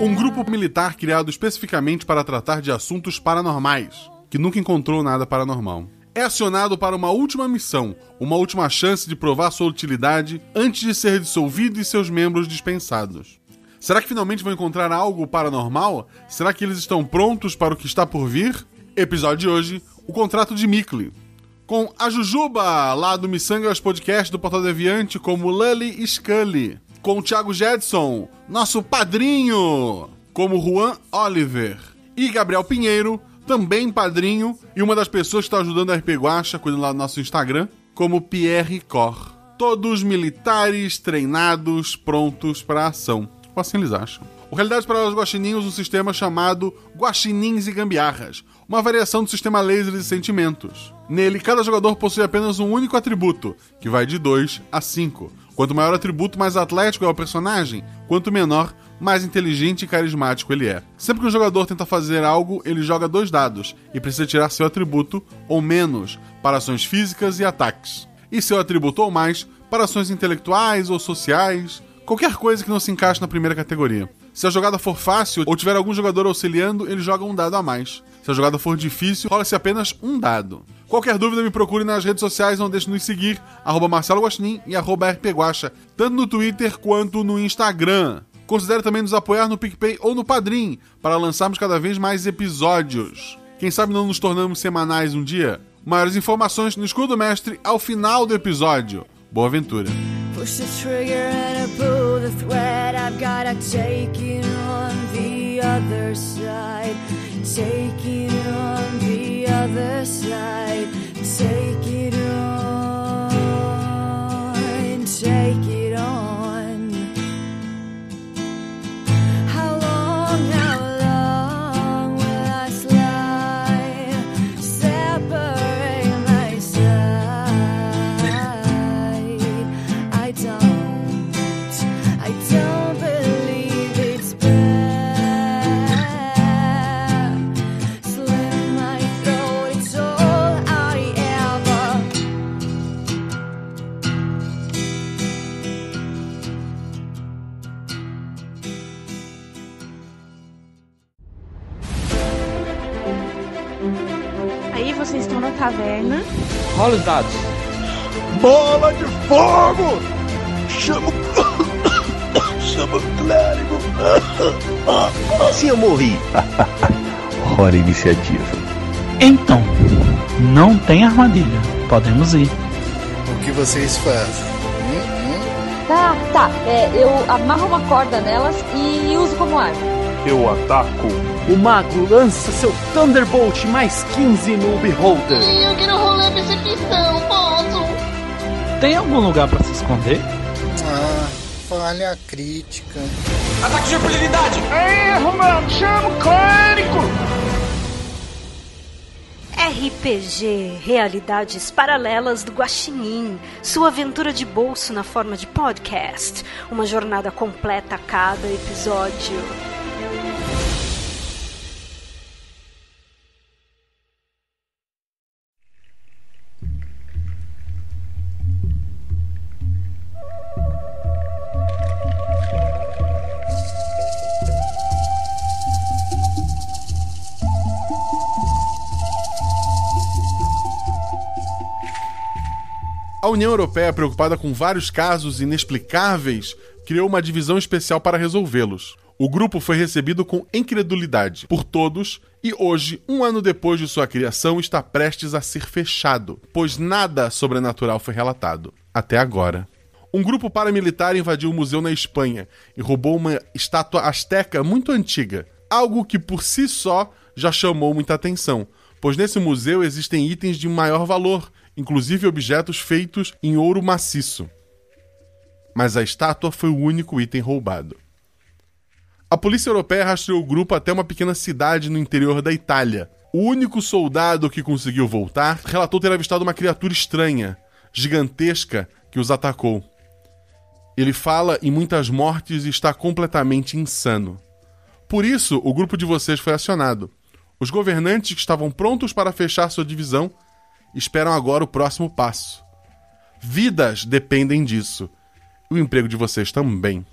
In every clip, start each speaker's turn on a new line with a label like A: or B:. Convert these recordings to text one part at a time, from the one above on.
A: Um grupo militar criado especificamente para tratar de assuntos paranormais, que nunca encontrou nada paranormal. É acionado para uma última missão, uma última chance de provar sua utilidade antes de ser dissolvido e seus membros dispensados. Será que finalmente vão encontrar algo paranormal? Será que eles estão prontos para o que está por vir? Episódio de hoje: O Contrato de Mikli. Com a Jujuba, lá do Missangas Podcast do Portal Deviante, como Lully Scully. Com o Thiago Jedson, nosso padrinho, como Juan Oliver. E Gabriel Pinheiro, também padrinho e uma das pessoas que está ajudando a RP Guacha, cuidando lá do nosso Instagram, como Pierre Cor. Todos militares, treinados, prontos para ação ou assim eles acham. O Realidade para os Guaxininhos um sistema chamado Guaxinins e Gambiarras, uma variação do sistema Lasers e Sentimentos. Nele, cada jogador possui apenas um único atributo, que vai de 2 a 5. Quanto maior o atributo, mais atlético é o personagem, quanto menor, mais inteligente e carismático ele é. Sempre que um jogador tenta fazer algo, ele joga dois dados e precisa tirar seu atributo ou menos para ações físicas e ataques, e seu atributo ou mais para ações intelectuais ou sociais, qualquer coisa que não se encaixe na primeira categoria. Se a jogada for fácil ou tiver algum jogador auxiliando, ele joga um dado a mais. Se a jogada for difícil, rola-se apenas um dado. Qualquer dúvida, me procure nas redes sociais, não deixe de nos seguir, arroba Marcelo Guaxinim e arroba RPGuacha, tanto no Twitter quanto no Instagram. Considere também nos apoiar no PicPay ou no Padrim, para lançarmos cada vez mais episódios. Quem sabe não nos tornamos semanais um dia? Maiores informações no Escudo Mestre ao final do episódio. Boa aventura!
B: Push the trigger and I pull the thread. I've got a taking on the other side. Taking on the other side. Take it on. Take it on. How long, how long will I slide? Separate my side. I don't, I don't believe it's bad. Slit my throat, it's all I ever
C: Aí vocês estão na taverna.
D: Rola os dados.
E: Bola de fogo! Chama o... Chama o clérigo!
F: Se eu morri. Hora iniciativa.
G: Então, não tem armadilha. Podemos ir.
H: O que vocês fazem?
I: Tá, tá. É, eu amarro uma corda nelas e uso como arma.
E: Eu ataco.
D: O mago lança seu Thunderbolt mais 15 no Beholder.
J: Eu quero rolar percepção, posso?
G: Tem algum lugar pra se esconder?
H: Ah, falha crítica.
D: Ataque de impunidade!
C: RPG, Realidades Paralelas do Guaxinim, sua aventura de bolso na forma de podcast, uma jornada completa a cada episódio.
A: A União Europeia, preocupada com vários casos inexplicáveis, criou uma divisão especial para resolvê-los. O grupo foi recebido com incredulidade por todos e hoje, um ano depois de sua criação, está prestes a ser fechado, pois nada sobrenatural foi relatado. Até agora. Um grupo paramilitar invadiu um museu na Espanha e roubou uma estátua asteca muito antiga, algo que por si só já chamou muita atenção, pois nesse museu existem itens de maior valor, inclusive objetos feitos em ouro maciço. Mas a estátua foi o único item roubado. A polícia europeia rastreou o grupo até uma pequena cidade no interior da Itália. O único soldado que conseguiu voltar relatou ter avistado uma criatura estranha, gigantesca, que os atacou. Ele fala em muitas mortes e está completamente insano. Por isso, o grupo de vocês foi acionado. Os governantes que estavam prontos para fechar sua divisão esperam agora o próximo passo. Vidas dependem disso. E o emprego de vocês também.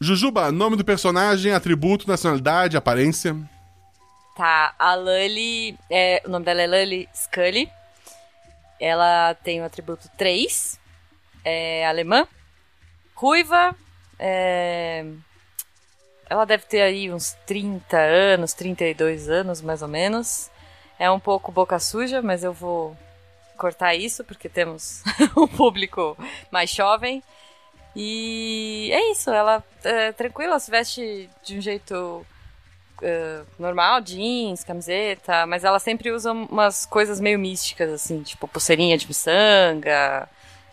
A: Jujuba, nome do personagem, atributo, nacionalidade, aparência.
I: Tá, a Lully, é, o nome dela é Lully Scully. Ela tem o atributo 3, é alemã, ruiva, é, ela deve ter aí uns 30 anos, 32 anos mais ou menos. É um pouco boca suja, mas eu vou cortar isso porque temos um público mais jovem. E é isso, ela é tranquila, ela se veste de um jeito eh, normal, jeans, camiseta, mas ela sempre usa umas coisas meio místicas, assim, tipo pulseirinha de miçanga.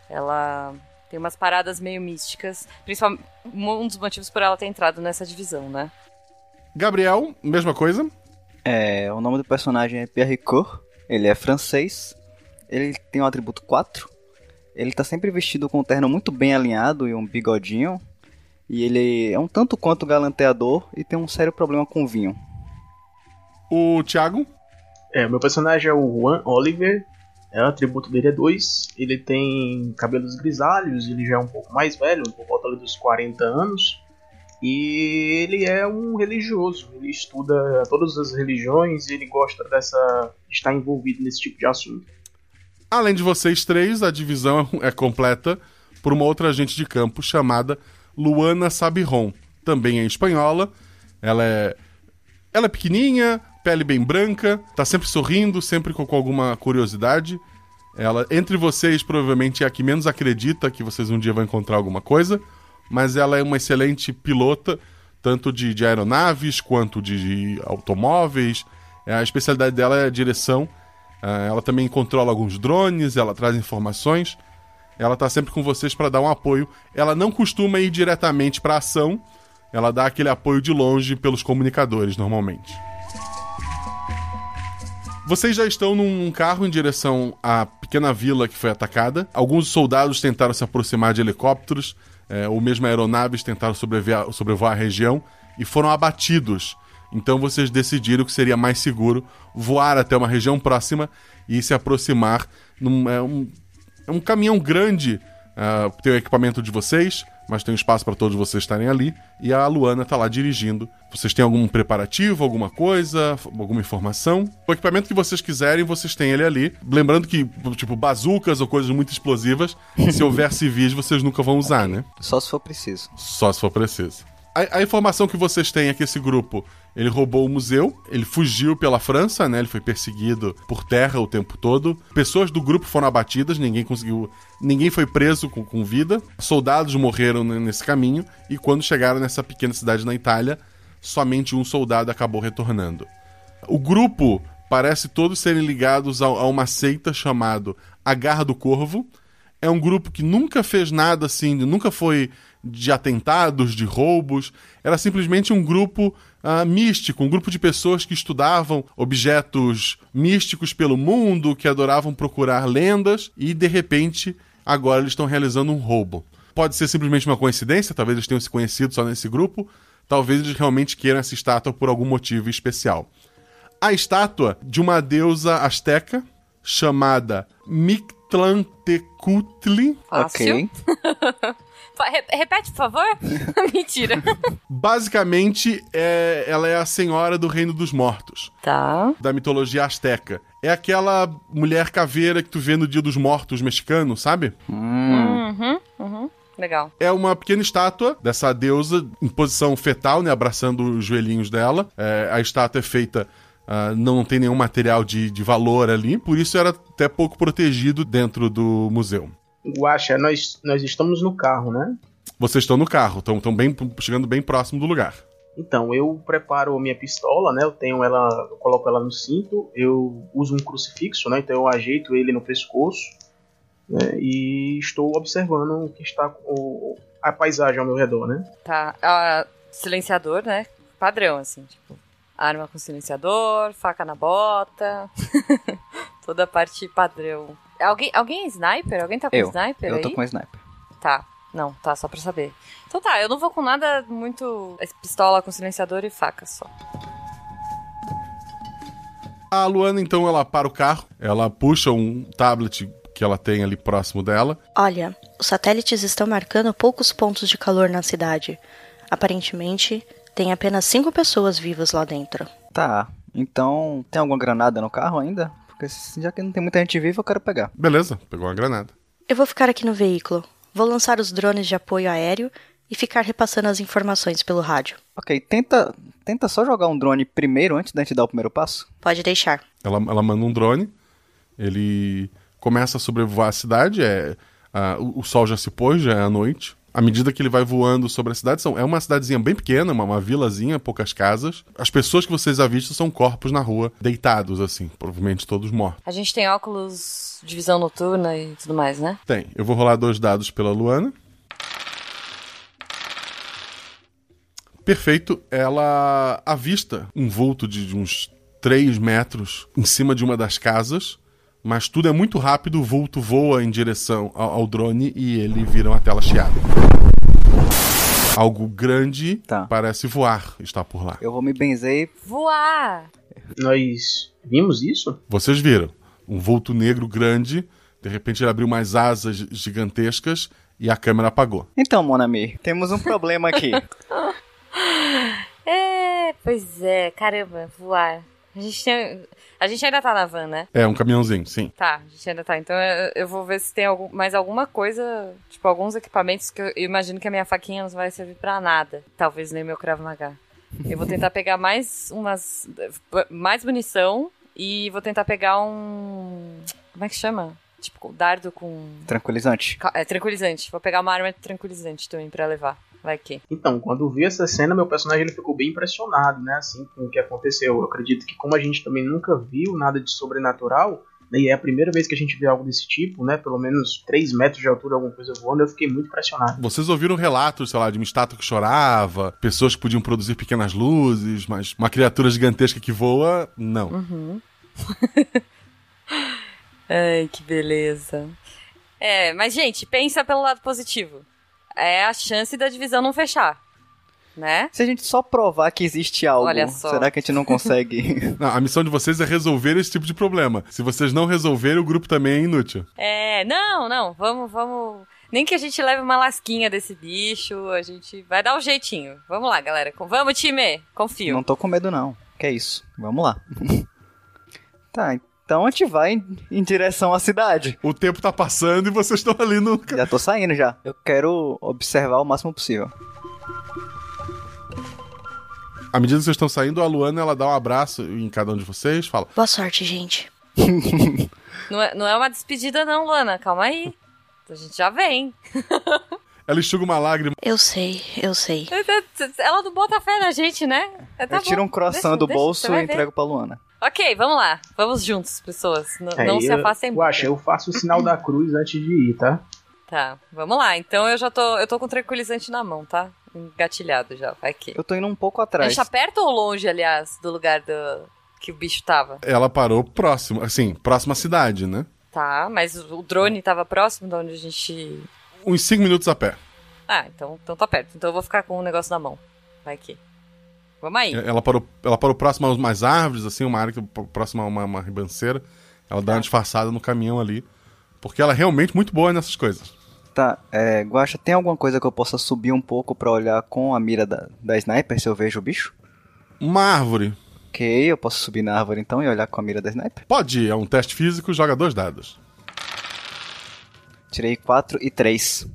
I: Ela tem umas paradas meio místicas, principalmente um dos motivos por ela ter entrado nessa divisão, né?
A: Gabriel, mesma coisa.
D: É, o nome do personagem é Pierre Ricoeur, ele é francês, ele tem o atributo 4, ele tá sempre vestido com um terno muito bem alinhado e um bigodinho, e ele é um tanto quanto galanteador e tem um sério problema com vinho.
A: O Thiago?
G: É, meu personagem é o Juan Oliver, é, o atributo dele é 2. Ele tem cabelos grisalhos, ele já é um pouco mais velho, por volta dos 40 anos. E ele é um religioso, ele estuda todas as religiões e ele gosta dessa. estar envolvido nesse tipo de assunto.
A: Além de vocês três, a divisão é completa por uma outra agente de campo chamada Luana Sabiron. Também é espanhola. Ela é. Ela é pequenininha, pele bem branca, tá sempre sorrindo, sempre com, com, alguma curiosidade. Ela, entre vocês, provavelmente é a que menos acredita que vocês um dia vão encontrar alguma coisa, mas ela é uma excelente pilota, tanto de, de aeronaves quanto de, de, automóveis. A especialidade dela é direção. É, Ela também controla alguns drones, ela traz informações. Ela tá sempre com vocês para dar um apoio. Ela não costuma ir diretamente para ação. Ela dá aquele apoio de longe pelos comunicadores, normalmente. Vocês já estão num carro em direção à pequena vila que foi atacada. Alguns soldados tentaram se aproximar de helicópteros, é, ou mesmo aeronaves tentaram sobrevoar, a região e foram abatidos. Então vocês decidiram que seria mais seguro voar até uma região próxima e se aproximar. Num, é, um, é um caminhão grande, uh, tem o equipamento de vocês, mas tem um espaço para todos vocês estarem ali. E a Luana está lá dirigindo. Vocês têm algum preparativo, alguma coisa, alguma informação? O equipamento que vocês quiserem, vocês têm ele ali. Lembrando que, tipo, bazucas ou coisas muito explosivas, se houver civis, vocês nunca vão usar, né?
D: Só se for preciso.
A: Só se for preciso. A, a informação que vocês têm é que esse grupo, ele roubou o museu, ele fugiu pela França, né? Ele foi perseguido por terra o tempo todo. Pessoas do grupo foram abatidas, ninguém conseguiu ninguém foi preso com, com, vida, soldados morreram nesse caminho, e quando chegaram nessa pequena cidade na Itália, somente um soldado acabou retornando. O grupo parece todos serem ligados a, a uma seita chamado A Garra do Corvo. É um grupo que nunca fez nada assim, nunca foi de atentados, de roubos. Era simplesmente um grupo uh, místico, um grupo de pessoas que estudavam objetos místicos pelo mundo, que adoravam procurar lendas e de repente agora eles estão realizando um roubo. Pode ser simplesmente uma coincidência, talvez eles tenham se conhecido só nesse grupo, talvez eles realmente queiram essa estátua por algum motivo especial. A estátua de uma deusa asteca chamada Mictlantecutli.
I: Ok. Repete, por favor? Mentira.
A: Basicamente, é, ela é a senhora do reino dos mortos.
I: Tá.
A: Da mitologia asteca. É aquela mulher caveira que tu vê no Dia dos Mortos mexicano, sabe?
I: Hum. Uhum, uhum. Legal.
A: É uma pequena estátua dessa deusa em posição fetal, né? Abraçando os joelhinhos dela. É, a estátua é feita Uh, não tem nenhum material de, de, valor ali, por isso era até pouco protegido dentro do museu.
G: Guaxa, nós, nós estamos no carro, né?
A: Vocês estão no carro, estão tão bem, chegando bem próximo do lugar.
G: Então, eu preparo minha pistola, né? Eu tenho ela, eu coloco ela no cinto, eu uso um crucifixo, né? Então eu ajeito ele no pescoço né? e estou observando o que está o, a paisagem ao meu redor, né?
I: Tá, uh, silenciador, né? Padrão, assim, tipo, arma com silenciador, faca na bota, toda a parte padrão. Alguém, alguém é sniper? Alguém tá com
D: eu,
I: sniper
D: eu
I: aí?
D: Eu tô com sniper.
I: Tá, não, tá, só pra saber. Então tá, eu não vou com nada muito é, pistola com silenciador e faca só.
A: A Luana, então, ela para o carro, ela puxa um tablet que ela tem ali próximo dela.
C: Olha, os satélites estão marcando poucos pontos de calor na cidade. Aparentemente, tem apenas cinco pessoas vivas lá dentro.
D: Tá, então tem alguma granada no carro ainda? Porque já que não tem muita gente viva, eu quero pegar.
A: Beleza, pegou uma granada.
C: Eu vou ficar aqui no veículo. Vou lançar os drones de apoio aéreo e ficar repassando as informações pelo rádio.
D: Ok, tenta, tenta só jogar um drone primeiro antes da gente dar o primeiro passo.
C: Pode deixar.
A: Ela, ela manda um drone, ele começa a sobrevoar a cidade, é, a- o, o sol já se pôs, já é a noite. À medida que ele vai voando sobre a cidade, são, é uma cidadezinha bem pequena, uma, uma vilazinha, poucas casas. As pessoas que vocês avistam são corpos na rua, deitados, assim, provavelmente todos mortos.
I: A gente tem óculos de visão noturna e tudo mais, né?
A: Tem, eu vou rolar dois dados pela Luana. Perfeito, ela avista um vulto de, de uns 3 metros em cima de uma das casas, mas tudo é muito rápido, o vulto voa em direção ao, ao drone e ele vira uma tela chiada. Algo grande parece voar, está por lá.
D: Eu vou me benzer e
I: Voar!
A: Nós vimos isso? Vocês viram. Um vulto negro grande, de repente ele abriu umas asas gigantescas e a câmera apagou.
D: Então, Monami, temos um problema aqui.
I: É, pois é, caramba, voar. A gente, tem- a gente ainda tá na van, né?
A: É, um caminhãozinho, sim.
I: Tá, a gente ainda tá. Então eu, eu vou ver se tem algum- mais alguma coisa, tipo, alguns equipamentos que eu, eu imagino que a minha faquinha não vai servir pra nada. Talvez nem meu cravo magá. Eu vou tentar pegar mais umas. mais munição e vou tentar pegar um. Como é que chama? Tipo, dardo com.
D: Tranquilizante.
I: ca- É, tranquilizante. Vou pegar uma arma tranquilizante também pra levar. Vai que.
G: Então, quando eu vi essa cena, meu personagem ele ficou bem impressionado, né, assim, com o que aconteceu. Eu acredito que como a gente também nunca viu nada de sobrenatural, né, e é a primeira vez que a gente vê algo desse tipo, né, pelo menos 3 metros de altura, alguma coisa voando, eu fiquei muito impressionado.
A: Vocês ouviram relatos, sei lá, de uma estátua que chorava, pessoas que podiam produzir pequenas luzes, mas uma criatura gigantesca que voa, não.
I: Uhum. Ai, que beleza. É, mas gente, pensa pelo lado positivo. É a chance da divisão não fechar, né?
D: Se a gente só provar que existe algo,
I: Olha só.
D: será que a gente não consegue?
A: Não, a missão de vocês é resolver esse tipo de problema. Se vocês não resolverem, o grupo também é inútil.
I: É, não, não, vamos, vamos. Nem que a gente leve uma lasquinha desse bicho, a gente vai dar um jeitinho. Vamos lá, galera. Com- Vamos, time! Confio.
D: Não tô com medo, não. Que é isso. Vamos lá. tá, então a gente vai em, em direção à cidade.
A: O tempo tá passando e vocês estão ali no.
D: Já tô saindo já. Eu quero observar o máximo possível.
A: À medida que vocês estão saindo, a Luana ela dá um abraço em cada um de vocês, fala.
C: Boa sorte, gente.
I: Não é, não é uma despedida, não, Luana. Calma aí. A gente já vem.
A: Ela enxuga uma lágrima.
C: Eu sei, eu sei.
I: Ela não bota fé na gente, né? É, tá
D: eu tiro
I: bom.
D: um croissant
I: Deixa-
D: do
I: deixa, você
D: bolso
I: vai
D: e
I: ver.
D: entrego pra Luana.
I: Ok, vamos lá. Vamos juntos, pessoas. N-
G: É,
I: não se
G: eu-
I: afastem muito.
G: Guaxa, eu faço o sinal da cruz antes de ir, tá?
I: Tá, vamos lá. Então eu já tô. Eu tô com tranquilizante na mão, tá? Engatilhado já. Vai que.
D: Eu tô indo um pouco
I: A
D: atrás.
I: gente tá perto ou longe, aliás, do lugar do... que o bicho tava?
A: Ela parou próximo, assim, próxima à cidade, né?
I: Tá, mas o drone tava próximo de onde a gente.
A: Uns cinco minutos a pé.
I: Ah, então, então tá perto. Então eu vou ficar com o negócio na mão. Vai que. Vamos aí.
A: É, Ela parou, ela parou próximo a umas árvores, assim, uma área que, próxima a uma, uma ribanceira. Ela
I: Tá.
A: dá uma disfarçada no caminhão ali. Porque ela é realmente muito boa nessas coisas.
D: Tá, é, Guaxa, tem alguma coisa que eu possa subir um pouco pra olhar com a mira da, da sniper se eu vejo o bicho?
A: Uma árvore.
D: Ok, eu posso subir na árvore então e olhar com a mira da sniper?
A: Pode, é um teste físico, joga dois dados.
D: Tirei 4 e 3.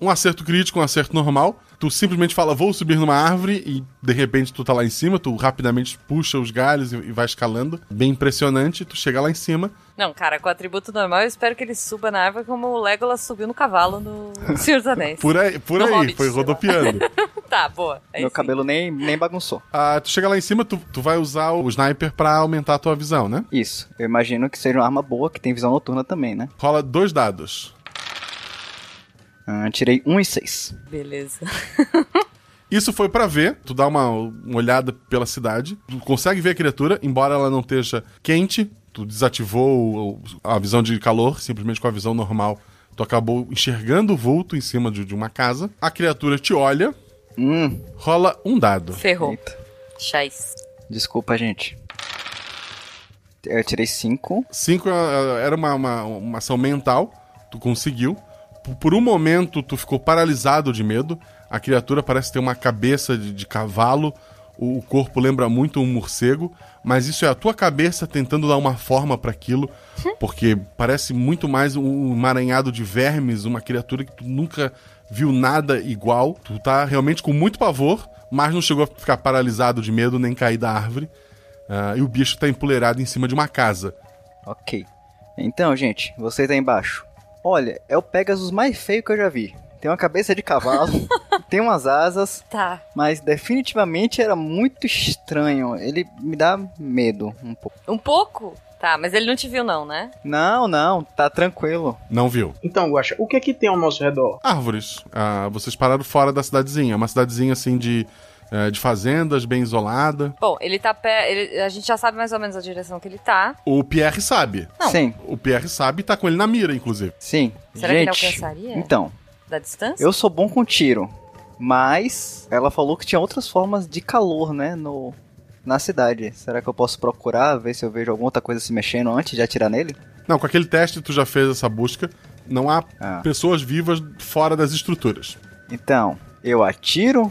A: Um acerto crítico, um acerto normal. Tu simplesmente fala, vou subir numa árvore, e de repente tu tá lá em cima, tu rapidamente puxa os galhos e, e vai escalando. Bem impressionante, tu chega lá em cima.
I: Não, cara, com o atributo normal, eu espero que ele suba na árvore como o Legolas subiu no cavalo no Senhor dos Anéis.
A: Por aí, por
I: No
A: aí
I: Hobbit,
A: foi
I: sei lá.
A: rodopiando.
I: tá, boa. É
D: Meu
I: isso.
D: cabelo nem, nem bagunçou.
A: Ah, tu chega lá em cima, tu, tu vai usar o sniper pra aumentar a tua visão, né?
D: Isso. Eu imagino que seja uma arma boa que tem visão noturna também, né?
A: Rola dois dados.
D: Ah, tirei 1 um e 6.
I: Beleza.
A: Isso foi pra ver, tu dá uma, uma olhada pela cidade, tu consegue ver a criatura, embora ela não esteja quente, tu desativou o- a visão de calor, simplesmente com a visão normal, tu acabou enxergando o vulto em cima de, de uma casa. A criatura te olha,
D: Hum,
A: rola um dado.
I: Ferrou. Chais.
D: Desculpa, gente. Eu tirei 5.
A: 5 ah, era uma, uma, uma ação mental, tu conseguiu. Por- Por um momento tu ficou paralisado de medo, A criatura parece ter uma cabeça de, de cavalo, o, o corpo lembra muito um morcego, mas isso é a tua cabeça tentando dar uma forma para aquilo, porque parece muito mais um emaranhado de vermes, uma criatura que tu nunca viu nada igual. Tu tá realmente com muito pavor, mas não chegou a ficar paralisado de medo nem cair da árvore. Ah, e o bicho tá empoleirado em cima de uma casa.
D: Ok. Então, gente, você tá embaixo. Olha, é o Pegasus mais feio que eu já vi. Tem uma cabeça de cavalo, tem umas asas,
I: Tá.
D: mas definitivamente era muito estranho. Ele me dá medo um pouco.
I: Um pouco? Tá, mas ele não te viu, não, né?
D: Não, não, tá tranquilo.
A: Não viu.
G: Então, Guaxa, o que é que tem ao nosso redor?
A: Árvores. Ah, vocês pararam fora da cidadezinha. É uma cidadezinha assim de, eh, de fazendas, bem isolada.
I: Bom, ele tá pé. ele- a gente já sabe mais ou menos a direção que ele tá.
A: O Pierre sabe.
I: Não. Sim.
A: O Pierre sabe e tá com ele na mira, inclusive.
D: Sim.
I: Será que ele alcançaria?
D: Então,
I: Da distância?
D: eu sou bom com tiro, mas ela falou que tinha outras formas de calor, né, no na cidade. Será que eu posso procurar, ver se eu vejo alguma outra coisa se mexendo antes de atirar nele?
A: Não, com aquele teste tu já fez essa busca. Não há
D: Ah.
A: pessoas vivas fora das estruturas.
D: Então, eu atiro,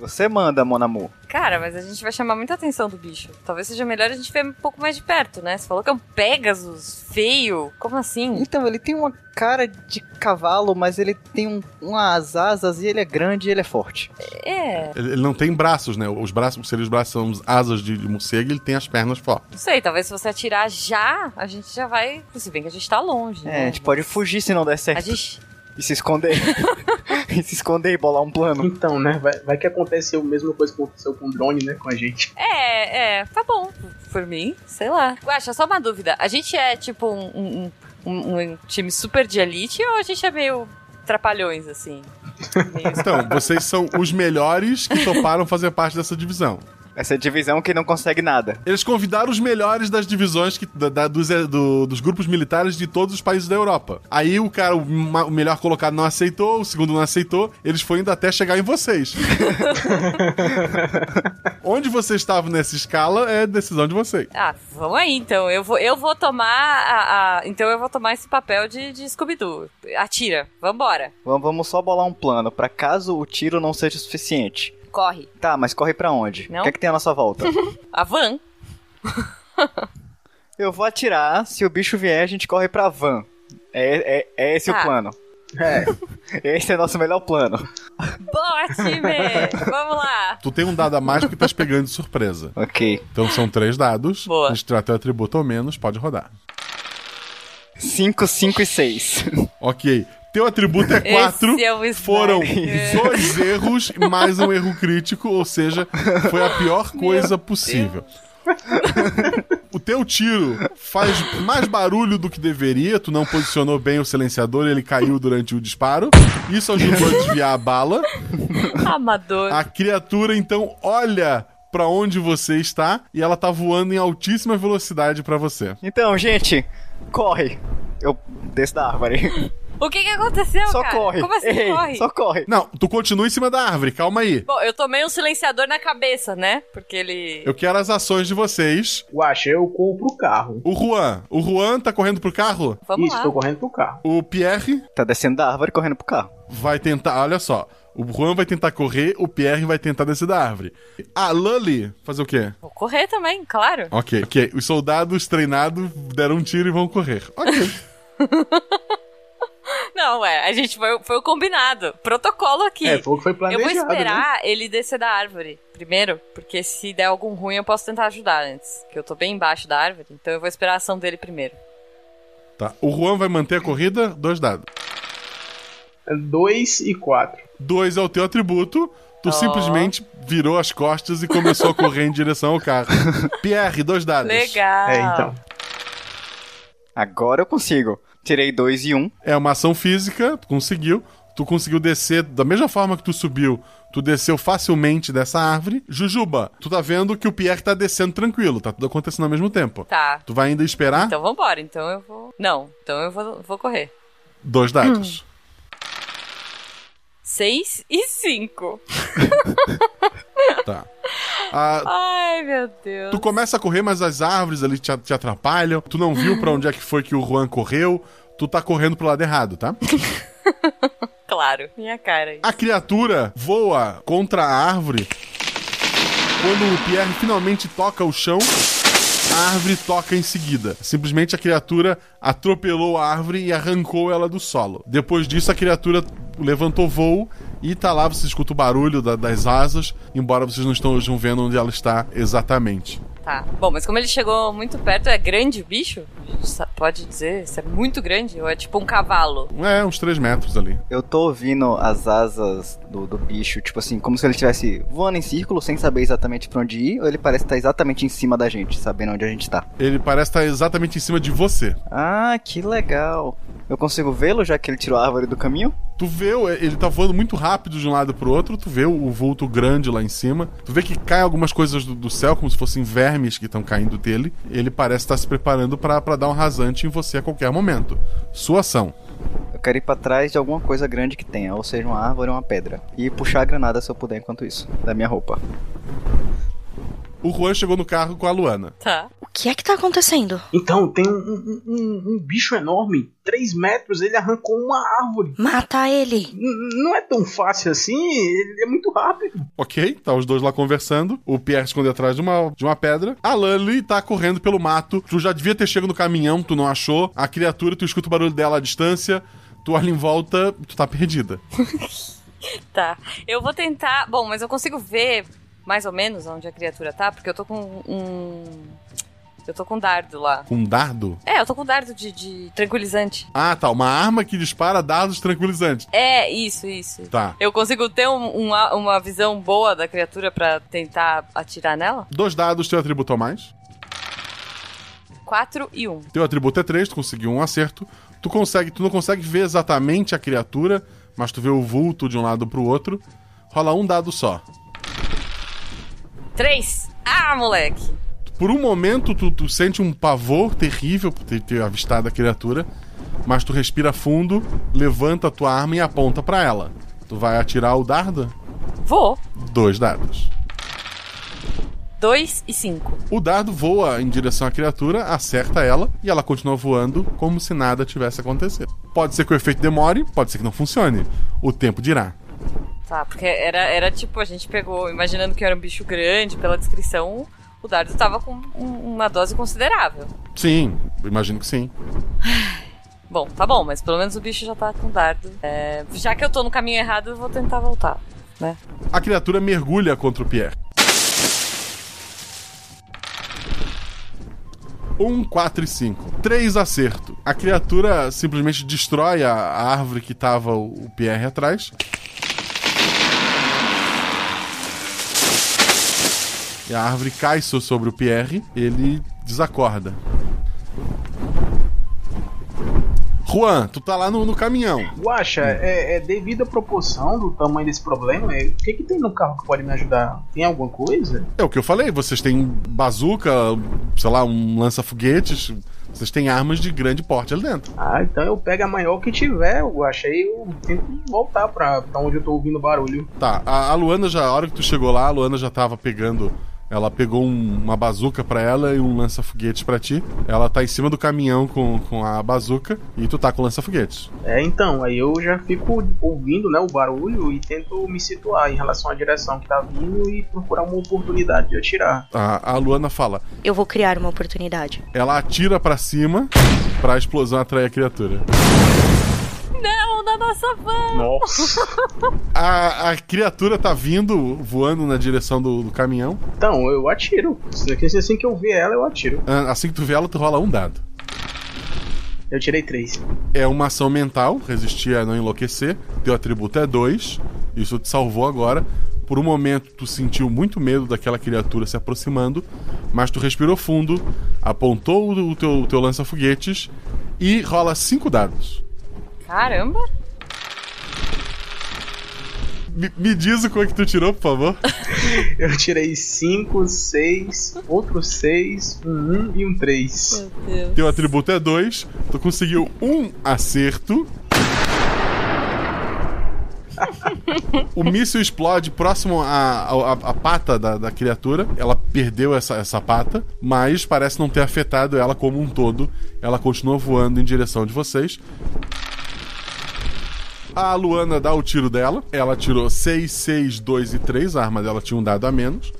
D: você manda, mon amour.
I: Cara, mas a gente vai chamar muita atenção do bicho. Talvez seja melhor a gente ver um pouco mais de perto, né? Você falou que é um Pegasus feio. Como assim?
D: Então, ele tem uma cara de cavalo, mas ele tem um, umas asas e ele é grande e ele é forte.
I: É.
A: Ele ele não tem braços, né? Os braços, se os braços são as asas de de morcego, ele tem as pernas fortes.
I: Não sei, talvez se você atirar já, a gente já vai. Se bem que a gente tá longe.
D: É, a
I: né?
D: gente pode fugir se não der certo.
I: A gente.
D: E se esconder. e se esconder e bolar um plano.
G: Então, né? Vai, vai que aconteceu a mesma coisa que aconteceu com o drone, né? Com a gente.
I: É, é, tá bom. Por mim, sei lá. Guaxa, só uma dúvida. A gente é tipo um, um- um- um time super de elite ou a gente é meio trapalhões, assim?
A: Então, vocês são os melhores que toparam fazer parte dessa divisão.
D: Essa é divisão que não consegue nada.
A: Eles convidaram os melhores das divisões que, da- da- dos, eh, do- dos grupos militares de todos os países da Europa. Aí o cara, o, ma- o melhor colocado não aceitou, o segundo não aceitou, eles foram indo até chegar em vocês. Onde vocês estavam nessa escala é decisão de vocês.
I: Ah, vamos aí então. Eu vou, eu vou tomar a, a- Então eu vou tomar esse papel de, de Scooby-Doo. Atira, vambora.
D: Vamos, vamos só bolar um plano, pra caso o tiro não seja o suficiente.
I: Corre.
D: Tá, mas corre pra onde?
I: Não?
D: O que é que tem à nossa volta?
I: A van.
D: eu vou atirar, se o bicho vier, a gente corre pra van. É, é, é esse
I: Ah.
D: o plano. É. Esse é nosso melhor plano.
I: Boa, time! vamos lá.
A: Tu tem um dado a mais porque estás pegando de surpresa.
D: Ok.
A: Então são três dados.
I: Boa.
A: Extrato teu atributo ou menos, pode rodar.
D: 5, 5 e 6.
A: Ok. Teu atributo é
D: Esse
A: 4.
D: é um sniper.
A: Foram dois erros mais um erro crítico, ou seja, foi a pior coisa possível. O teu tiro faz mais barulho do que deveria, tu não posicionou bem o silenciador, ele caiu durante o disparo. Isso ajudou a desviar a bala.
I: Amador.
A: A criatura então olha pra onde você está e ela tá voando em altíssima velocidade pra você.
D: Então, gente, corre. Eu desço da árvore.
I: O que que aconteceu,
D: Só
I: cara?
D: corre.
I: Como assim
D: Ei,
I: corre?
D: Só corre.
A: Não, tu continua em cima da árvore, calma aí.
I: Bom, eu tomei um silenciador na cabeça, né? Porque ele...
A: Eu quero as ações de vocês. Guaxa, eu corro pro carro. O Juan. O Juan tá correndo pro carro?
I: Vamos Isso, lá. tô correndo
A: pro carro. O Pierre.
D: Tá descendo da árvore correndo pro carro.
A: Vai tentar, olha só. O Juan vai tentar correr, o Pierre vai tentar descer da árvore. A Lully, fazer o quê?
I: Vou correr também, claro.
A: Ok, ok. Os soldados treinados deram um tiro e vão correr. Ok.
I: Não, é, a gente foi, foi o combinado. Protocolo aqui.
G: É, foi o que foi
I: eu vou
G: planejado,
I: esperar ele descer da árvore primeiro, porque se der algum ruim eu posso tentar ajudar antes. Que eu tô bem embaixo da árvore, então eu vou esperar a ação dele primeiro.
A: Tá. O Juan vai manter a corrida, dois dados.
G: 2 É e 4.
A: 2 é o teu atributo. Tu simplesmente virou as costas e começou a correr em direção ao carro. Pierre, dois dados.
I: Legal. É, então.
D: Agora eu consigo. Tirei 2 e 1. Um.
A: É uma ação física, tu conseguiu. Tu conseguiu descer da mesma forma que tu subiu. Tu desceu facilmente dessa árvore. Jujuba, tu tá vendo que o Pierre tá descendo tranquilo, tá tudo acontecendo ao mesmo tempo.
I: Tá.
A: Tu vai ainda esperar?
I: Então vambora, então eu vou. Não, então eu vou, vou correr.
A: Dois dados.
I: Seis e cinco.
A: Tá. Ah,
I: Ai, meu Deus.
A: Tu começa a correr, mas as árvores ali te, te atrapalham. Tu não viu pra onde é que foi que o Juan correu. Tu tá correndo pro lado errado, tá?
I: Claro, minha cara. aí.
A: A criatura voa contra a árvore. Quando o Pierre finalmente toca o chão, a árvore toca em seguida. Simplesmente a criatura atropelou a árvore e arrancou ela do solo. Depois disso, a criatura levantou voo e tá lá, você escuta o barulho da- das asas, embora vocês não estejam vendo onde ela está exatamente.
I: Tá. Bom, mas como ele chegou muito perto, é grande o bicho? Sa- Pode dizer? Se é muito grande? Ou é tipo um cavalo?
A: É, uns 3 metros ali.
D: Eu tô ouvindo as asas do, do bicho, tipo assim, como se ele estivesse voando em círculo sem saber exatamente pra onde ir, ou ele parece estar exatamente em cima da gente, sabendo onde a gente tá.
A: Ele parece estar exatamente em cima de você.
D: Ah, que legal. Eu consigo vê-lo já que ele tirou a árvore do caminho?
A: Tu vê, o- ele tá voando muito rápido de um lado pro outro, tu vê o vulto grande lá em cima, tu vê que caem algumas coisas do, do céu, como se fossem vermes que estão caindo dele. Ele parece estar se preparando pra pra dar um rasante em você a qualquer momento. Sua ação.
D: Eu quero ir pra trás de alguma coisa grande que tenha, ou seja, uma árvore ou uma pedra. E puxar a granada se eu puder enquanto isso, da minha roupa.
A: O Juan chegou no carro com a Luana.
I: Tá.
C: O que é que tá acontecendo?
G: Então, tem um, um- um- um bicho enorme, 3 metros, ele arrancou uma árvore.
C: Mata ele!
G: não é tão fácil assim, ele é muito rápido.
A: Ok, tá os dois lá conversando. O Pierre esconde atrás de uma, de uma pedra. A Lully tá correndo pelo mato. Tu já devia ter chegado no caminhão, tu não achou. A criatura, tu escuta o barulho dela à distância. Tu olha em volta, tu tá perdida.
I: Tá. Eu vou tentar. Bom, mas eu consigo ver mais ou menos onde a criatura tá, porque eu tô com um. Eu tô com um dardo lá.
A: Com um dardo?
I: É, eu tô com um dardo de, de tranquilizante.
A: Ah, tá. Uma arma que dispara dardos tranquilizantes.
I: É, isso, isso.
A: Tá.
I: Eu consigo ter um- uma, uma visão boa da criatura pra tentar atirar nela?
A: Dois dados, teu atributo a mais.
I: 4 e 1. Um.
A: Teu atributo é 3, tu conseguiu um acerto. Tu consegue, tu não consegue ver exatamente a criatura, mas tu vê o vulto de um lado pro outro. Rola um dado só.
I: 3! Ah, moleque!
A: Por um momento, tu, tu sente um pavor terrível por ter, ter avistado a criatura, mas tu respira fundo, levanta a tua arma e aponta pra ela. Tu vai atirar o dardo?
I: Vou.
A: Dois dados.
I: 2 e 5.
A: O dardo voa em direção à criatura, acerta ela e ela continua voando como se nada tivesse acontecido. Pode ser que o efeito demore, pode ser que não funcione. O tempo dirá.
I: Tá, porque era, era tipo, a gente pegou, imaginando que era um bicho grande, pela descrição, o dardo tava com um- uma dose considerável.
A: Sim, eu imagino que sim.
I: Bom, tá bom, mas pelo menos o bicho já tá com dardo. É, já que eu tô no caminho errado, eu vou tentar voltar. né?
A: A criatura mergulha contra o Pierre. Um, quatro e cinco. Três acerto. A criatura simplesmente destrói a a árvore que tava o o Pierre atrás. E a árvore cai so- sobre o Pierre. Ele desacorda. Juan, tu tá lá no, no caminhão.
G: Guaxa, é, é devido à proporção do tamanho desse problema, é, o que, que tem no carro que pode me ajudar? Tem alguma coisa?
A: É o que eu falei, vocês têm bazuca, sei lá, um lança-foguetes, vocês têm armas de grande porte ali dentro.
G: Ah, então eu pego a maior que tiver, Guaxa, e eu tento voltar pra, pra onde eu tô ouvindo barulho.
A: Tá, a, a Luana já, a hora que tu chegou lá, a Luana já tava pegando. Ela pegou um- uma bazuca pra ela e um lança-foguetes pra ti. Ela tá em cima do caminhão com, com a bazuca e tu tá com o lança-foguetes.
G: É, então, aí eu já fico ouvindo né, o barulho e tento me situar em relação à direção que tá vindo e procurar uma oportunidade de atirar.
A: A, a Luana fala.
C: Eu vou criar uma oportunidade.
A: Ela atira pra cima pra explosão atrair a criatura.
I: Não, na nossa van!
A: Nossa. A, a criatura tá vindo, voando na direção do, do caminhão.
G: Então, eu atiro. Se- Assim que eu ver ela, eu atiro.
A: Ah, Assim que tu vê ela, tu rola um dado.
G: Eu tirei três.
A: É uma ação mental, resistir a não enlouquecer. Teu atributo é 2. Isso te salvou agora. Por um momento, tu sentiu muito medo daquela criatura se aproximando, mas tu respirou fundo, apontou o o teu, o teu lança-foguetes e rola cinco dados.
I: Caramba!
A: Me, me diz o qual é que tu tirou, por favor.
G: Eu tirei 5, 6, outro 6, um 1 um e um 3.
A: Teu atributo é 2, tu conseguiu um acerto. O míssil explode próximo à, à, à pata da, da criatura. Ela perdeu essa, essa pata, mas parece não ter afetado ela como um todo. Ela continua voando em direção de vocês. A Luana dá o tiro dela. Ela tirou 6, 6, 2 e 3. A arma dela tinha um dado a menos.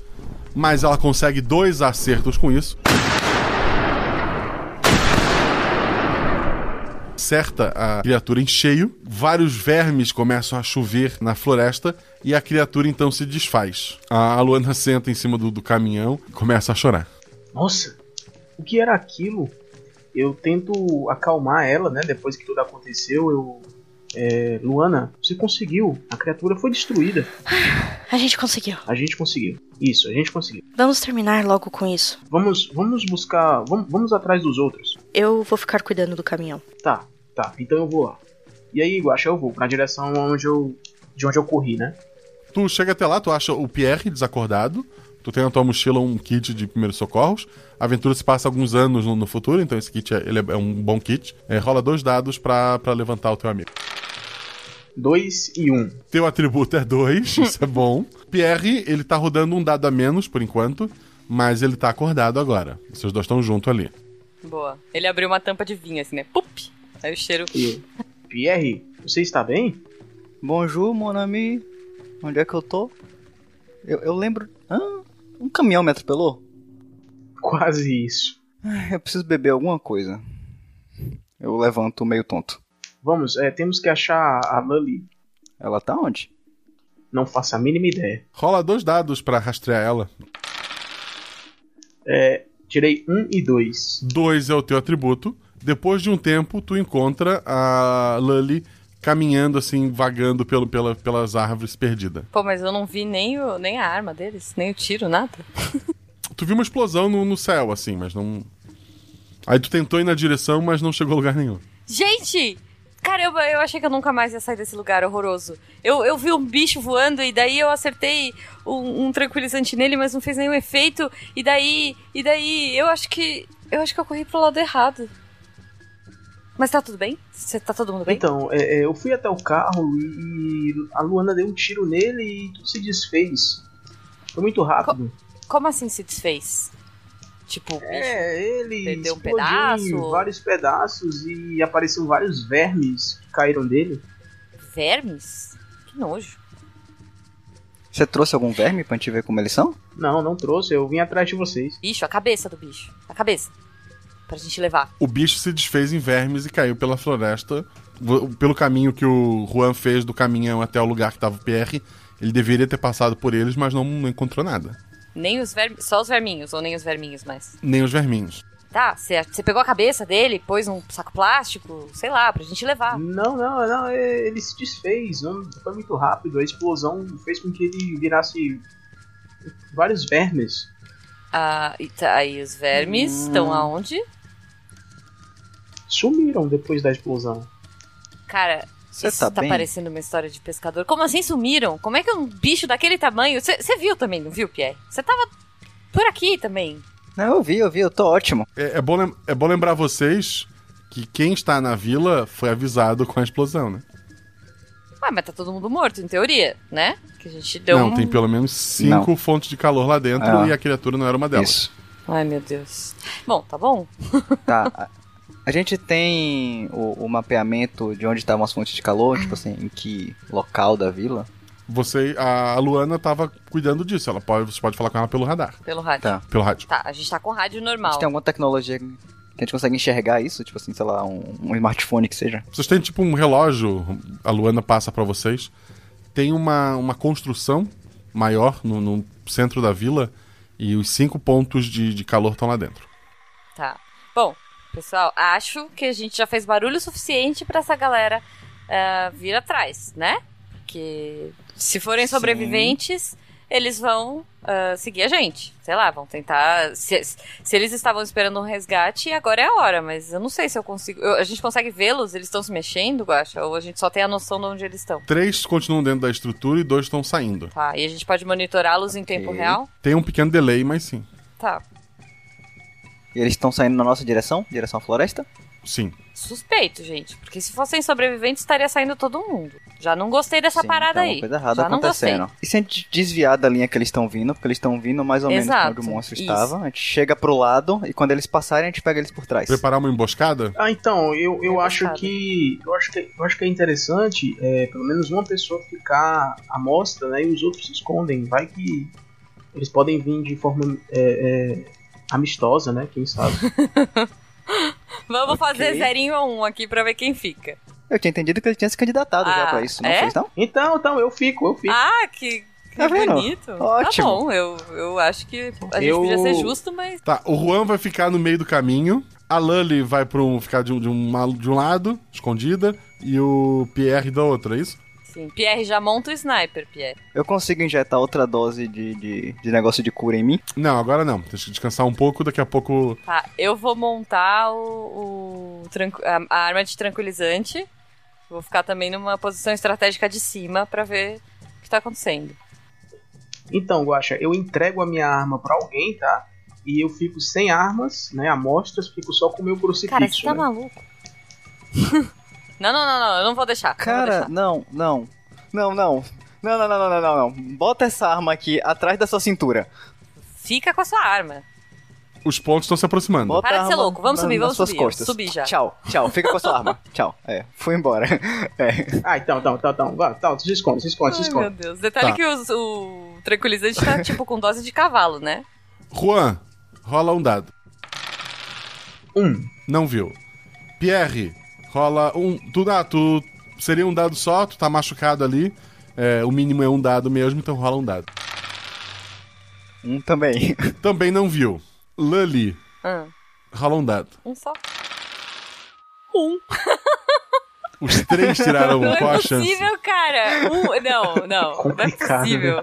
A: Mas ela consegue dois acertos com isso. Certa a criatura em cheio. Vários vermes começam a chover na floresta. E a criatura então se desfaz. A Luana senta em cima do, do caminhão e começa a chorar.
G: Nossa, o que era aquilo? Eu tento acalmar ela, né? Depois que tudo aconteceu, eu. é, Luana, você conseguiu. A criatura foi destruída.
C: A gente conseguiu.
G: A gente conseguiu. Isso, a gente conseguiu.
C: Vamos terminar logo com isso.
G: Vamos, vamos buscar. Vamos, vamos atrás dos outros.
C: Eu vou ficar cuidando do caminhão.
G: Tá, tá. Então eu vou lá. E aí, Guaxa, eu vou na direção onde eu, de onde eu corri, né?
A: Tu chega até lá, tu acha o Pierre desacordado. Tu tem na tua mochila um kit de primeiros socorros. A aventura se passa alguns anos no, no futuro, então esse kit é, ele é um bom kit. É, rola dois dados pra, pra levantar o teu amigo.
G: 2 e 1. Um.
A: Teu atributo é dois, isso é bom. Pierre, ele tá rodando um dado a menos por enquanto, mas ele tá acordado agora. Vocês dois estão junto ali.
I: Boa. Ele abriu uma tampa de vinho, assim, né? Pup! Aí o cheiro.
G: E, Pierre, você está bem?
D: Bonjour, mon ami. Onde é que eu tô? Eu, eu lembro. Hã? Um caminhão me atropelou?
G: Quase isso.
D: Ai, Eu preciso beber alguma coisa. Eu levanto meio tonto.
G: Vamos, é, temos que achar a Lully.
D: Ela tá onde?
G: Não faço a mínima ideia.
A: Rola dois dados pra rastrear ela.
G: É, tirei 1 um e 2.
A: Dois é o teu atributo. Depois de um tempo, tu encontra a Lully caminhando assim, vagando pelo, pela, pelas árvores perdida.
I: Pô, mas eu não vi nem, o, nem a arma deles, nem o tiro, nada.
A: Tu viu uma explosão no, no céu, assim, mas não. Aí tu tentou ir na direção, mas não chegou a lugar nenhum.
I: Gente! Caramba, eu achei que eu nunca mais ia sair desse lugar horroroso. Eu, eu vi um bicho voando e daí eu acertei um, um tranquilizante nele, mas não fez nenhum efeito. E daí, e daí, eu acho que eu acho que eu corri pro lado errado. Mas tá tudo bem? Cê, tá todo mundo bem?
G: Então, é, é, eu fui até o carro e a Luana deu um tiro nele e tudo se desfez. Foi muito rápido.
I: Como assim se desfez? Tipo,
G: É, ele
I: Perdeu um
G: explodiu em
I: pedaço?
G: vários pedaços e apareceram vários vermes que caíram dele.
I: vermes? Que nojo.
D: Você trouxe algum verme pra gente ver como eles são?
G: Não, não trouxe, eu vim atrás de vocês.
I: Bicho, a cabeça do bicho. A cabeça. Pra gente levar.
A: O bicho se desfez em vermes e caiu pela floresta. V- Pelo caminho que o Juan fez do caminhão até o lugar que tava o Pierre, ele deveria ter passado por eles, mas não, não encontrou nada.
I: Nem os vermes. Só os verminhos, ou nem os verminhos mais.
A: Nem os verminhos.
I: Tá, você pegou a cabeça dele, pôs num saco plástico, sei lá, pra gente levar.
G: Não, não, não, é, ele se desfez, não, foi muito rápido, a explosão fez com que ele virasse vários vermes.
I: Ah, e tá, aí os vermes
G: Hum.
I: estão aonde?
G: Sumiram depois da explosão.
I: Cara,
G: Cê
I: isso
G: tá
I: tá,
G: bem?
I: parecendo uma história de pescador. Como assim sumiram? Como é que um bicho daquele tamanho. Você viu também, não viu, Pierre? Você tava por aqui também.
D: Não, eu vi, eu vi, eu tô ótimo.
A: É, é bom, lem- é bom lembrar vocês que quem está na vila foi avisado com a explosão, né?
I: Ah, mas tá todo mundo morto, em teoria, né? Que a gente deu.
A: não,
I: um-
A: tem pelo menos cinco fontes de calor lá dentro
D: Ah.
A: e a criatura não era uma delas.
D: Isso.
I: Ai, meu Deus. Bom, tá bom.
D: Tá. a- A gente tem o, o mapeamento de onde estavam as fontes de calor, tipo assim, em que local da vila.
A: Você, a Luana tava cuidando disso. Ela pode, você pode falar com ela pelo radar.
I: Pelo rádio.
D: Tá.
A: Pelo rádio.
I: Tá, a gente tá com rádio
D: A
I: normal.
D: gente tem alguma tecnologia que a gente consegue enxergar isso? Tipo assim, sei lá, um, um smartphone que seja?
A: Vocês têm tipo um relógio, a Luana passa pra vocês. Tem uma, uma construção maior no, no centro da vila e os cinco pontos de, de calor estão lá dentro.
I: Tá. Bom, pessoal, acho que a gente já fez barulho suficiente pra essa galera ah, vir atrás, né? Porque se forem
B: Sim.
I: sobreviventes, eles vão ah, seguir a gente. Sei lá, vão tentar. Se, se eles estavam esperando um resgate, agora é a hora, mas eu não sei se eu consigo. eu- a gente consegue vê-los? Eles estão se mexendo, Guacha? Ou a gente só tem a noção de onde eles estão?
A: Três continuam dentro da estrutura e dois estão saindo.
I: Tá, e a gente pode monitorá-los em tempo real?
A: Tem um pequeno delay, mas sim.
I: Tá.
D: E eles estão saindo na nossa direção? Direção à floresta?
A: Sim.
I: Suspeito, gente. Porque se fossem sobreviventes, estaria saindo todo mundo. Já não gostei dessa parada
D: Tem
I: aí.
D: uma coisa errada
I: Já não gostei.
D: acontecendo. E se a gente desviar da linha que eles estão vindo, porque eles estão vindo mais ou menos
I: Exato,
D: pra onde o monstro
I: isso.
D: estava, a gente chega pro lado e quando eles passarem, a gente pega eles por trás.
A: Preparar uma emboscada?
G: Ah, então, eu, eu acho que. Eu acho que eu acho que é interessante é, pelo menos uma pessoa ficar à mostra, né? E os outros se escondem. Vai que eles podem vir de forma é, é, amistosa, né? Quem sabe?
I: Vamos fazer zerinho a um aqui pra ver quem fica.
D: Eu tinha entendido que ele tinha se candidatado já
I: Ah,
D: pra isso, não
I: é?
D: fez não?
G: Então, então, eu fico, eu fico.
I: Ah, que, que
D: Tá vendo?
I: bonito.
D: Ótimo.
I: Tá bom, eu, eu acho que a gente
A: Eu-
I: podia ser justo, mas.
A: Tá, o Juan vai ficar no meio do caminho. A Lully vai pro, ficar de um, de, um, mal- de um lado, escondida, e o Pierre da outra, é isso?
I: Sim, Pierre já monta o sniper, Pierre.
D: Eu consigo injetar outra dose de, de, de negócio de cura em mim?
A: Não, agora não. Deixa eu descansar um pouco, daqui a pouco.
I: Tá, eu vou montar o, o tranqu- a, a arma de tranquilizante. Vou ficar também numa posição estratégica de cima pra ver o que tá acontecendo.
G: Então, Guaxa, eu entrego a minha arma pra alguém, tá? E eu fico sem armas, né? Amostras, fico só com o meu crucifixo.
I: Cara, você tá
G: né?
I: maluco? não, não, não, não, eu não vou deixar.
D: Cara, não, não. Não, não. Não, não, não, não, não, não, não. Bota essa arma aqui atrás da sua cintura.
I: Fica com a sua arma.
A: Os pontos estão se aproximando.
D: Bota
I: Para
D: a
I: de ser
D: arma
I: louco, vamos
D: na-
I: subir,
D: nas
I: vamos
D: suas
I: subir.
D: Costas.
I: Subir já.
D: Tchau, tchau. Fica com a sua arma. Tchau. É, foi embora. É.
G: Ah, então, então, então, então. Vai, então, se esconde, se esconde, se
I: Ai,
G: esconde.
I: meu Deus. Detalhe
A: Tá.
I: que os- o tranquilizante tá tipo com dose de cavalo, né?
A: Juan, rola um dado.
G: Um.
A: Não viu. Pierre, rola um. Tu, ah, tu seria um dado só, tu tá machucado ali. É, o mínimo é um dado mesmo, então rola um dado.
D: Um também.
A: Também não viu. Lully,
I: Ah,
A: rola um dado.
I: um só. Um.
A: Os três tiraram um, qual
I: Não é
A: a chance?
I: possível, cara. Um, não, não. Não é possível.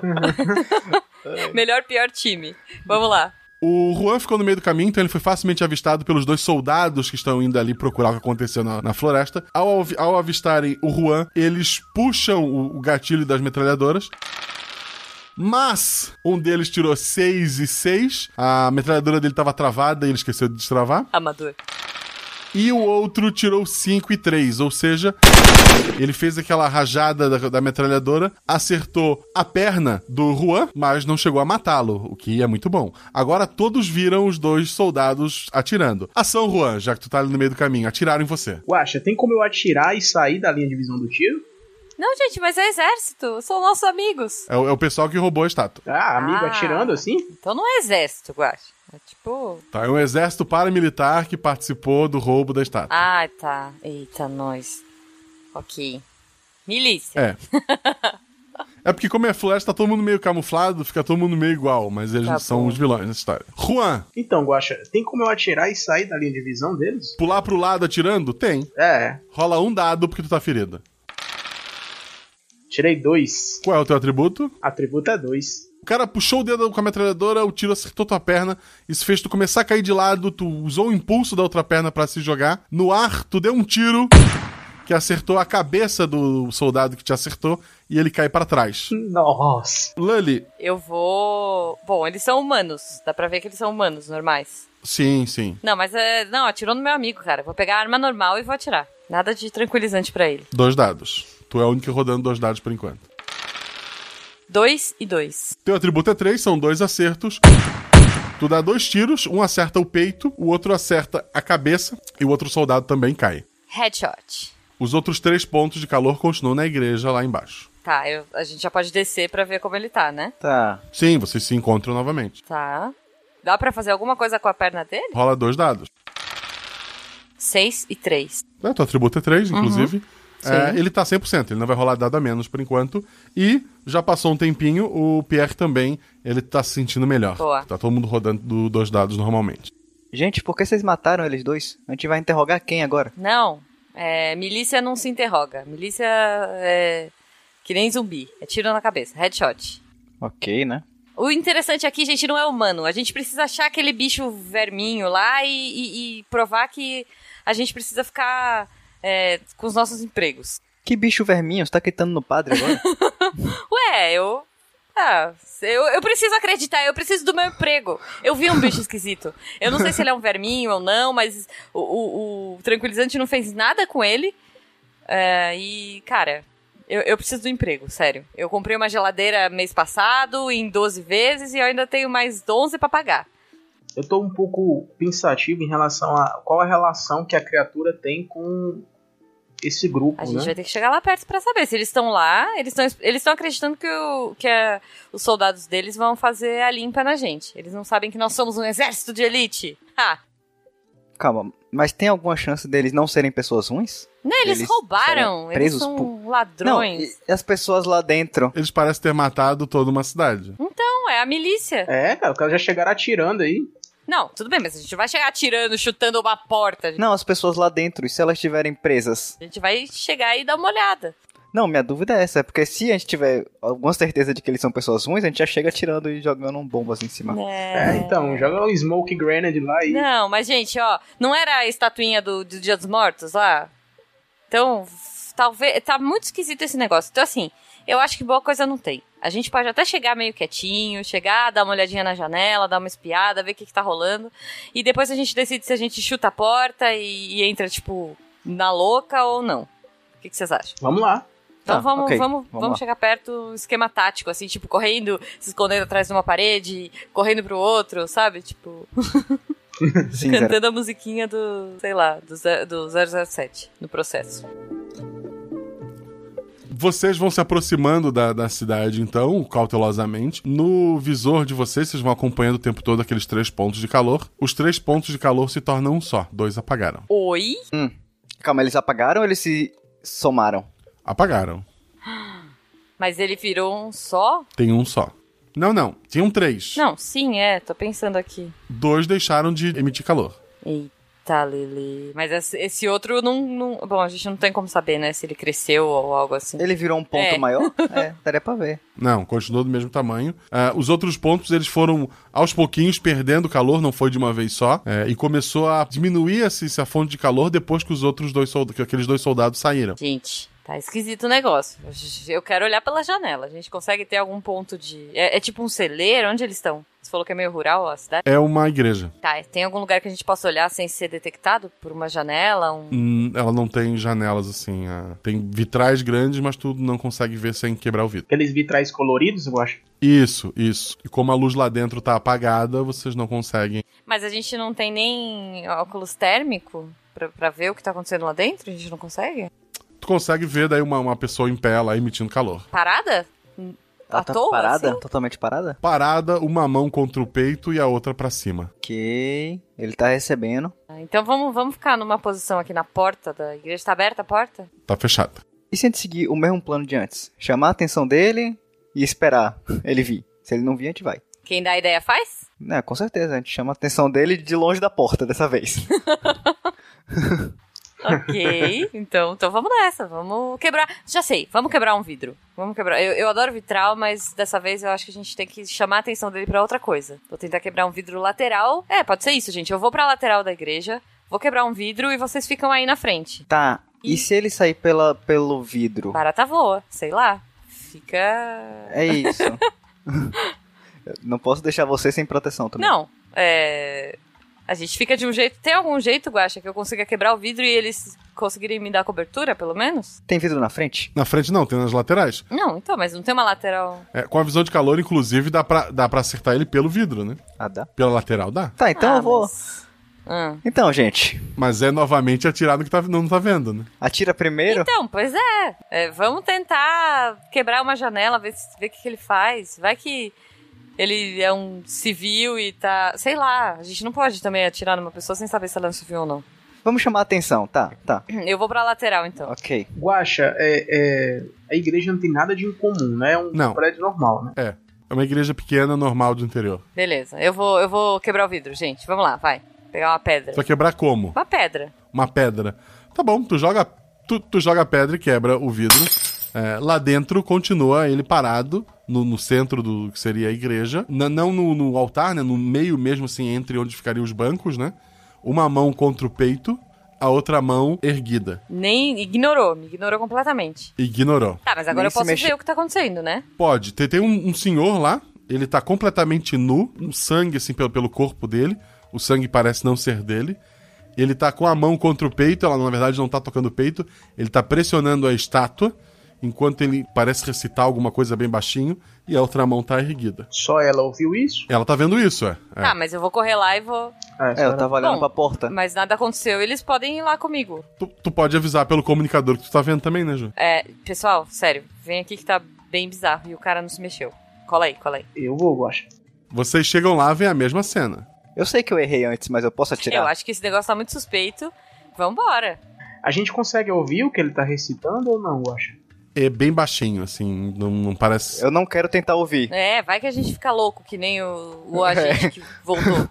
I: Melhor, pior time. Vamos lá.
A: O Juan ficou no meio do caminho, então ele foi facilmente avistado pelos dois soldados que estão indo ali procurar o que aconteceu na, na floresta. Ao, avi- ao avistarem o Juan, eles puxam o, o gatilho das metralhadoras. Mas um deles tirou 6 e 6. A metralhadora dele estava travada e ele esqueceu de destravar.
I: Amador.
A: E o outro tirou 5 e 3, ou seja, ele fez aquela rajada da, da metralhadora, acertou a perna do Juan, mas não chegou a matá-lo, o que é muito bom. Agora todos viram os dois soldados atirando. Ação, Juan, já que tu tá ali no meio do caminho, atiraram em você.
G: Guaxa, tem como eu atirar e sair da linha de visão do tiro?
I: Não, gente, mas é exército. São nossos amigos.
A: É o, é o pessoal que roubou a estátua.
G: Ah,
I: amigo Ah. atirando
G: assim?
I: Então não é exército, Guache. É tipo.
A: Tá, é um exército paramilitar que participou do roubo da estátua.
I: Ah, tá. Eita, nós. Ok. Milícia.
A: É. É porque como é floresta, tá todo mundo meio camuflado, fica todo mundo meio igual, mas eles
G: Tá
A: são
G: bom.
A: os vilões nessa história. Juan,
G: Então, Guaxa, tem como eu atirar e sair da linha de visão deles?
A: pular pro lado atirando? Tem.
G: É.
A: Rola um dado porque tu tá ferida.
G: Tirei dois.
A: Qual é o teu atributo?
G: Atributo é dois.
A: O cara puxou o dedo com a metralhadora, o tiro acertou tua perna, isso fez tu começar a cair de lado, tu usou o impulso da outra perna pra se jogar. No ar, tu deu um tiro que acertou a cabeça do soldado que te acertou e ele cai pra trás.
G: Nossa.
A: Lully,
I: Eu vou. Bom, eles são humanos. Dá pra ver que eles são humanos normais.
A: sim, sim.
I: Não, mas é. Não, atirou no meu amigo, cara. Vou pegar a arma normal e vou atirar. Nada de tranquilizante pra ele.
A: Dois dados. Tu é o único rodando dois dados por enquanto.
I: Dois e dois.
A: Teu atributo é 3, são dois acertos. Tu dá dois tiros, um acerta o peito, o outro acerta a cabeça e o outro soldado também cai.
I: Headshot.
A: Os outros três pontos de calor continuam na igreja lá embaixo.
I: Tá, eu- a gente já pode descer pra ver como ele tá, né?
D: Tá.
A: Sim, vocês se encontram novamente.
I: Tá. Dá pra fazer alguma coisa com a perna dele?
A: Rola dois dados.
I: Seis e três.
A: É, teu atributo é 3,
I: Uhum.
A: inclusive. É,
I: Sim.
A: ele tá 100%, ele não vai rolar dado a menos por enquanto. E já passou um tempinho, o Pierre também, ele tá se sentindo melhor.
D: Boa.
A: Tá todo mundo rodando do- dois dados normalmente.
D: Gente, por que vocês mataram eles dois? A gente vai interrogar quem agora?
I: Não. É, milícia não se interroga. Milícia é. Que nem zumbi. É tiro na cabeça. Headshot.
D: Ok, né?
I: O interessante aqui, gente, não é humano. A gente precisa achar aquele bicho verminho lá e, e- e provar que a gente precisa ficar é, com os nossos empregos.
D: Que bicho verminho, você tá gritando no padre agora?
I: Ué, eu Ah, eu, eu preciso acreditar, eu preciso do meu emprego. Eu vi um bicho esquisito. Eu não sei se ele é um verminho ou não, mas o, o- o tranquilizante não fez nada com ele. É, e, cara, eu, eu preciso do emprego, sério. Eu comprei uma geladeira mês passado, em 12 vezes, e eu ainda tenho mais 11 pra pagar.
G: Eu tô um pouco pensativo em relação a qual a relação que a criatura tem com esse grupo,
I: A gente
G: né?
I: vai ter que chegar lá perto pra saber se eles estão lá, eles estão eles estão acreditando que, o, que a- os soldados deles vão fazer a limpa na gente. Eles não sabem que nós somos um exército de elite. Ha!
D: Calma, mas tem alguma chance deles não serem pessoas ruins?
I: Não, eles, roubaram, eles
D: serem presos
I: são
D: por-
I: ladrões.
D: Não, e- e as pessoas lá dentro.
A: Eles parecem ter matado toda uma cidade.
I: Então, é a milícia.
G: É, cara, os caras já chegaram atirando aí.
I: Não, tudo bem, mas a gente não vai chegar atirando, chutando uma porta. A gente,
D: Não, as pessoas lá dentro, e se elas estiverem presas?
I: a gente vai chegar e dar uma olhada.
D: Não, minha dúvida é essa, é porque se a gente tiver alguma certeza de que eles são pessoas ruins, a gente já chega atirando e jogando um bombas em cima.
I: Né?
G: É, então, joga o Smoke Grenade lá e.
I: Não, mas gente, ó, não era a estatuinha do, do Dia dos Mortos lá? Então, f- talvez. Tá muito esquisito esse negócio. Então, assim, eu acho que boa coisa não tem. A gente pode até chegar meio quietinho, chegar, dar uma olhadinha na janela, dar uma espiada, ver o que, que tá rolando. E depois a gente decide se a gente chuta a porta e, e entra, tipo, na louca ou não. O que, que vocês acham?
G: Vamos lá.
I: Então
G: Tá,
I: vamos,
G: ok,
I: vamos,
G: vamos
I: vamos,
G: lá.
I: chegar perto, esquema tático, assim, tipo, correndo, se escondendo atrás de uma parede, correndo pro outro, sabe? Tipo,
D: Sim, zero.
I: cantando a musiquinha do, sei lá, do, ze- do 007 no processo.
A: Vocês vão se aproximando da, da cidade, então, cautelosamente. No visor de vocês, vocês vão acompanhando o tempo todo aqueles três pontos de calor. Os três pontos de calor se tornam um só. Dois apagaram.
I: Oi?
D: Hum. Calma, eles apagaram ou eles se somaram?
A: Apagaram.
I: Mas ele virou um só?
A: Tem um só. Não, não. Tinham três.
I: Não, sim, é, tô pensando aqui.
A: Dois deixaram de emitir calor.
I: Eita, Lili. Mas esse- esse outro não, não- Bom, a gente não tem como saber, né, se ele cresceu ou algo assim.
D: Ele virou um ponto
I: É.
D: maior? É, daria pra ver.
A: Não, continuou do mesmo tamanho. Ah, os outros pontos, eles foram aos pouquinhos perdendo calor, não foi de uma vez só. É, e começou a diminuir assim, a fonte de calor depois que os outros dois soldados, que aqueles dois soldados saíram.
I: Gente, tá esquisito o negócio. Eu quero olhar pela janela. A gente consegue ter algum ponto de. É, é tipo um celeiro? Onde eles estão? Você falou que é meio rural a cidade?
A: É uma igreja.
I: Tá, tem algum lugar que a gente possa olhar sem ser detectado por uma janela? Um...
A: Hum, ela não tem janelas assim. ah, tem vitrais grandes, mas tu não consegue ver sem quebrar o vidro.
G: Aqueles vitrais coloridos, eu acho.
A: Isso, isso. E como a luz lá dentro tá apagada, vocês não conseguem.
I: Mas a gente não tem nem óculos térmico pra, pra ver o que tá acontecendo lá dentro? A gente não consegue?
A: Tu consegue ver daí uma, uma pessoa em pé lá emitindo calor.
I: Parada?
D: Ela
I: à
D: tá
I: toa?
D: parada?
I: assim?
D: Totalmente parada?
A: Parada, uma mão contra o peito e a outra pra cima.
D: Ok. Ele tá recebendo.
I: Ah, Então vamos, vamos ficar numa posição aqui na porta da igreja. Tá aberta a porta?
A: Tá fechada.
D: E se a gente seguir o mesmo plano de antes? Chamar a atenção dele e esperar ele vir. Se ele não vir, a gente vai.
I: Quem dá a ideia faz?
D: É, com certeza, a gente chama a atenção dele de longe da porta dessa vez.
I: Ok, então, então vamos nessa, vamos quebrar. Já sei, vamos quebrar um vidro. Vamos quebrar. Eu, eu adoro vitral, mas dessa vez eu acho que a gente tem que chamar a atenção dele pra outra coisa. Vou tentar quebrar um vidro lateral. É, pode ser isso, gente. Eu vou pra lateral da igreja, vou quebrar um vidro e vocês ficam aí na frente.
D: Tá, e se ele sair pela, pelo vidro?
I: Tipo, Barata voa, sei lá. Fica.
D: É isso. Eu não posso deixar você sem proteção também.
I: Não, é. A gente fica de um jeito. Tem algum jeito, Guacha, que eu consiga quebrar o vidro e eles conseguirem me dar cobertura, pelo menos?
D: Tem vidro na frente?
A: Na frente não, tem nas laterais.
I: Não, então, mas não tem uma lateral.
A: É, com a visão de calor, inclusive, dá pra, dá pra acertar ele pelo vidro, né?
D: Ah, dá?
A: Pela lateral, dá.
D: Tá, então eu vou.
I: Ah.
D: Então, gente.
A: Mas é novamente atirar no que tá, não tá vendo, né?
D: Atira primeiro?
I: Então, pois é. É, Vamos tentar quebrar uma janela, ver, se- ver o que, que ele faz. Vai que ele é um civil e tá. Sei lá, a gente não pode também atirar numa pessoa sem saber se ela é um civil ou não.
D: Vamos chamar a atenção, tá, tá.
I: Eu vou pra lateral então.
D: Ok.
G: Guaxa, é, é, a igreja não tem nada de incomum, né? É um
A: Não.
G: prédio normal, né?
A: É. É uma igreja pequena, normal do interior.
I: Beleza, eu vou, eu vou quebrar o vidro, gente. Vamos lá, vai. Pegar uma pedra.
A: Tu vai quebrar como?
I: Uma pedra.
A: uma pedra. Tá bom, tu joga, tu, tu joga a pedra e quebra o vidro. É, lá dentro continua ele parado, no, no centro do que seria a igreja. Na- não no, no altar, né? No meio mesmo, assim, entre onde ficariam os bancos, né? Uma mão contra o peito a outra mão erguida.
I: Nem ignorou, me ignorou completamente.
A: Ignorou.
I: Tá, mas agora eu posso ver o que tá acontecendo, né?
A: Pode. Tem, tem um, um senhor lá, ele tá completamente nu, um sangue assim pelo, pelo corpo dele. O sangue parece não ser dele. Ele tá com a mão contra o peito, ela na verdade não tá tocando o peito, ele tá pressionando a estátua, enquanto ele parece recitar alguma coisa bem baixinho, e a outra mão tá erguida.
G: Só ela ouviu isso?
A: Ela tá vendo isso, é. é.
I: Tá, mas eu vou correr lá e vou.
D: É, eu tava olhando
I: Bom,
D: pra porta.
I: Mas nada aconteceu, eles podem ir lá comigo.
A: Tu, tu pode avisar pelo comunicador que tu tá vendo também, né, Ju?
I: É, pessoal, sério, vem aqui que tá bem bizarro e o cara não se mexeu. Cola aí, cola aí.
G: Eu vou, eu acho.
A: Vocês chegam lá, vem a mesma cena.
D: Eu sei que eu errei antes, mas eu posso atirar.
I: Eu acho que esse negócio tá muito suspeito. Vambora.
G: A gente consegue ouvir o que ele tá recitando ou não, Guaxa?
A: É bem baixinho, assim, não, não parece.
D: Eu não quero tentar ouvir.
I: É, vai que a gente fica louco, que nem o, o agente que voltou.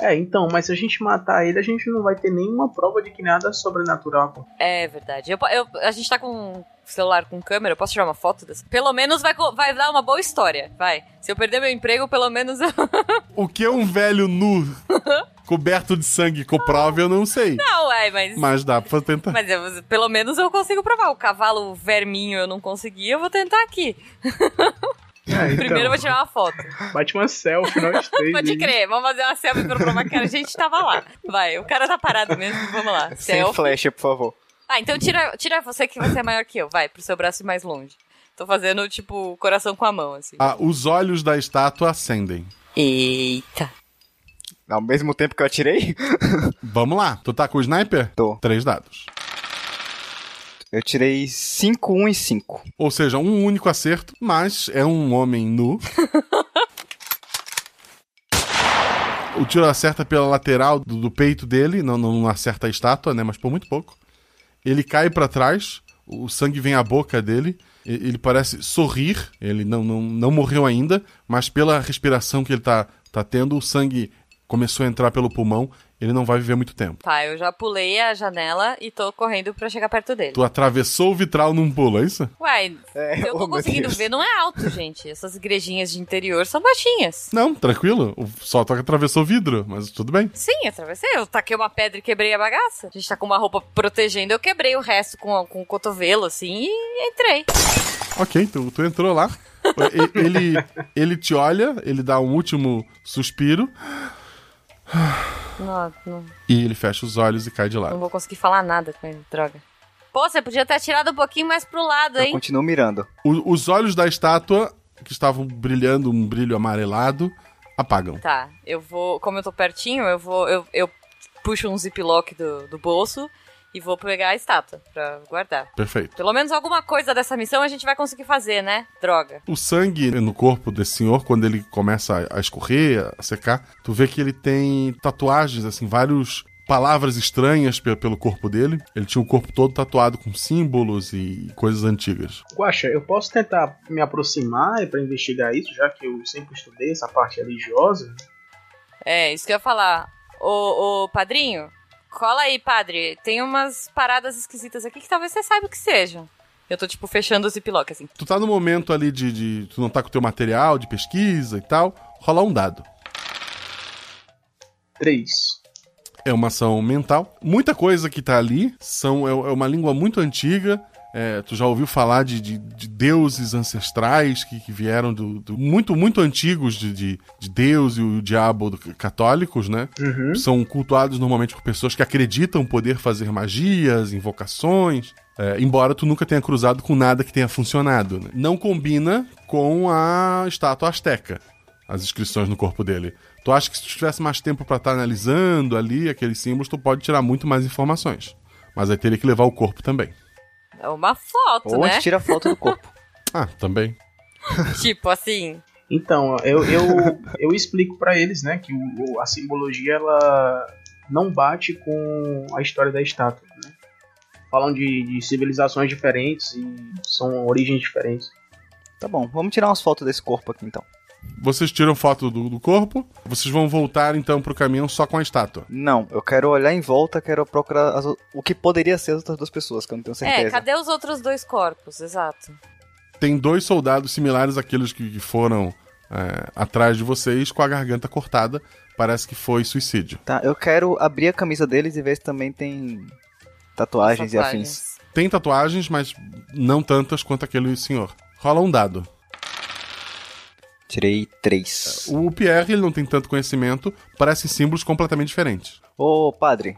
G: É, então, mas se a gente matar ele, a gente não vai ter nenhuma prova de que nada sobrenatural aconteceu.
I: É verdade. Eu po- eu- a gente tá com um celular com câmera, eu posso tirar uma foto dessa? Pelo menos vai, co- vai dar uma boa história, vai. Se eu perder meu emprego, pelo menos eu...
A: O que é um velho nu coberto de sangue comprova, eu não sei.
I: Não, ué, Ah, mas...
A: Mas dá pra tentar.
I: Mas eu- pelo menos eu consigo provar. O cavalo verminho eu não consegui, eu vou tentar aqui. Primeiro eu vou tirar uma foto.
G: Bate uma selfie, nós três.
I: Pode
G: hein?
I: crer, vamos fazer uma selfie pra provar que a gente tava lá. Vai, o cara tá parado mesmo, vamos lá.
D: Sem
I: Selfie.
D: flecha, por favor.
I: Ah, então tira, tira você que você é maior que eu, vai, pro seu braço ir mais longe. Tô fazendo, tipo, coração com a mão, assim.
A: Ah, os olhos da estátua acendem.
I: Eita.
D: Ao mesmo tempo que eu atirei?
A: Vamos lá. Tu tá com o sniper?
D: Tô.
A: Três dados.
D: Eu tirei 5, 1 e 5.
A: Ou seja, um único acerto, mas é um homem nu. o tiro acerta pela lateral do, do peito dele, não, não acerta a estátua, né? Mas por muito pouco. Ele cai pra trás, o sangue vem à boca dele. e- Ele parece sorrir, ele não, não, não morreu ainda, mas pela respiração que ele tá, tá tendo, o sangue começou a entrar pelo pulmão, ele não vai viver muito tempo.
I: Tá, eu já pulei a janela e tô correndo pra chegar perto dele.
A: Tu atravessou o vitral num pulo, é isso?
I: Uai, eu tô
D: oh, meu
I: conseguindo
D: Deus.
I: ver, não é alto, gente. Essas igrejinhas de interior são baixinhas.
A: Não, tranquilo. O só toca atravessou o vidro, mas tudo bem.
I: Sim, atravessei. Eu taquei uma pedra e quebrei a bagaça. A gente tá com uma roupa protegendo, eu quebrei o resto com, com o cotovelo, assim, e entrei.
A: Ok, tu, tu entrou lá. E- ele, ele te olha, ele dá um último suspiro
I: Não, não,
A: e ele fecha os olhos e cai de
I: não
A: lado.
I: vou conseguir falar nada com ele, droga. Pô, você podia ter atirado um pouquinho mais pro lado, hein?
D: Continuo mirando.
A: O- os olhos da estátua, que estavam brilhando um brilho amarelado, apagam.
I: Tá, eu vou. Como eu tô pertinho, eu vou. Eu, eu puxo um ziplock do, do bolso e vou pegar a estátua pra guardar.
A: Perfeito.
I: Pelo menos alguma coisa dessa missão a gente vai conseguir fazer, né? Droga.
A: O sangue no corpo desse senhor, quando ele começa a, a escorrer, a secar, tu vê que ele tem tatuagens, assim, vários palavras estranhas pe- pelo corpo dele. Ele tinha o corpo todo tatuado com símbolos e coisas antigas.
G: Guaxa, eu posso tentar me aproximar pra investigar isso, já que eu sempre estudei essa parte religiosa.
I: É, isso que eu ia falar. Ô, ô padrinho, cola aí, padre. Tem umas paradas esquisitas aqui que talvez você saiba o que sejam. Eu tô, tipo, fechando o ziplock, assim.
A: Tu tá no momento ali de, de- Tu não tá com o teu material de pesquisa e tal. Rola um dado.
G: Três.
A: É uma ação mental. Muita coisa que tá ali são, é, é uma língua muito antiga. é, tu já ouviu falar de, de- de deuses ancestrais que, que vieram do, do- muito, muito antigos de, de, de Deus e o diabo do- católicos, né?
G: Uhum.
A: São cultuados normalmente por pessoas que acreditam poder fazer magias, invocações. é, embora tu nunca tenha cruzado com nada que tenha funcionado. né? Não combina com a estátua azteca, as inscrições no corpo dele. Tu acha que se tu tivesse mais tempo pra estar analisando ali aqueles símbolos, tu pode tirar muito mais informações. Mas aí teria que levar o corpo também.
I: É uma foto,
A: Ou a
I: né?
A: gente tira
D: foto do corpo.
A: Ah, também.
I: tipo, assim.
G: Então, eu, eu, eu explico pra eles, né, que o- o- a simbologia ela não bate com a história da estátua, né? Falam de, de civilizações diferentes e são origens diferentes.
D: Tá bom, vamos tirar umas fotos desse corpo aqui então.
A: Vocês tiram foto do, do corpo, vocês vão voltar então pro caminhão só com a estátua.
D: Não, eu quero olhar em volta, quero procurar as o- o que poderia ser as outras duas pessoas, que eu não tenho
I: É,
D: certeza.
I: cadê os outros dois corpos? Exato.
A: Tem dois soldados similares àqueles que que foram é, atrás de vocês com a garganta cortada. Parece que foi suicídio.
D: Tá, eu quero abrir a camisa deles e ver se também tem tatuagens, e afins.
A: Tem tatuagens, mas não tantas quanto aquele senhor. Rola um dado.
D: Tirei três.
A: O Pierre ele não tem tanto conhecimento, parecem símbolos completamente diferentes.
D: Ô, padre,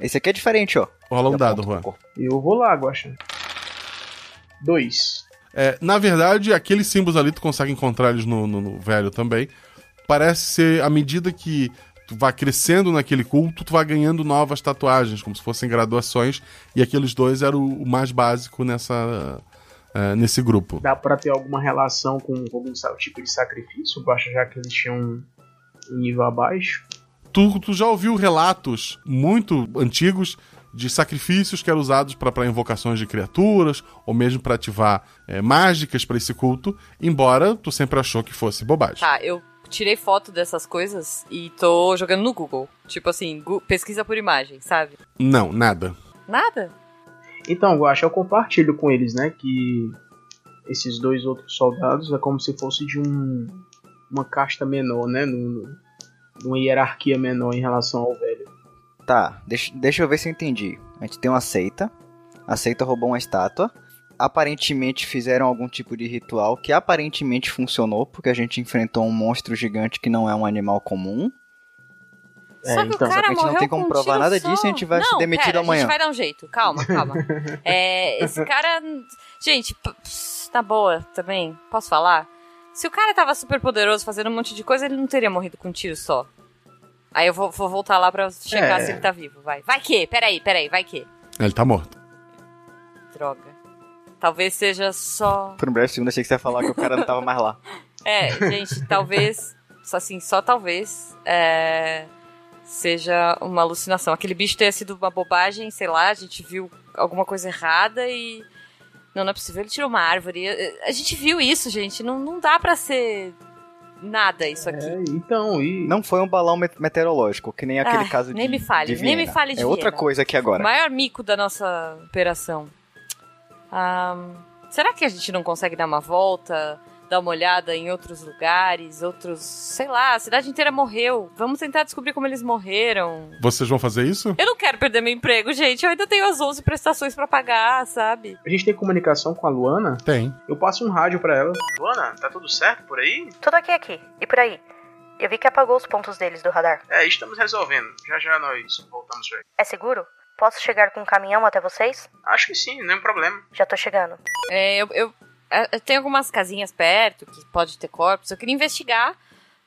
D: esse aqui é diferente, ó.
A: Rola um dado, Juan.
G: Eu vou lá, Guaxa. Dois.
A: É, na verdade, aqueles símbolos ali, tu consegue encontrar eles no, no- no velho também. Parece ser, à medida que tu vai crescendo naquele culto, tu vai ganhando novas tatuagens, como se fossem graduações. E aqueles dois eram o o mais básico nessa, eh, nesse grupo.
G: Dá pra ter alguma relação com algum sa- tipo de sacrifício, Guaxa, já que eles tinham um nível abaixo?
A: Tu, tu já ouviu relatos muito antigos de sacrifícios que eram usados para invocações de criaturas ou mesmo para ativar eh, mágicas para esse culto, embora tu sempre achou que fosse bobagem.
I: Tá, eu tirei foto dessas coisas e tô jogando no Google. Tipo assim, gu- pesquisa por imagem, sabe?
A: Não, nada.
I: Nada.
G: Então, Guaxa, eu compartilho com eles, né, que esses dois outros soldados é como se fosse de um, uma casta menor, né, num- numa hierarquia menor em relação ao velho.
D: Tá, deixa, deixa eu ver se eu entendi. A gente tem uma seita. A seita roubou uma estátua. Aparentemente fizeram algum tipo de ritual que aparentemente funcionou, porque a gente enfrentou um monstro gigante que não é um animal comum.
I: É, Só que o cara
D: então, a gente
I: morreu
D: não tem
I: com
D: como
I: um
D: provar
I: tiro
D: nada
I: só.
D: disso e a gente vai
I: não,
D: ser demitido
I: pera, A
D: amanhã.
I: gente vai dar um jeito, calma, calma. É, esse cara. Gente, p- ps, na boa também, posso falar? Se o cara tava super poderoso fazendo um monte de coisa, ele não teria morrido com um tiro só. Aí eu vou, vou voltar lá pra checar
A: É.
I: se ele tá vivo, vai. Vai que, peraí, peraí, vai que.
A: Ele tá morto.
I: Droga. Talvez seja só.
D: Por um breve segundo achei que você ia falar que o cara não tava mais lá.
I: É, gente, talvez. só Assim, só talvez. é, seja uma alucinação. Aquele bicho tenha sido uma bobagem, sei lá, a gente viu alguma coisa errada e. Não, não é possível, ele tirou uma árvore. É, é, A gente viu isso, gente. Não, não dá pra ser nada isso aqui.
G: então, e.
D: Não foi um balão met- meteorológico, que nem aquele
I: Ah,
D: caso de.
I: nem me fale,
D: de
I: nem me
D: Viena.
I: fale de
D: É outra
I: Viena.
D: coisa aqui agora.
I: O maior mico da nossa operação. Ahn, será que a gente não consegue dar uma volta, dar uma olhada em outros lugares, outros. Sei lá, a cidade inteira morreu. Vamos tentar descobrir como eles morreram.
A: Vocês vão fazer isso?
I: Eu não quero perder meu emprego, gente. Eu ainda tenho as 11 prestações pra pagar, sabe?
G: A gente tem comunicação com a Luana?
A: Tem.
G: Eu passo um rádio pra ela.
K: Luana, tá tudo certo por aí?
C: Tudo ok aqui. E por aí? Eu vi que apagou os pontos deles do radar.
G: É, estamos resolvendo. Já já nós voltamos aí.
C: É seguro? Posso chegar com um caminhão até vocês?
G: Acho que sim, nenhum problema.
C: Já tô chegando.
I: É, eu, eu, é, eu tenho algumas casinhas perto que pode ter corpos. Eu queria investigar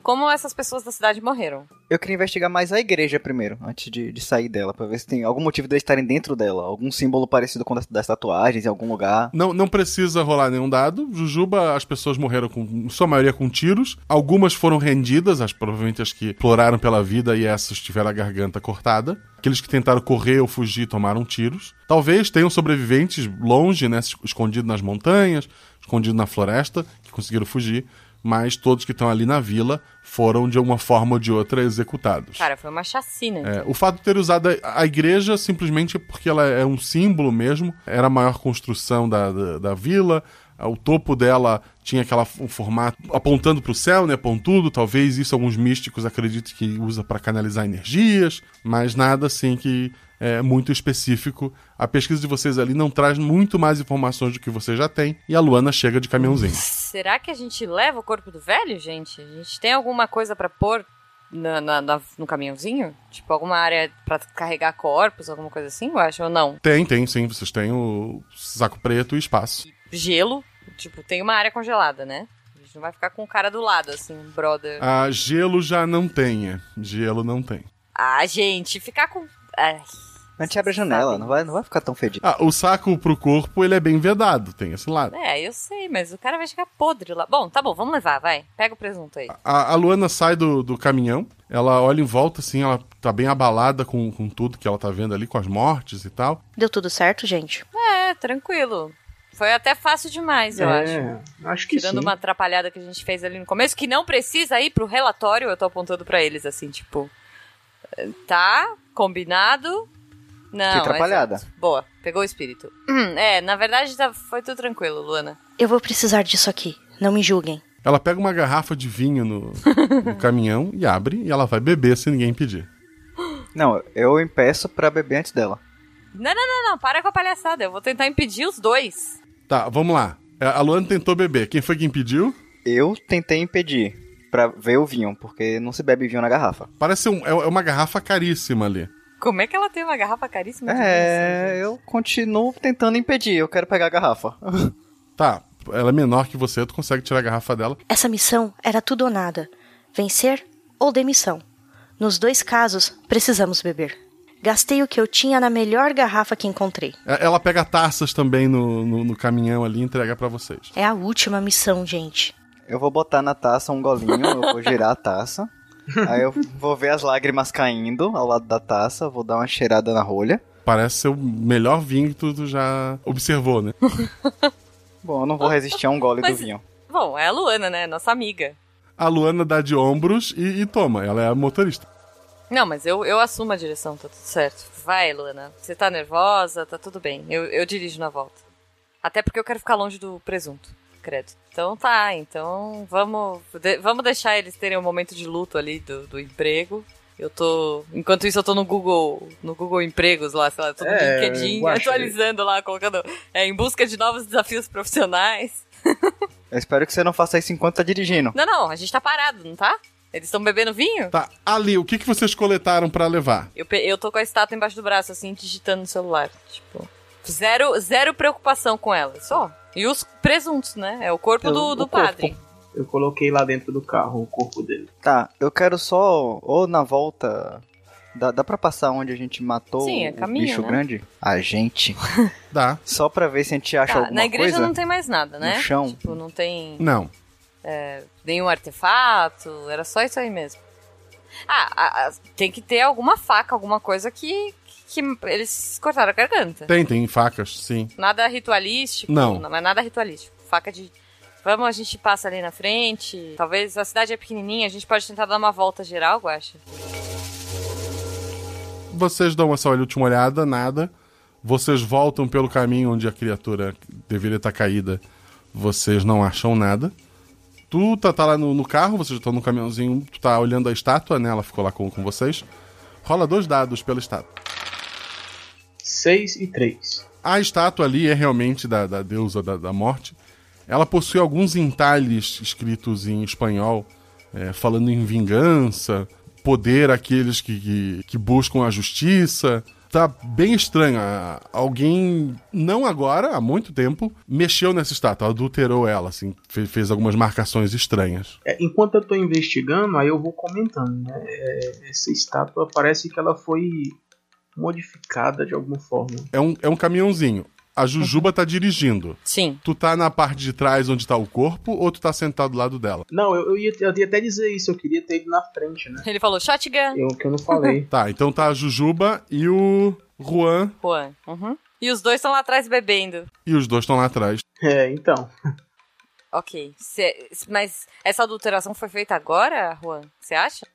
I: como essas pessoas da cidade morreram.
D: Eu queria investigar mais a igreja primeiro, antes de, de sair dela, pra ver se tem algum motivo deles estarem dentro dela, algum símbolo parecido com o das, das tatuagens em algum lugar.
A: Não, não precisa rolar nenhum dado. Jujuba, as pessoas morreram com, em sua maioria com tiros. Algumas foram rendidas, as provavelmente as que imploraram pela vida e essas tiveram a garganta cortada. Aqueles que tentaram correr ou fugir tomaram tiros. Talvez tenham sobreviventes longe, né, escondidos nas montanhas, escondidos na floresta, que conseguiram fugir. Mas todos que estão ali na vila foram de uma forma ou de outra executados.
I: Cara, foi uma chacina.
A: É,
I: então.
A: o fato de ter usado a, a igreja simplesmente porque ela é um símbolo mesmo, era a maior construção da, da, da vila, o topo dela tinha aquela f- um formato apontando para o céu, né, pontudo, talvez isso alguns místicos acreditem que usa para canalizar energias, mas nada assim que é muito específico. A pesquisa de vocês ali não traz muito mais informações do que vocês já têm, e a Luana chega de caminhãozinho.
I: Será que a gente leva o corpo do velho, gente? A gente tem alguma coisa pra pôr na- na- na- no caminhãozinho? Tipo, alguma área pra carregar corpos, alguma coisa assim, eu acho, ou não?
A: Tem, tem, sim, vocês têm o saco preto e espaço.
I: Gelo, tipo, tem uma área congelada, né? A gente não vai ficar com o cara do lado, assim, um brother. Ah,
A: Ah, gelo já não tem, é. gelo não tem.
I: Ah, gente, ficar com. é, Ai,
D: A gente abre a janela, não vai, não vai ficar tão fedido.
A: Ah, o saco pro corpo, ele é bem vedado, tem esse lado.
I: é, eu sei, mas o cara vai chegar podre lá. Bom, tá bom, vamos levar, vai. Pega o presunto aí.
A: A, a Luana sai do, do caminhão, ela olha em volta, assim, ela tá bem abalada com, com tudo que ela tá vendo ali, com as mortes e tal.
C: Deu tudo certo, gente?
I: É, tranquilo. Foi até fácil demais, eu
A: É,
I: acho.
G: acho que
I: Tirando
G: sim.
I: uma atrapalhada que a gente fez ali no começo, que não precisa ir pro relatório, eu tô apontando pra eles, assim, tipo. Tá, combinado. Não.
D: Que atrapalhada.
I: exato. Boa, pegou o espírito. Hum, é, na verdade tá- foi tudo tranquilo, Luana.
C: Eu vou precisar disso aqui. Não me julguem.
A: Ela pega uma garrafa de vinho no, no caminhão e abre e ela vai beber se ninguém pedir.
D: Não, eu impeço pra beber antes dela.
I: Não, não, não, não, para com a palhaçada. Eu vou tentar impedir os dois.
A: Tá, vamos lá. A Luana tentou beber. Quem foi que impediu?
D: Eu tentei impedir pra ver o vinho, porque não se bebe vinho na garrafa.
A: Parece ser um, é é uma garrafa caríssima ali.
I: Como é que ela tem uma garrafa caríssima? de vinho,
D: É,
I: assim,
D: eu continuo tentando impedir, eu quero pegar a garrafa.
A: Tá, ela é menor que você, tu consegue tirar a garrafa dela.
C: Essa missão era tudo ou nada: vencer ou demissão. Nos dois casos, precisamos beber. Gastei o que eu tinha na melhor garrafa que encontrei.
A: É, Ela pega taças também no, no, no caminhão ali e entrega pra vocês.
C: É a última missão, gente.
D: Eu vou botar na taça um golinho, eu vou girar a taça. Aí eu vou ver as lágrimas caindo ao lado da taça, vou dar uma cheirada na rolha.
A: Parece ser o melhor vinho que tu, tu já observou, né?
D: Bom, eu não vou resistir a um gole do
I: Mas-
D: vinho.
I: Bom, é a Luana, né? Nossa amiga.
A: A Luana dá de ombros e, e toma, ela é a motorista.
I: Não, mas eu, eu assumo a direção, tá tudo certo. Vai, Luana. Você tá nervosa, tá tudo bem. Eu, eu dirijo na volta. Até porque eu quero ficar longe do presunto, credo. Então tá, então vamos, de- vamos deixar eles terem um momento de luto ali do, do emprego. Eu tô. Enquanto isso, eu tô no Google. No Google Empregos lá, sei lá, tô no
G: É,
I: LinkedIn,
G: eu acho.
I: atualizando lá, colocando. É, em busca de novos desafios profissionais.
D: Eu espero que você não faça isso enquanto tá dirigindo.
I: Não, não, a gente tá parado, não tá? Eles estão bebendo vinho?
A: Tá, ali, o que, que vocês coletaram pra levar?
I: Eu, pe- eu tô com a estátua embaixo do braço, assim, digitando no celular. Tipo, zero, zero preocupação com ela, só. E os presuntos, né? É o corpo
G: Eu-
I: do,
G: o
I: do
G: corpo.
I: padre.
G: Eu coloquei lá dentro do carro o corpo dele.
D: Tá, eu quero só, ou na volta, dá, dá pra passar onde a gente matou
I: Sim, é
D: o
I: caminho,
D: bicho
I: né?
D: grande? A gente.
A: Dá.
D: Só pra ver se a gente acha
I: Tá,
D: alguma
I: na igreja
D: coisa.
I: não tem mais nada, né?
D: no chão.
I: Tipo, não tem
A: Não.
I: é, nenhum artefato, era só isso aí mesmo. Ah, a- a- tem que ter alguma faca, alguma coisa que, que eles cortaram a garganta.
A: Tem, tem facas, sim.
I: Nada ritualístico.
A: Não.
I: Mas nada ritualístico. Faca de. Vamos, a gente passa ali na frente. Talvez a cidade é pequenininha, a gente pode tentar dar uma volta geral, eu acho.
A: Vocês dão essa última olhada, nada. Vocês voltam pelo caminho onde a criatura deveria estar caída. Vocês não acham nada. Tu tá, tá lá no, no carro, vocês estão no caminhãozinho, tu tá olhando a estátua, né? Ela ficou lá com, com vocês. Rola dois dados pela estátua.
G: 6 e 3.
A: A estátua ali é realmente da, da deusa da, da morte. Ela possui alguns entalhes escritos em espanhol, é, falando em vingança, poder àqueles que, que, que buscam a justiça. Tá bem estranho. A- Alguém, não agora, há muito tempo, mexeu nessa estátua, adulterou ela, assim, fe- fez algumas marcações estranhas.
G: É, enquanto eu tô investigando, aí eu vou comentando, né? É, essa estátua parece que ela foi modificada de alguma forma.
A: É um, é um caminhãozinho. A Jujuba tá dirigindo.
I: Sim.
A: Tu tá na parte de trás onde tá o corpo ou tu tá sentado do lado dela?
G: Não, eu, eu, ia, eu ia até dizer isso, eu queria ter ido na frente, né?
I: Ele falou shotgun.
G: Eu, que eu não falei.
A: Tá, então tá a Jujuba e o Juan
I: Juan. Uhum. E os dois estão lá atrás bebendo.
A: e os dois estão lá atrás.
G: É, então.
I: Ok. Cê- mas essa adulteração foi feita agora, Juan? Você acha?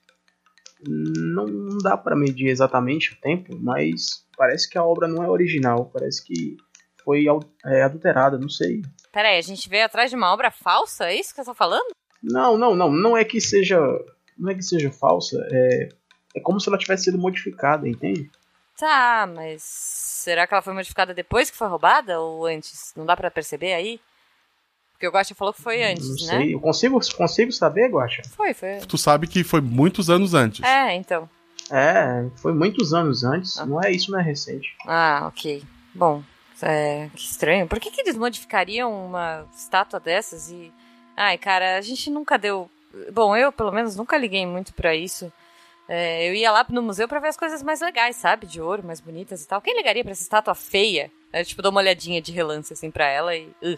G: Não, não dá pra medir exatamente o tempo, mas parece que a obra não é original. Parece que foi al- é, adulterada, não sei.
I: Peraí, a gente veio atrás de uma obra falsa? É isso que você tá falando?
G: Não, não, não. Não é que seja, não é que seja falsa. É, é como se ela tivesse sido modificada, entende?
I: Tá, mas será que ela foi modificada depois que foi roubada ou antes? Não dá pra perceber aí? Porque o Guacha falou que foi antes,
G: Não
I: né?
G: sei. Eu consigo, consigo saber, Guacha?
I: Foi, foi.
A: Tu sabe que foi muitos anos antes.
I: É, então.
G: É, foi muitos anos antes. Não é isso, não é recente.
I: Ah, ok. Bom, é, que estranho. Por que, que eles modificariam uma estátua dessas e. Ai, cara, a gente nunca deu. Bom, eu pelo menos nunca liguei muito pra isso. É, eu ia lá no museu pra ver as coisas mais legais, sabe? De ouro, mais bonitas e tal. Quem ligaria pra essa estátua feia? Eu, tipo, dou uma olhadinha de relance assim pra ela e. Uh,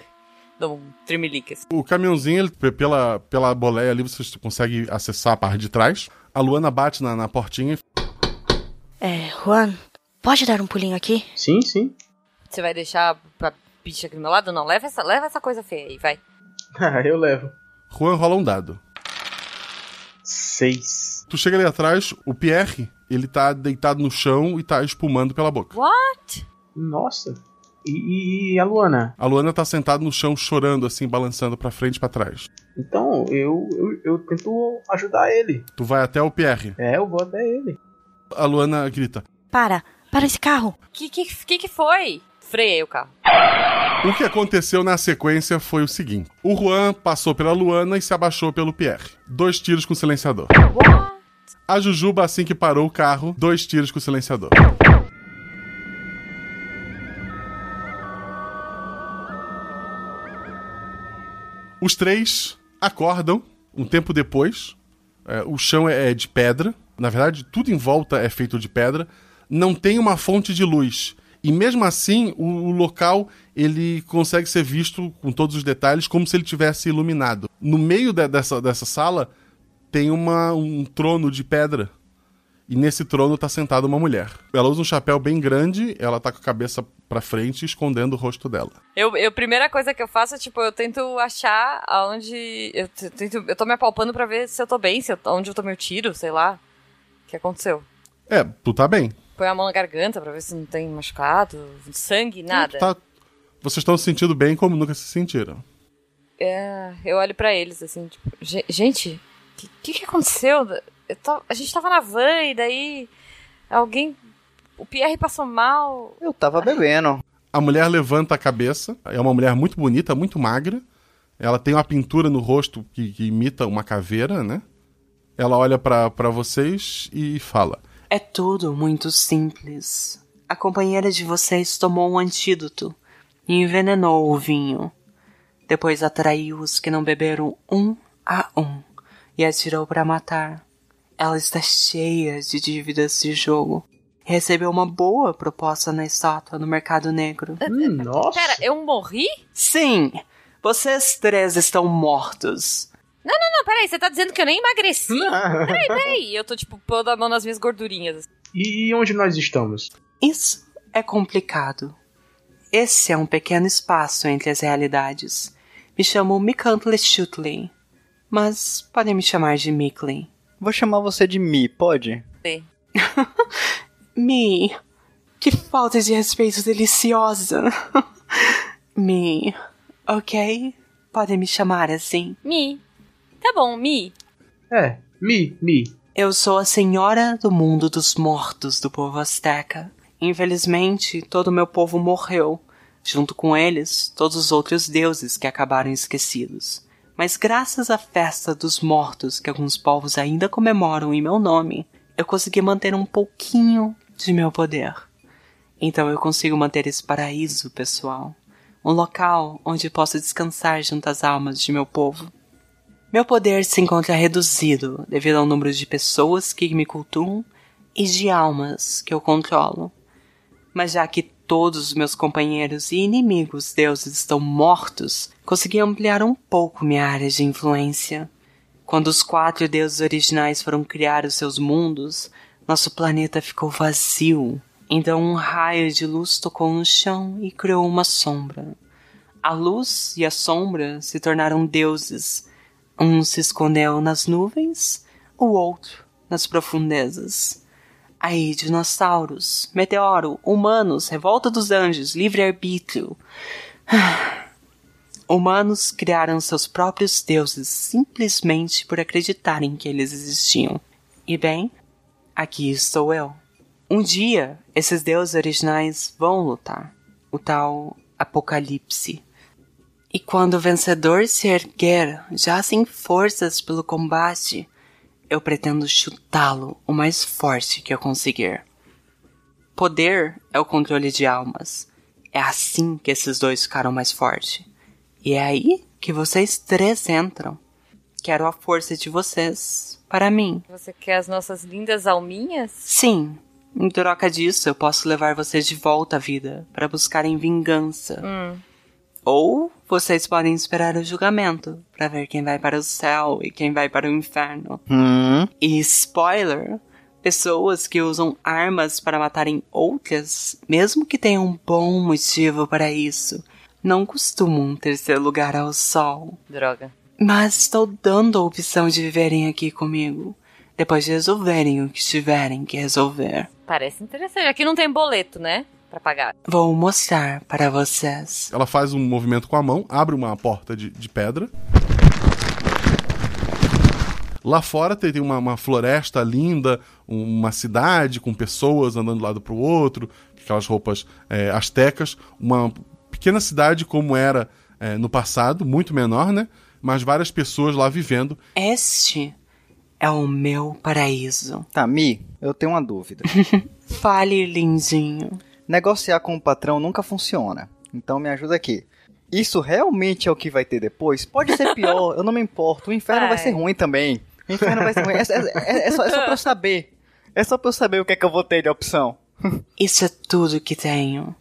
I: dou um trimelique assim.
A: O caminhãozinho, ele, p- pela, pela boleia ali, você consegue acessar a parte de trás. A Luana bate na, na portinha.
C: É, Juan, pode dar um pulinho aqui?
G: Sim, sim.
I: Você vai deixar a bicha aqui do meu lado? Não, leva essa, leva essa coisa feia aí, vai.
G: eu levo.
A: Juan rola um dado.
G: Seis.
A: Tu chega ali atrás, o Pierre, ele tá deitado no chão e tá espumando pela boca.
I: What?
G: Nossa. E, e a Luana?
A: A Luana tá sentada no chão chorando, assim, balançando pra frente e pra trás.
G: Então, eu, eu, eu tento ajudar ele.
A: Tu vai até o Pierre.
G: É, eu vou até ele.
A: A Luana grita.
C: Para, para esse carro.
I: Que que, que, que foi? Freiei o carro.
A: O que aconteceu na sequência foi o seguinte: o Juan passou pela Luana e se abaixou pelo Pierre. Dois tiros com silenciador. A Jujuba, assim que parou o carro, dois tiros com silenciador. Os três acordam um tempo depois. É, o chão é é de pedra. Na verdade, tudo em volta é feito de pedra. Não tem uma fonte de luz. E mesmo assim, o, o local ele consegue ser visto com todos os detalhes como se ele tivesse iluminado. No meio de- dessa, dessa sala tem uma, um trono de pedra. E nesse trono tá sentada uma mulher. Ela usa um chapéu bem grande, ela tá com a cabeça pra frente, escondendo o rosto dela.
I: Eu, eu, primeira coisa que eu faço é, tipo, eu tento achar aonde. Eu, t- tento, eu tô me apalpando pra ver se eu tô bem, se eu, onde eu tomei o tiro, sei lá. O que aconteceu?
A: É, tu tá bem.
I: Põe a mão na garganta pra ver se não tem machucado, sangue, nada.
A: Tá- Vocês estão se sentindo bem como nunca se sentiram.
I: É, eu olho pra eles assim, tipo, "Ge- gente, o que, que, que aconteceu? Eu tava- a gente tava na van e daí alguém. O Pierre passou mal.
D: Eu tava bebendo.
A: A mulher levanta a cabeça, é uma mulher muito bonita, muito magra. Ela tem uma pintura no rosto que, que imita uma caveira, né? Ela olha pra pra vocês e fala:
B: É tudo muito simples. A companheira de vocês tomou um antídoto e envenenou o vinho. Depois atraiu os que não beberam um a um e atirou para matar. Ela está cheia de dívidas de jogo. Recebeu uma boa proposta na estátua no mercado negro.
G: Hum, nossa!
I: Pera, eu morri?
B: Sim! Vocês três estão mortos.
I: Não, não, não, peraí, você tá dizendo que eu nem emagreci? Peraí, peraí, eu tô, tipo, pondo a mão nas minhas gordurinhas.
G: E onde nós estamos?
B: Isso é complicado. Esse é um pequeno espaço entre as realidades. Me chamo Mikantle Shutley, mas podem me chamar de Mikley.
D: Vou chamar você de Mi, pode?
I: Sim.
B: Mi, que falta de respeito deliciosa. Mi, ok? Podem me chamar assim.
I: Mi. Tá bom, Mi.
G: É, Mi, Mi.
B: Eu sou a senhora do mundo dos mortos do povo asteca. Infelizmente, todo o meu povo morreu. Junto com eles, todos os outros deuses que acabaram esquecidos. Mas graças à festa dos mortos que alguns povos ainda comemoram em meu nome, eu consegui manter um pouquinho de meu poder. Então eu consigo manter esse paraíso, pessoal. Um local onde posso descansar junto às almas de meu povo. Meu poder se encontra reduzido devido ao número de pessoas que me cultuam e de almas que eu controlo. Mas já que todos os meus companheiros e inimigos deuses estão mortos, consegui ampliar um pouco minha área de influência. Quando os quatro deuses originais foram criar os seus mundos, nosso planeta ficou vazio. Então um raio de luz tocou no chão e criou uma sombra. A luz e a sombra se tornaram deuses. Um se escondeu nas nuvens, o outro nas profundezas. Aí, dinossauros, meteoro, humanos, revolta dos anjos, livre-arbítrio. Humanos criaram seus próprios deuses simplesmente por acreditarem que eles existiam. E bem, aqui estou eu. Um dia, esses deuses originais vão lutar o tal apocalipse. E quando o vencedor se erguer, já sem forças pelo combate, eu pretendo chutá-lo o mais forte que eu conseguir. Poder é o controle de almas. É assim que esses dois ficaram mais fortes. E é aí que vocês três entram. Quero a força de vocês para mim.
I: Você quer as nossas lindas alminhas?
B: Sim, em troca disso eu posso levar vocês de volta à vida para buscarem vingança.
I: Hum.
B: Ou vocês podem esperar o julgamento para ver quem vai para o céu e quem vai para o inferno.
D: Hum.
B: E spoiler, pessoas que usam armas para matarem outras, mesmo que tenham um bom motivo para isso, não costumam terceiro lugar ao sol.
I: Droga.
B: Mas estou dando a opção de viverem aqui comigo, depois de resolverem o que tiverem que resolver.
I: Parece interessante. Aqui não tem boleto, né? pra pagar.
B: Vou mostrar para vocês.
A: Ela faz um movimento com a mão, abre uma porta de, de pedra. Lá fora tem, tem uma, uma floresta linda, um- uma cidade com pessoas andando de um lado para o outro, com aquelas roupas é, astecas. Uma pequena cidade como era é, no passado, muito menor, né? Mas várias pessoas lá vivendo.
B: Este é o meu paraíso.
D: Tá, Mi, eu tenho uma dúvida.
B: Fale, lindinho.
D: Negociar com o patrão nunca funciona. Então me ajuda aqui. Isso realmente é o que vai ter depois? Pode ser pior, eu não me importo. O inferno vai ser ruim também. O inferno vai ser ruim. É, é- é- é só, é só pra eu saber. É só pra eu saber o que é que eu vou ter de opção.
B: Isso é tudo que tenho.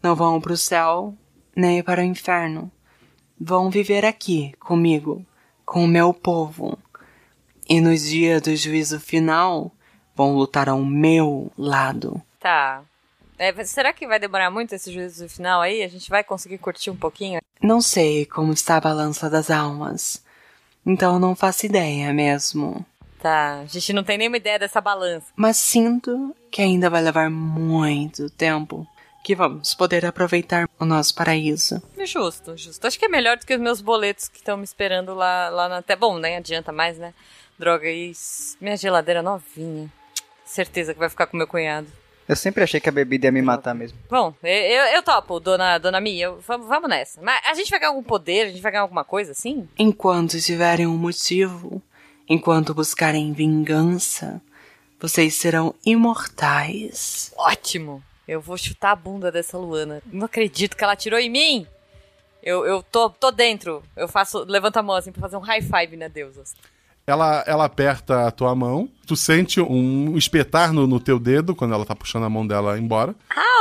B: Não vão pro céu, nem para o inferno. Vão viver aqui, comigo, com o meu povo. E no dia do juízo final, vão lutar ao meu lado.
I: Tá. É, mas será que vai demorar muito esse juízo final aí? A gente vai conseguir curtir um pouquinho?
B: Não sei como está a balança das almas. Então não faço ideia mesmo.
I: Tá. A gente não tem nenhuma ideia dessa balança.
B: Mas sinto que ainda vai levar muito tempo que vamos poder aproveitar o nosso paraíso.
I: Justo, justo. Acho que é melhor do que os meus boletos que estão me esperando lá, lá na. Até bom, nem adianta mais, né? Droga, e s- minha geladeira novinha. Certeza que vai ficar com meu cunhado.
D: Eu sempre achei que a bebida ia me matar mesmo.
I: Bom, eu, eu, eu topo, dona, dona Mia. Eu- Vamos, vamos nessa. Mas a gente vai ganhar algum poder? A gente vai ganhar alguma coisa assim?
B: Enquanto tiverem um motivo, enquanto buscarem vingança, vocês serão imortais.
I: Ótimo! Eu vou chutar a bunda dessa Luana. Não acredito que ela tirou em mim! Eu, eu tô, tô dentro. Eu faço. Levanta a mão assim pra fazer um high five na deusa.
A: Ela, ela aperta a tua mão, tu sente um espetar no, no teu dedo quando ela tá puxando a mão dela embora.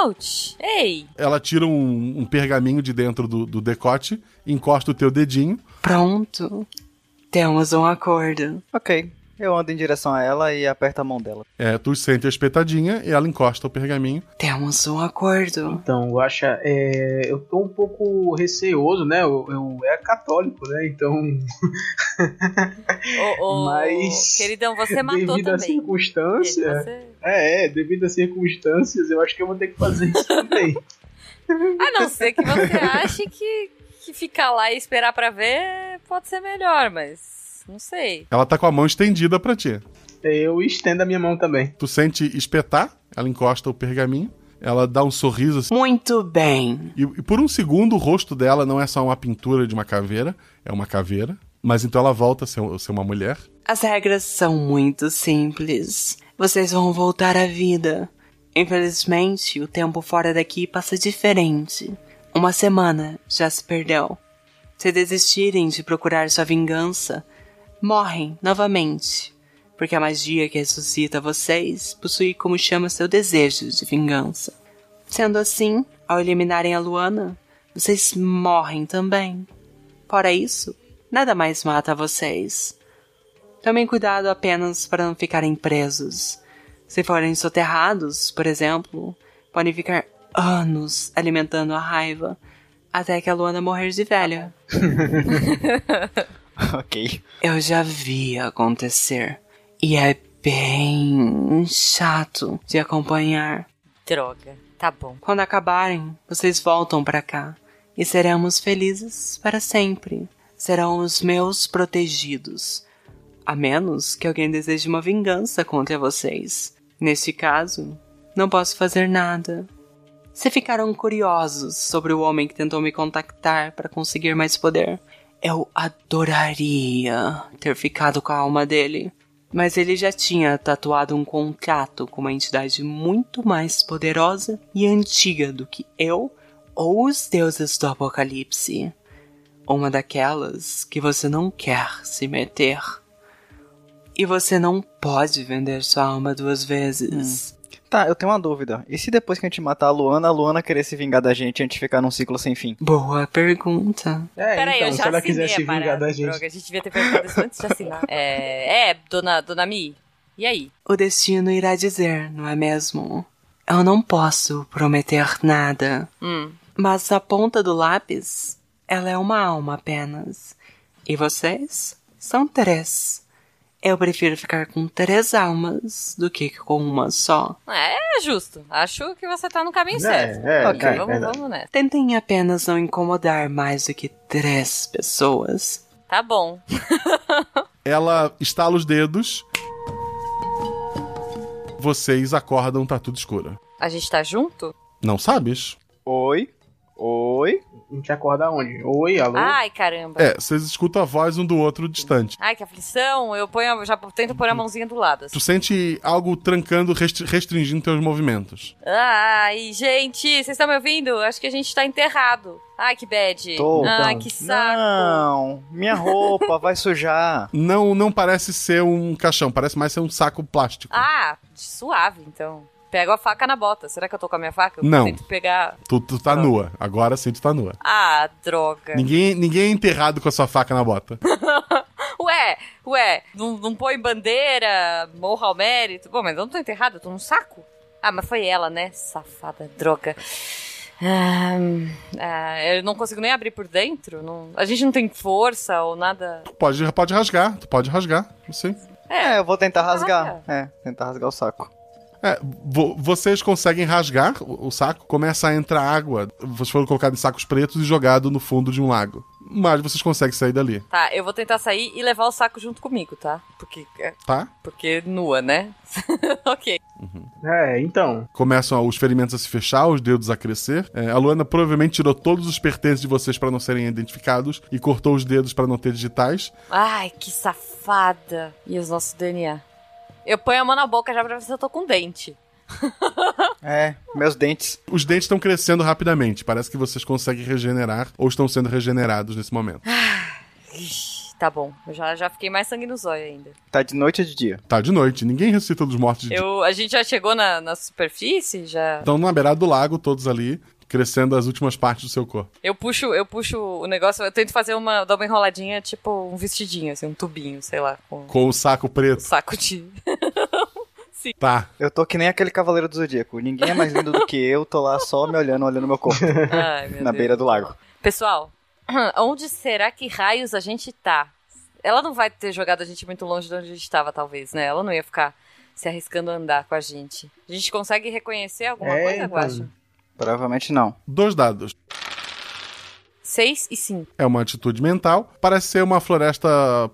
I: Ouch! Ei!
A: Ela tira um, um pergaminho de dentro do, do decote, encosta o teu dedinho.
B: Pronto. Temos um acordo.
D: Ok. Eu ando em direção a ela e aperto a mão dela.
A: É, tu sente a espetadinha e ela encosta o pergaminho.
B: Temos um acordo.
G: Então, Guaxa, é, eu tô um pouco receoso, né? Eu, eu era católico, né? Então,
I: Ô, ô,
G: Mas,
I: Queridão, você matou
G: devido
I: também.
G: às circunstâncias.
I: Você-
G: É, é, devido às circunstâncias, eu acho que eu vou ter que fazer isso também.
I: A não ser que você ache que, que ficar lá e esperar pra ver pode ser melhor, mas não sei.
A: Ela tá com a mão estendida pra ti.
G: Eu estendo a minha mão também.
A: Tu sente espetar, ela encosta o pergaminho, ela dá um sorriso assim.
B: Muito bem.
A: E, e por um segundo o rosto dela não é só uma pintura de uma caveira, é uma caveira. Mas então ela volta a ser, ser uma mulher.
B: As regras são muito simples. Vocês vão voltar à vida. Infelizmente, o tempo fora daqui passa diferente. Uma semana já se perdeu. Se desistirem de procurar sua vingança, morrem novamente, porque a magia que ressuscita vocês possui como chama seu desejo de vingança. Sendo assim, ao eliminarem a Luana, vocês morrem também. Fora isso, nada mais mata vocês. Tomem cuidado apenas para não ficarem presos. Se forem soterrados, por exemplo, podem ficar anos alimentando a raiva até que a Luana morrer de velha.
D: ok.
B: Eu já vi acontecer e é bem chato de acompanhar.
I: Droga. Tá bom.
B: Quando acabarem, vocês voltam pra cá e seremos felizes para sempre. Serão os meus protegidos. A menos que alguém deseje uma vingança contra vocês. Neste caso, não posso fazer nada. Se ficaram curiosos sobre o homem que tentou me contactar para conseguir mais poder, eu adoraria ter ficado com a alma dele. Mas ele já tinha tatuado um contrato com uma entidade muito mais poderosa e antiga do que eu ou os deuses do apocalipse. Uma daquelas que você não quer se meter. E você não pode vender sua alma duas vezes.
D: Tá, eu tenho uma dúvida. E se depois que a gente matar a Luana, a Luana querer se vingar da gente e a gente ficar num ciclo sem fim?
B: Boa pergunta.
G: É,
I: Peraí,
G: então,
I: eu já
G: se ela
I: assinei
G: quiser
I: a
G: se vingar
I: parada,
G: da gente.
I: Droga, a gente devia ter perguntado isso antes de assinar. É, é, dona, dona Mi, e aí?
B: O destino irá dizer, não é mesmo? Eu não posso prometer nada.
I: Hum.
B: Mas a ponta do lápis, ela é uma alma apenas. E vocês são três. Eu prefiro ficar com três almas do que com uma só.
I: É justo. Acho que você tá no caminho
B: É,
I: certo.
B: é,
I: Ok,
B: é,
I: vamos,
B: é.
I: vamos nessa.
B: Tentem apenas não incomodar mais do que três pessoas.
I: Tá bom.
A: Ela estala os dedos. Vocês acordam, tá tudo escuro.
I: A gente tá junto?
A: Não sabes?
G: Oi? Oi? A gente acorda onde? Oi, alô?
I: Ai, caramba.
A: É, vocês escutam a voz um do outro distante.
I: Ai, que aflição. Eu ponho, a- já tento
A: Hum.
I: pôr a mãozinha do lado. assim.
A: Tu sente algo trancando, restri- restringindo teus movimentos.
I: Ai, gente, vocês estão me ouvindo? Acho que a gente tá enterrado. Ai, que bad.
A: Tô.
I: Ai, Ah, que saco.
D: então. Não, minha roupa vai sujar.
A: Não, não parece ser um caixão, parece mais ser um saco plástico.
I: Ah, suave, então. Pego a faca na bota. Será que eu tô com a minha faca? Eu
A: Não.
I: Tento pegar...
A: Tu, tu tá nua. Agora sim tu tá nua.
I: Ah, droga.
A: Ninguém, ninguém é enterrado com a sua faca na bota.
I: Ué, ué, não, não põe bandeira, morra ao mérito. Bom, mas eu não tô enterrada, eu tô num saco. Ah, mas foi ela, né? Safada, droga. Ah, ah, eu não consigo nem abrir por dentro. não- a gente não tem força ou nada.
A: Tu pode, pode rasgar, tu pode rasgar, não sei.
I: É,
D: eu vou tentar rasgar. É, tentar rasgar o saco.
A: É, vo- vocês conseguem rasgar o, o saco, começa a entrar água. Vocês foram colocados em sacos pretos e jogados no fundo de um lago. Mas vocês conseguem sair dali,
I: Tá, eu vou tentar sair e levar o saco junto comigo, tá? Porque. é,
A: tá?
I: Porque nua, né? ok.
G: É, então.
A: Começam os ferimentos a se fechar, os dedos a crescer. É, a Luana provavelmente tirou todos os pertences de vocês para não serem identificados e cortou os dedos para não ter digitais.
I: Ai, que safada. E os nossos DNA? Eu ponho a mão na boca já pra ver se eu tô com dente.
A: É, meus dentes. Os dentes estão crescendo rapidamente. Parece que vocês conseguem regenerar ou estão sendo regenerados nesse momento.
I: Ixi, tá bom. Eu já, já fiquei mais sangue no zóio ainda.
A: Tá de noite ou de dia? Tá de noite. Ninguém ressuscita dos mortos de dia.
D: Uhum.
I: Eu, a gente já chegou na, na superfície, já.
A: Estão na beirada do lago, todos ali, crescendo as últimas partes do seu corpo.
I: Eu puxo, eu puxo o negócio, eu tento fazer uma, dar uma enroladinha, tipo um vestidinho, assim, um tubinho, sei lá, com um
A: Com o saco preto.
I: saco de.
A: Tá.
D: Eu tô que nem aquele Cavaleiro do Zodíaco. Ninguém é mais lindo do que eu, tô lá só me olhando, olhando meu corpo.
I: Ai, meu
D: na
I: Deus.
D: beira do lago.
I: Pessoal, onde será que raios a gente tá? Ela não vai ter jogado a gente muito longe de onde a gente tava, talvez, né? Ela não ia ficar se arriscando a andar com a gente. A gente consegue reconhecer
D: É,
I: alguma coisa,
D: então.
I: Guacha?
A: Provavelmente não. Dois dados.
I: Seis e cinco.
A: É uma atitude mental. Parece ser uma floresta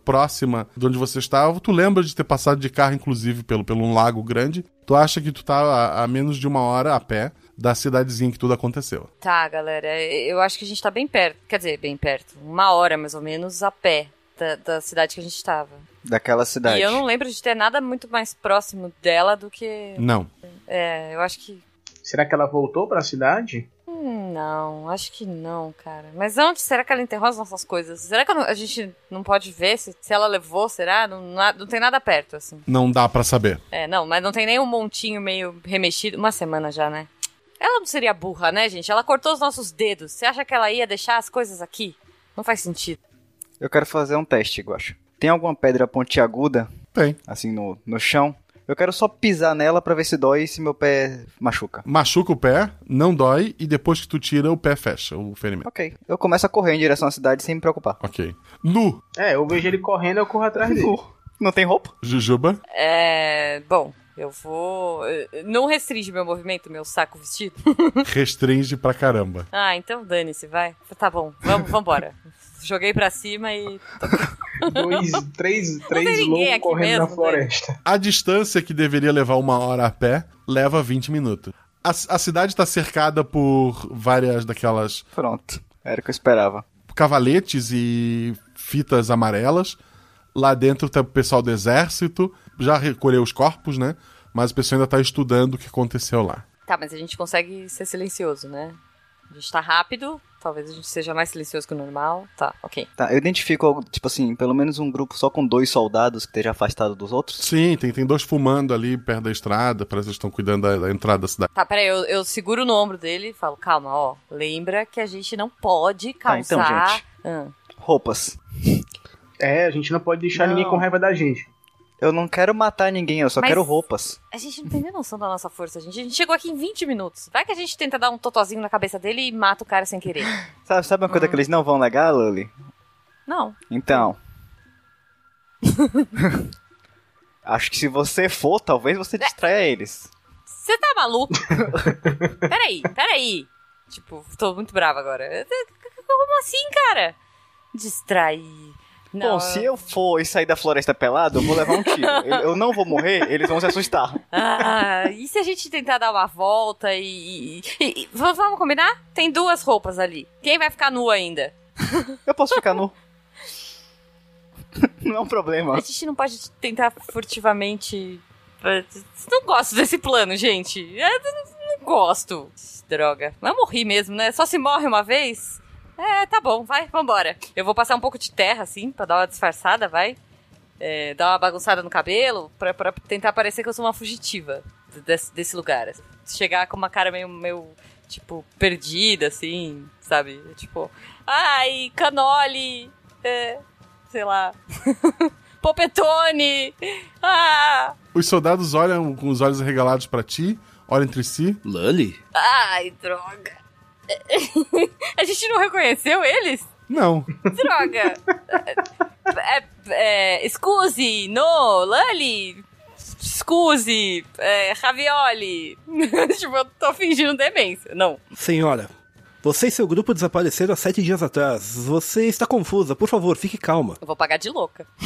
A: próxima de onde você estava. Tu lembra de ter passado de carro, inclusive, pelo, pelo um lago grande. Tu acha que tu tá a, a menos de uma hora a pé da cidadezinha que tudo aconteceu.
I: Tá, galera, eu acho que a gente tá bem perto. Quer dizer, bem perto. Uma hora, mais ou menos, a pé da, da cidade que a gente tava.
D: Daquela cidade.
I: E eu não lembro de ter nada muito mais próximo dela do que.
A: Não.
I: É, eu acho que.
G: Será que ela voltou pra cidade?
I: Hum, Não, acho que não, cara. Mas onde será que ela enterrou as nossas coisas? Será que eu não- a gente não pode ver se, se ela levou? Será? Não, na- não tem nada perto, assim.
A: Não dá pra saber.
I: É, não, mas não tem nem um montinho meio remexido. Uma semana já, né? Ela não seria burra, né, gente? Ela cortou os nossos dedos. Você acha que ela ia deixar as coisas aqui? Não faz sentido.
D: Eu quero fazer um teste, Guaxa. Tem alguma pedra pontiaguda?
A: Tem.
D: Assim, no, no chão? Eu quero só pisar nela pra ver se dói e se meu pé machuca.
A: Machuca o pé, não dói, e depois que tu tira, o pé fecha, o ferimento.
D: Ok. Eu começo a correr em direção à cidade sem me preocupar.
A: Ok. Nu!
G: É, eu vejo ele correndo, eu corro atrás dele.
D: Não tem roupa?
A: Jujuba?
I: É. Bom, eu vou. eh, Não restringe meu movimento, meu saco vestido.
A: Restringe pra caramba.
I: Ah, então dane-se, vai. Tá bom, vamos, vambora. Joguei pra cima e.
G: Dois, três, três
I: ninguém
G: loucos
I: aqui
G: correndo
I: mesmo,
G: na
I: né?
G: floresta.
A: A distância que deveria levar uma hora a pé leva 20 minutos. A, a cidade está cercada por várias daquelas.
D: Pronto, era o que eu esperava.
A: Cavaletes e fitas amarelas. Lá dentro tá o pessoal do exército. Já recolheu os corpos, né? Mas o pessoal ainda tá estudando o que aconteceu lá.
I: Tá, mas a gente consegue ser silencioso, né? A gente tá rápido, talvez a gente seja mais silencioso que o normal. Tá, ok.
D: Tá, eu identifico, algo- tipo assim, pelo menos um grupo só com dois soldados que esteja afastado dos outros.
A: Sim, tem, tem dois fumando ali perto da estrada. Parece que eles estão cuidando da, da entrada da cidade.
I: Tá, peraí, eu, eu seguro no ombro dele e falo, calma, ó. Lembra que a gente não pode
D: Tá,
I: causar.
D: então, gente.
I: Ah.
D: Roupas.
G: É, a gente não pode deixar
D: Não.
G: ninguém com raiva da gente.
D: Eu não quero matar ninguém, eu só
I: Mas-
D: quero roupas.
I: A gente não tem nem noção da nossa força, gente. A gente chegou aqui em 20 minutos. Vai que a gente tenta dar um totozinho na cabeça dele e mata o cara sem querer.
D: Sabe, sabe uma coisa
I: Hum.
D: que eles não Então. vão negar, Lully?
I: Não.
D: Então. Acho que se você for, talvez você distraia eles.
I: Você tá maluco? peraí, peraí. Tipo, tô muito brava agora. Como assim, cara? Distrair. Não,
D: Bom, se eu for e sair da floresta pelado, eu vou levar um tiro. eu, eu não vou morrer, eles vão se assustar.
I: Ah, e se a gente tentar dar uma volta e. e- e- e- v- vamos combinar? Tem duas roupas ali. Quem vai ficar nu ainda?
D: Eu posso ficar nu. Não é um problema.
I: A gente não pode tentar furtivamente. Não gosto desse plano, gente. Eu não- não gosto. Droga. Mas morri mesmo, né? Só se morre uma vez? É, tá bom, vai, vambora. Eu vou passar um pouco de terra, assim, pra dar uma disfarçada, vai. É, dar uma bagunçada no cabelo, pra, pra tentar parecer que eu sou uma fugitiva desse, desse lugar. assim. Chegar com uma cara meio, meio, tipo, perdida, assim, sabe? Tipo, ai, canole, é, sei lá, popetone, ah,
A: Os soldados olham com os olhos arregalados pra ti, olham entre si.
L: Lully?
I: ai, droga. A gente não reconheceu eles?
A: Não.
I: Droga! é, é, excuse, no, Lully, excuse, é, ravioli. tipo, eu tô fingindo demência. Não.
L: Senhora, você e seu grupo desapareceram há sete dias atrás. Você está confusa. Por favor, fique calma.
I: Eu vou pagar de louca.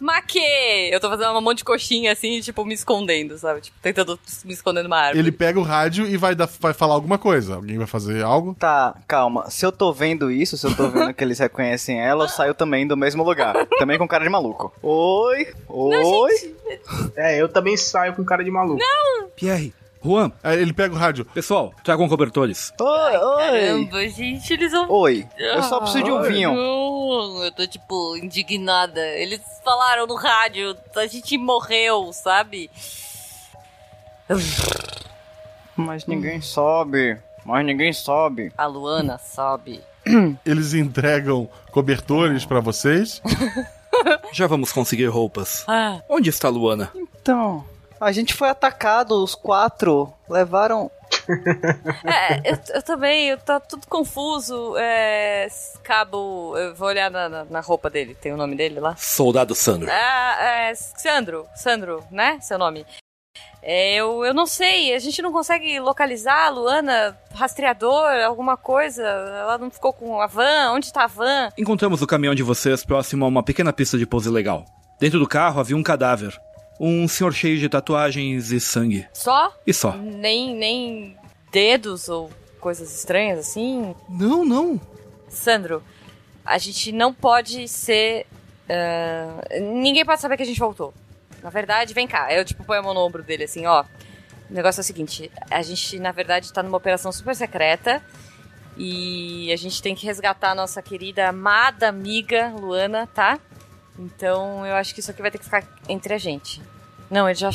I: Maquê! Eu tô fazendo um monte de coxinha assim, tipo, me escondendo, sabe? Tipo, tentando me esconder numa árvore.
A: Ele pega o rádio e vai, dar, vai falar alguma coisa. Alguém vai fazer algo?
D: Tá, calma. Se eu tô vendo isso, se eu tô vendo que eles reconhecem ela, eu saio também do mesmo lugar. Também com cara de maluco. Oi, oi.
G: É, eu também saio com cara de maluco.
I: Não!
L: Pierre, Juan.
A: ele pega o rádio.
L: Pessoal, tragam cobertores.
D: Oi, oi.
I: Caramba, gente, eles vão.
D: Oi, eu só preciso de um
I: Ai,
D: vinho.
I: Não, eu tô, tipo, indignada. Eles falaram no rádio, a gente morreu, sabe?
D: Mas ninguém sobe. Mas ninguém sobe.
I: A Luana sobe.
A: Eles entregam cobertores pra vocês.
L: Já vamos conseguir roupas.
I: Ah.
L: Onde está a Luana?
D: Então, a gente foi atacado, os quatro. Levaram.
I: É, eu, eu também, eu tá tudo confuso. É, cabo, eu vou olhar na, na- na roupa dele, tem o nome dele lá?
L: Soldado Sandro.
I: Ah, é, Sandro, Sandro, né? Seu nome. É, eu, eu não sei, a gente não consegue localizar a Luana, rastreador, alguma coisa. Ela não ficou com a van? Onde tá a van?
L: Encontramos o caminhão de vocês próximo a uma pequena pista de pouso legal. Dentro do carro havia um cadáver. Um senhor cheio de tatuagens e sangue.
I: Só?
L: E só.
I: Nem, nem dedos ou coisas estranhas assim?
L: Não, não.
I: Sandro, a gente não pode ser. ah, ninguém pode saber que a gente voltou. Na verdade, vem cá. Eu, tipo, ponho a mão no ombro dele assim, ó. O negócio é o seguinte: a gente, na verdade, tá numa operação super secreta. E a gente tem que resgatar a nossa querida, amada amiga Luana, tá? Então eu acho que isso aqui vai ter que ficar entre a gente. Não, ele já,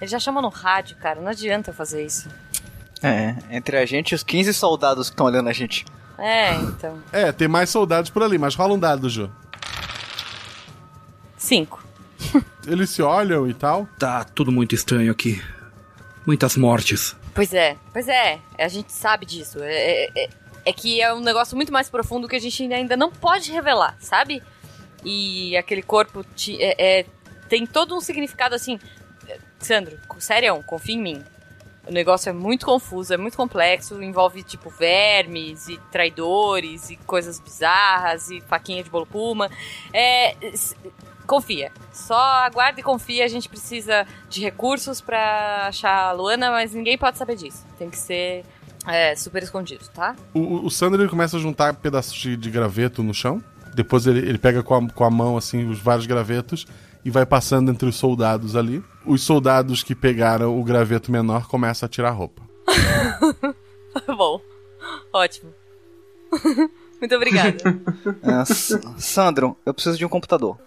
I: ele já chamou no rádio, cara. Não adianta eu fazer isso.
D: É, entre a gente e os 15 soldados que estão olhando a gente.
I: É, então.
A: É, tem mais soldados por ali, mas rola um dado, Ju.
I: Cinco.
A: Eles se olham e tal.
L: Tá tudo muito estranho aqui. Muitas mortes.
I: Pois é, pois é. A gente sabe disso. É, é- é- é que é um negócio muito mais profundo que a gente ainda não pode revelar, sabe? E aquele corpo ti- é- é- tem todo um significado assim. é, Sandro, sério, confia em mim. O negócio é muito confuso, é muito complexo, envolve tipo vermes e traidores e coisas bizarras e faquinha de bolo puma. É, s- confia. Só aguarda e confia, a gente precisa de recursos pra achar a Luana, mas ninguém pode saber disso. Tem que ser é, super escondido, tá?
A: O- O, o Sandro ele começa a juntar pedaços de, de graveto no chão. Depois ele, ele pega com a, com a mão, assim, os vários gravetos e vai passando entre os soldados ali. Os soldados que pegaram o graveto menor começam a tirar a roupa.
I: Bom, ótimo. Muito obrigada.
D: Ah, S- Sandro, eu preciso de um computador.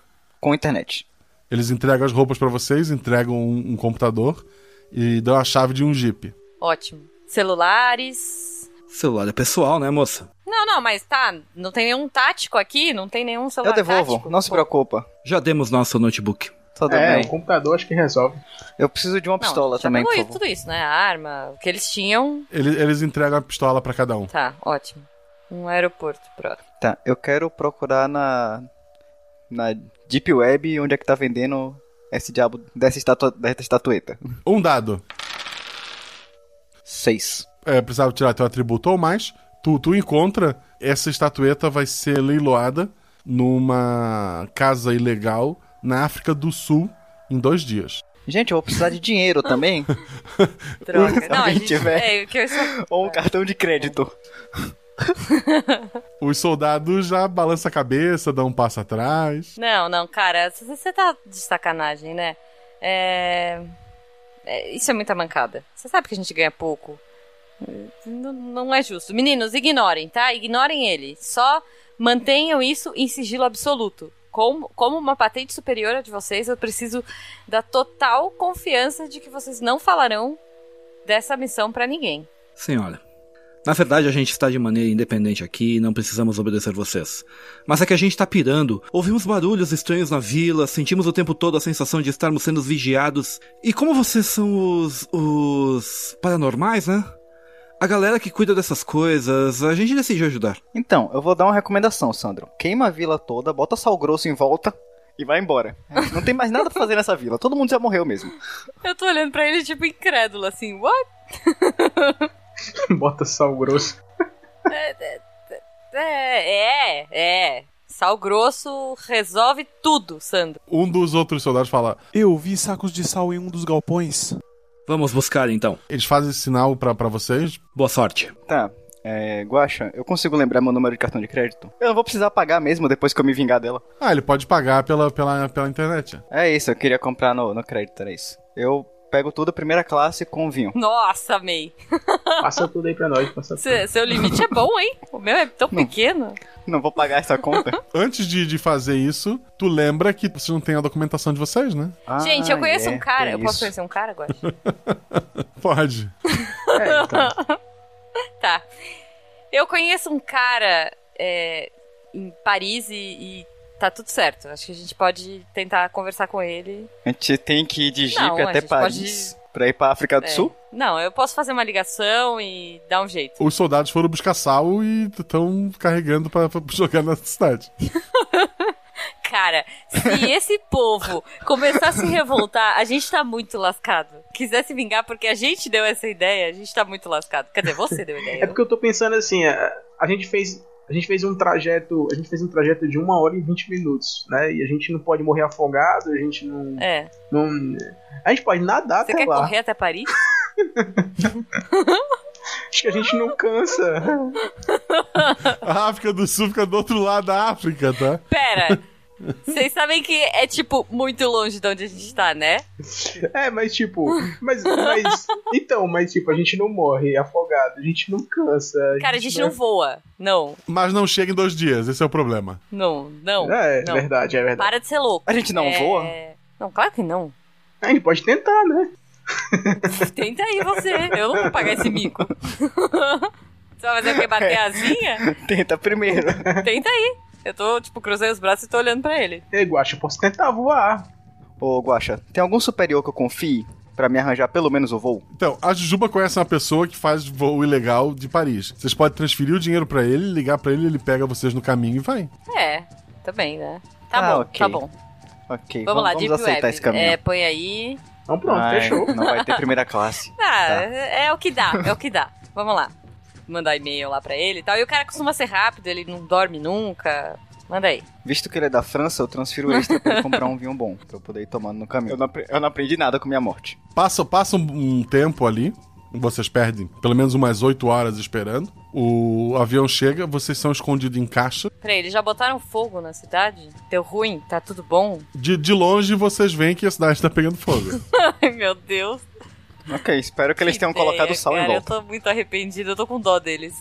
D: Com internet.
A: Eles entregam as roupas pra vocês, entregam um, um computador e dão a chave de um jeep.
I: ótimo. Celulares.
L: Celular é pessoal, né, moça?
I: Não, não, mas tá, não tem nenhum tático aqui, não tem nenhum celular Então tático.
D: não se preocupa.
L: Já demos nosso notebook.
D: Tá tudo
G: É,
D: bem.
G: o computador acho que resolve.
D: Eu preciso de uma
I: Não,
D: pistola
I: já
D: também,
I: pegou
D: por
I: isso-
D: favor.
I: tudo isso, né? A arma, o que eles tinham.
A: Ele- Eles, entregam a pistola pra cada um.
I: Tá, ótimo. Um aeroporto próximo.
D: Tá, eu quero procurar na. na Deep Web onde é que tá vendendo esse diabo dessa, estatua, dessa estatueta.
A: Um dado.
D: Seis.
A: É, precisava tirar teu atributo ou mais. Tu, tu encontra, essa estatueta vai ser leiloada numa casa ilegal na África do Sul em dois dias.
D: Gente, eu vou precisar de dinheiro também.
I: Droga.
D: Se
I: Não, a
D: alguém
I: gente-
D: tiver.
I: é, o que eu só-
D: Ou um cartão de crédito.
A: Os soldados já balançam a cabeça, dão um passo atrás.
I: Não, não, cara, você- você tá de sacanagem, né? É... é, Isso é muita mancada. Você sabe que a gente ganha pouco. Não, não é justo. Meninos, ignorem, tá? Ignorem ele. Só mantenham isso em sigilo absoluto. Como, como uma patente superior a de vocês, eu preciso da total confiança de que vocês não falarão dessa missão pra ninguém.
L: Senhora, na verdade a gente está de maneira independente aqui e não precisamos obedecer vocês. Mas é que a gente tá pirando, ouvimos barulhos estranhos na vila, sentimos o tempo todo a sensação de estarmos sendo vigiados. E como vocês são os. os. paranormais, né? A galera que cuida dessas coisas, a gente decidiu ajudar.
D: Então, eu vou dar uma recomendação, Sandro. Queima a vila toda, bota sal grosso em volta e vai embora. Não tem mais nada pra fazer nessa vila. Todo mundo já morreu mesmo.
I: Eu tô olhando pra ele, tipo, incrédulo, assim, what?
G: Bota sal grosso.
I: É, é, é. Sal grosso resolve tudo, Sandro.
A: Um dos outros soldados fala:
M: Eu vi sacos de sal em um dos galpões.
L: Vamos buscar então.
A: Eles fazem esse sinal pra, pra vocês.
L: Boa sorte.
D: Tá. É, Guaxa, eu consigo lembrar meu número de cartão de crédito? Eu não vou precisar pagar mesmo depois que eu me vingar dela.
A: Ah, ele pode pagar pela, pela, pela internet.
D: É isso, eu queria comprar no, no crédito, era isso. Eu pego tudo primeira classe com vinho.
I: Nossa, amei.
D: Passa tudo aí pra nós, passa
I: Se- seu limite é bom, hein? O meu é tão pequeno.
D: Não vou pagar essa conta.
A: Antes de, de fazer isso, tu lembra que você não tem a documentação de vocês, né?
I: Gente,
D: Ah,
I: eu conheço
D: é,
I: um cara. Eu posso conhecer um cara agora?
A: Pode.
I: tá. Eu conheço um cara é, em Paris e, e tá tudo certo. Acho que a gente pode tentar conversar com ele.
D: A gente tem que ir de Jeep
I: Não, a
D: até
I: gente
D: Paris pra ir pra África do
I: É.
D: Sul?
I: Não, eu posso fazer uma ligação e dar um jeito.
A: Os soldados foram buscar sal e estão carregando pra, pra jogar na cidade.
I: Cara, se esse povo começar a se revoltar, a gente tá muito lascado. Quiser se vingar porque a gente deu essa ideia, a gente tá muito lascado. Quer dizer, você deu a ideia.
G: É porque eu tô pensando assim, a, a gente fez. A gente fez um trajeto. A gente fez um trajeto de uma hora e 20 minutos, né? E a gente não pode morrer afogado, a gente não.
I: É.
G: não a gente pode nadar
I: Você
G: até
I: quer
G: lá.
I: correr até Paris?
G: Acho que a gente não cansa.
A: A África do Sul fica do outro lado da África, tá?
I: Pera, vocês sabem que é, tipo, muito longe de onde a gente tá, né?
G: É, mas tipo. Mas, mas- Então, mas tipo, a gente não morre afogado, a é. gente não cansa.
I: Cara, a gente não voa. Não,
A: Mas não chega em dois dias, esse é o problema.
I: não, não.
G: É, é
I: não.
G: verdade, é verdade.
I: Para de ser louco.
G: A gente não
I: É,
G: voa?
I: Não, claro que não.
G: A gente pode tentar, né?
I: Tenta aí você. Eu não vou pagar esse mico. Você vai fazer o quê? Bater a asinha?
D: Tenta primeiro.
I: Tenta aí. Eu tô, tipo, cruzei os braços e tô olhando pra ele.
G: Ei, Guacha, posso tentar voar.
D: Ô, Guaxa, tem algum superior que eu confie pra me arranjar pelo menos o voo?
A: Então, a Jujuba conhece uma pessoa que faz voo ilegal de Paris. Vocês podem transferir o dinheiro pra ele, ligar pra ele, ele pega vocês no caminho e vai.
I: É, também, né? Tá
D: Ah,
I: bom,
D: ok.
I: tá bom.
D: Ok,
I: vamos, lá,
D: vamos
I: Deep
D: aceitar
I: Web.
D: esse caminho.
I: É, põe aí.
G: Então
I: pronto, fechou.
D: Ah, é. Não vai ter primeira classe.
I: Ah,
D: Tá.
I: é, é o que dá, é o que dá. Vamos lá. Mandar e-mail lá pra ele e tal. E o cara costuma ser rápido, ele não dorme nunca. Manda aí.
D: Visto que ele é da França, eu transfiro extra pra ele comprar um vinho bom, pra eu poder ir tomando no caminho. Eu não, apre- eu não aprendi nada com minha morte.
A: Passa, passa um, um tempo ali, vocês perdem pelo menos umas 8 horas esperando. O avião chega, vocês são escondidos em caixa.
I: Peraí, eles já botaram fogo na cidade? Deu ruim? Tá tudo bom?
A: De, de longe vocês veem que a cidade está pegando fogo.
I: Ai, meu Deus.
D: Ok, espero que eles tenham
I: Ideia,
D: colocado sal
I: cara,
D: em volta.
I: Eu tô muito arrependida, eu tô com dó deles.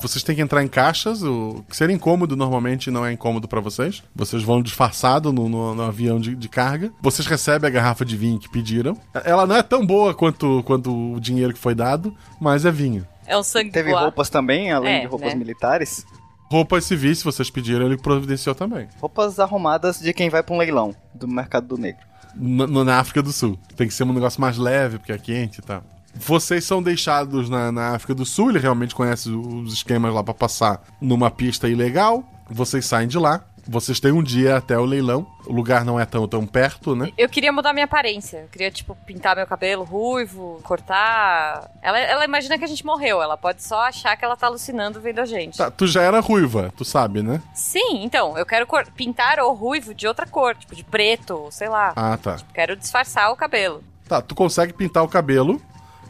A: Vocês têm que entrar em caixas, o que seria incômodo normalmente não é incômodo pra vocês. Vocês vão disfarçado no, no- no avião de, de carga. Vocês recebem a garrafa de vinho que pediram. Ela não é tão boa quanto, quanto o dinheiro que foi dado, mas é vinho.
I: É um sangue
D: Teve
I: voar.
D: roupas também, além
I: É,
D: de roupas
I: né?
D: militares?
A: Roupas civis, se vocês pediram, ele providenciou também.
D: Roupas arrumadas de quem vai pra um leilão do mercado do negro.
A: N- no- na África do Sul. Tem que ser um negócio mais leve, porque é quente e tal. Vocês são deixados na, na África do Sul, ele realmente conhece os esquemas lá pra passar numa pista ilegal. Vocês saem de lá. Vocês têm um dia até o leilão. O lugar não é tão, tão perto, né?
I: Eu queria mudar minha aparência. Eu queria, tipo, pintar meu cabelo ruivo, cortar. Ela, ela imagina que a gente morreu. Ela pode só achar que ela tá alucinando vendo a gente.
A: Tá, tu já era ruiva, tu sabe, né?
I: Sim, então, eu quero cor- pintar o ruivo de outra cor, tipo de preto, ou sei lá.
A: Ah, tá.
I: Quero disfarçar o cabelo.
A: Tá, tu consegue pintar o cabelo,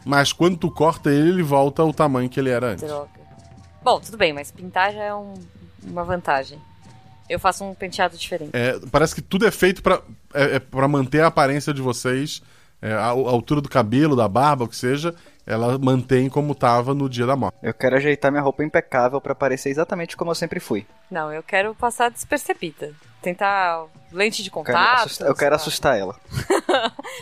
A: mas quando tu corta ele, ele volta ao tamanho que ele era antes.
I: Droga. Bom, tudo bem, mas pintar já é um- uma vantagem. Eu faço um penteado diferente.
A: É, parece que tudo é feito pra é, é pra manter a aparência de vocês, é, a, a altura do cabelo, da barba, o que seja, ela mantém como tava no dia da morte.
D: Eu quero ajeitar minha roupa impecável pra parecer exatamente como eu sempre fui.
I: Não, eu quero passar despercebida. Tentar lente de
D: Eu quero
I: contato.
D: assustar- eu quero assustar ela.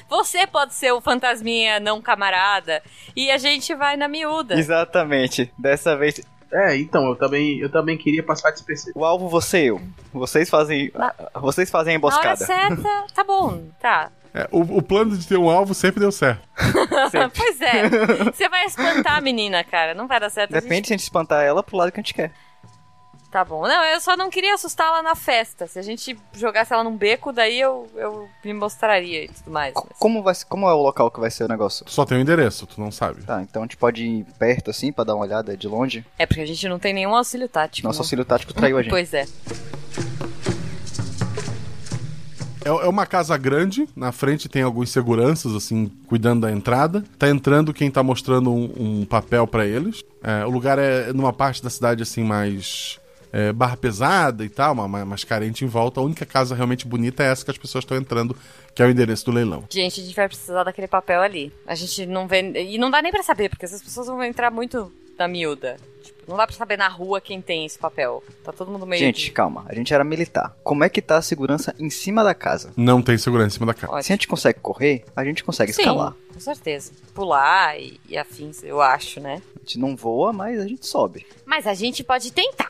I: Você pode ser o fantasminha não camarada. E a gente vai na miúda.
D: Exatamente. Dessa vez.
G: É, então, eu também, eu também queria passar despercebido.
D: O alvo você e eu. Vocês fazem. Vocês fazem a
I: Na hora
D: emboscada.
I: certa, tá bom. Tá.
A: É, o, o plano de ter um alvo sempre deu certo.
I: pois é. Você vai espantar a menina, cara. Não vai dar certo. a gente-
D: Depende se a gente espantar ela pro lado que a gente quer.
I: Tá bom. Não, eu só não queria assustá-la na festa. Se a gente jogasse ela num beco, daí eu, eu me mostraria e tudo mais. mas-
D: Como, vai, ser- como é o local que vai ser o negócio?
A: Só tem o endereço, tu não sabe.
D: Tá, então a gente pode ir perto assim pra dar uma olhada de longe.
I: É porque a gente não tem nenhum auxílio tático.
D: Nosso
I: né?
D: auxílio tático traiu a gente.
I: Pois é.
A: É, é uma casa grande, na frente tem alguns seguranças, assim, cuidando da entrada. Tá entrando quem tá mostrando um, um papel pra eles. É, o lugar é numa parte da cidade, assim, mais é, barra pesada e tal, ma- ma- mais carente em volta. A única casa realmente bonita é essa que as pessoas estão entrando, que é o endereço do leilão.
I: Gente, a gente vai precisar daquele papel ali. A gente não vê. E não dá nem pra saber, porque essas pessoas vão entrar muito na miúda. Tipo, não dá pra saber na rua quem tem esse papel. Tá todo mundo meio.
D: Gente, calma. A gente era militar. Como é que tá a segurança em cima da casa?
A: Não tem segurança em cima da casa.
D: Se a gente consegue correr, a gente consegue
I: Sim,
D: escalar.
I: com certeza. Pular e, e afins, eu acho, né?
D: A gente não voa, mas a gente sobe.
I: Mas a gente pode tentar.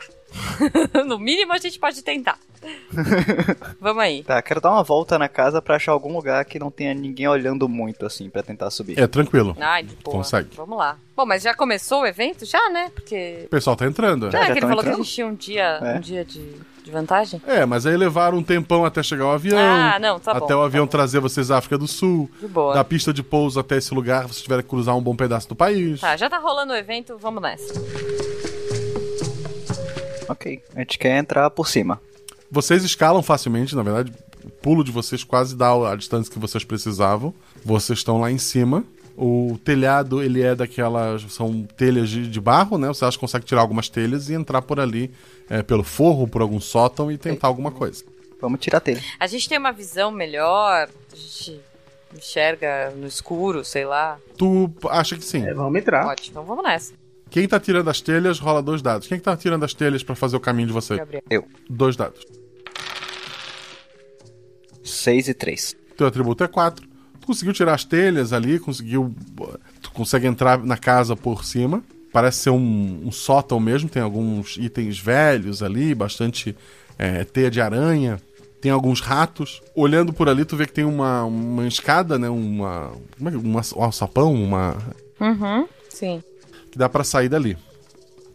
I: no mínimo, a gente pode tentar. Vamos aí.
D: Tá, quero dar uma volta na casa pra achar algum lugar que não tenha ninguém olhando muito assim pra tentar subir.
A: É, tranquilo.
I: Ai, porra.
A: Consegue.
I: Vamos lá. Bom, mas já começou o evento? Já, né? Porque.
A: O pessoal tá entrando.
I: não é que ele falou que a gente tinha um dia,
D: É.
I: um dia de, de vantagem?
A: É, mas aí levaram um tempão até chegar o avião.
I: Ah, não, tá bom,
A: Até o
I: tá
A: avião trazer vocês à África do Sul.
I: De boa.
A: Da pista de pouso até esse lugar, vocês tiveram que cruzar um bom pedaço do país.
I: Tá, já tá rolando o evento, vamos nessa.
D: Ok. A gente quer entrar por cima.
A: Vocês escalam facilmente, na verdade, o pulo de vocês quase dá a distância que vocês precisavam. Vocês estão lá em cima. O telhado, ele é daquelas. São telhas de, de barro, né? Você acha que consegue tirar algumas telhas e entrar por ali, é, pelo forro, por algum sótão e tentar alguma coisa.
D: Vamos tirar telha.
I: A gente tem uma visão melhor, a gente enxerga no escuro, sei lá.
A: Tu acha que sim? É,
G: vamos entrar.
I: Ótimo, então vamos nessa.
A: Quem tá tirando as telhas, rola dois dados. Quem que tá tirando as telhas pra fazer o caminho de você?
I: Gabriel.
D: Eu.
A: Dois dados.
D: 6 e 3.
A: Teu atributo é 4. Tu conseguiu tirar as telhas ali, conseguiu. Tu consegue entrar na casa por cima. Parece ser um, um sótão mesmo, tem alguns itens velhos ali, bastante é, teia de aranha, tem alguns ratos. Olhando por ali, tu vê que tem uma, uma escada, né? Uma. Como é que. Uma, um alçapão, uma.
I: Uhum, sim.
A: Que dá pra sair dali.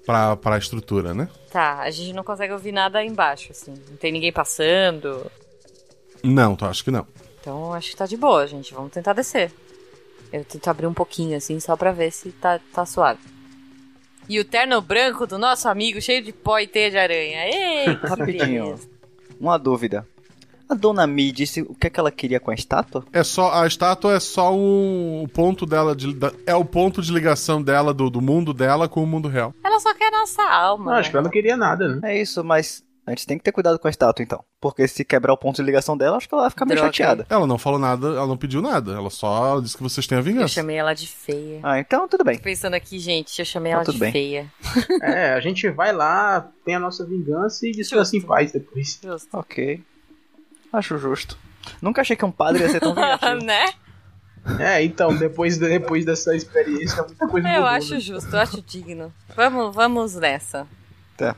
A: Pra, pra estrutura, né?
I: Tá, a gente não consegue ouvir nada aí embaixo, assim. Não tem ninguém passando.
A: Não, tu acha que não.
I: Então acho que tá de boa, gente. Vamos tentar descer. Eu tento abrir um pouquinho, assim, só pra ver se tá, tá suave. E o terno branco do nosso amigo, cheio de pó e teia de aranha. Ei, que
D: Rapidinho.
I: beleza.
D: Uma dúvida. A dona Mi disse o que, é que ela queria com a estátua?
A: É só a estátua é só um, o ponto dela de, da- é o ponto de ligação dela do, do mundo dela com o mundo real.
I: Ela só quer a nossa alma. né?
G: ela não queria nada, né?
D: É isso, mas a gente tem que ter cuidado com a estátua então. Porque se quebrar o ponto de ligação dela, acho que ela vai ficar meio chateada.
A: Ela não falou nada, ela não pediu nada. Ela só disse que vocês têm a
I: Eu
A: vingança.
I: chamei ela de feia.
D: Ah, então tudo bem.
I: Tô pensando aqui, gente, eu chamei
A: Tá
I: ela
A: tudo
I: de
A: bem.
I: feia.
G: É, a gente vai lá, tem a nossa vingança e descansa em paz depois.
D: Ok. Acho justo. Nunca achei que um padre ia ser tão vingativo.
I: né?
G: É, então, depois, depois dessa experiência, muita coisa
I: Eu
G: mudou,
I: acho
G: né?
I: justo, eu acho digno. Vamos, vamos nessa.
D: Tá.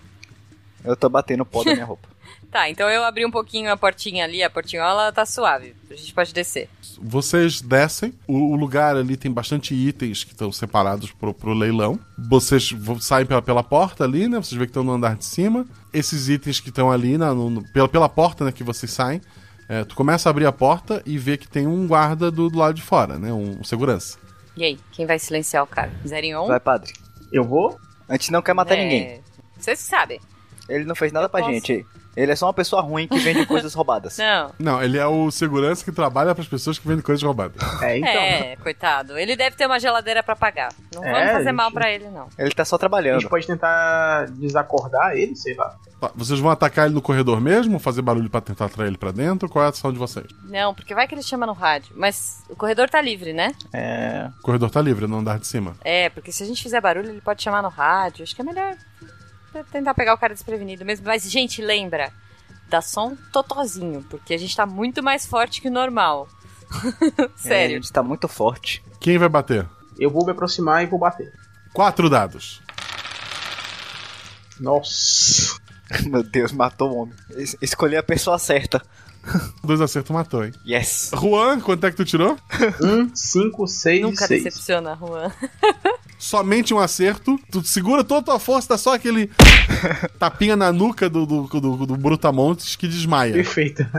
D: Eu tô batendo o pó da minha roupa.
I: Tá, então eu abri um pouquinho a portinha ali, a portinhola tá suave. A gente pode descer.
A: Vocês descem, o, o lugar ali tem bastante itens que estão separados pro, pro leilão. Vocês vo- saem pela, pela porta ali, né? Vocês veem que estão no andar de cima. Esses itens que estão ali na, no- no- pela, pela porta, né? Que vocês saem. é, tu começa a abrir a porta e vê que tem um guarda do, do lado de fora, né? Um, um segurança.
I: E aí, quem vai silenciar o cara? Zerinho on?
D: padre.
G: Eu vou?
D: A gente não quer matar
I: É,
D: ninguém.
I: Vocês sabem.
D: Ele não fez nada pra
I: posso.
D: gente. Ele é só uma pessoa ruim que vende coisas roubadas.
I: Não.
A: Não, ele é o segurança que trabalha pras pessoas que vendem coisas roubadas.
D: É,
I: É, coitado. Ele deve ter uma geladeira pra pagar. Não
G: Então. É,
I: vamos fazer
G: gente.
I: mal pra ele, não.
D: Ele tá só
G: A
D: trabalhando.
G: gente pode tentar desacordar ele, sei lá.
A: Tá, Vocês vão atacar ele no corredor mesmo? Fazer barulho pra tentar atrair ele pra dentro? Qual é a ação de vocês?
I: Não, porque vai que ele chama no rádio. Mas o corredor tá livre, né?
A: É. O corredor tá livre, no andar de cima.
I: É, porque se a gente fizer barulho, ele pode chamar no rádio. Acho que é melhor tentar pegar o cara desprevenido mesmo. Mas, gente, lembra, dá só um totozinho, porque a gente tá muito mais forte que o normal.
D: É,
I: Sério.
D: a gente tá muito forte.
A: Quem vai bater?
G: Eu vou me aproximar e vou bater.
A: Quatro dados.
G: Nossa.
D: Meu Deus, matou o homem. Es- Escolhi a pessoa certa.
A: Dois acertos matou, hein?
D: Yes.
A: Juan, quanto é que tu tirou?
G: Um, cinco, seis
I: Nunca decepciona, Juan.
A: Somente um acerto. Tu segura toda a tua força, dá só aquele tapinha na nuca do, do, do, do Brutamontes que desmaia.
G: Perfeita.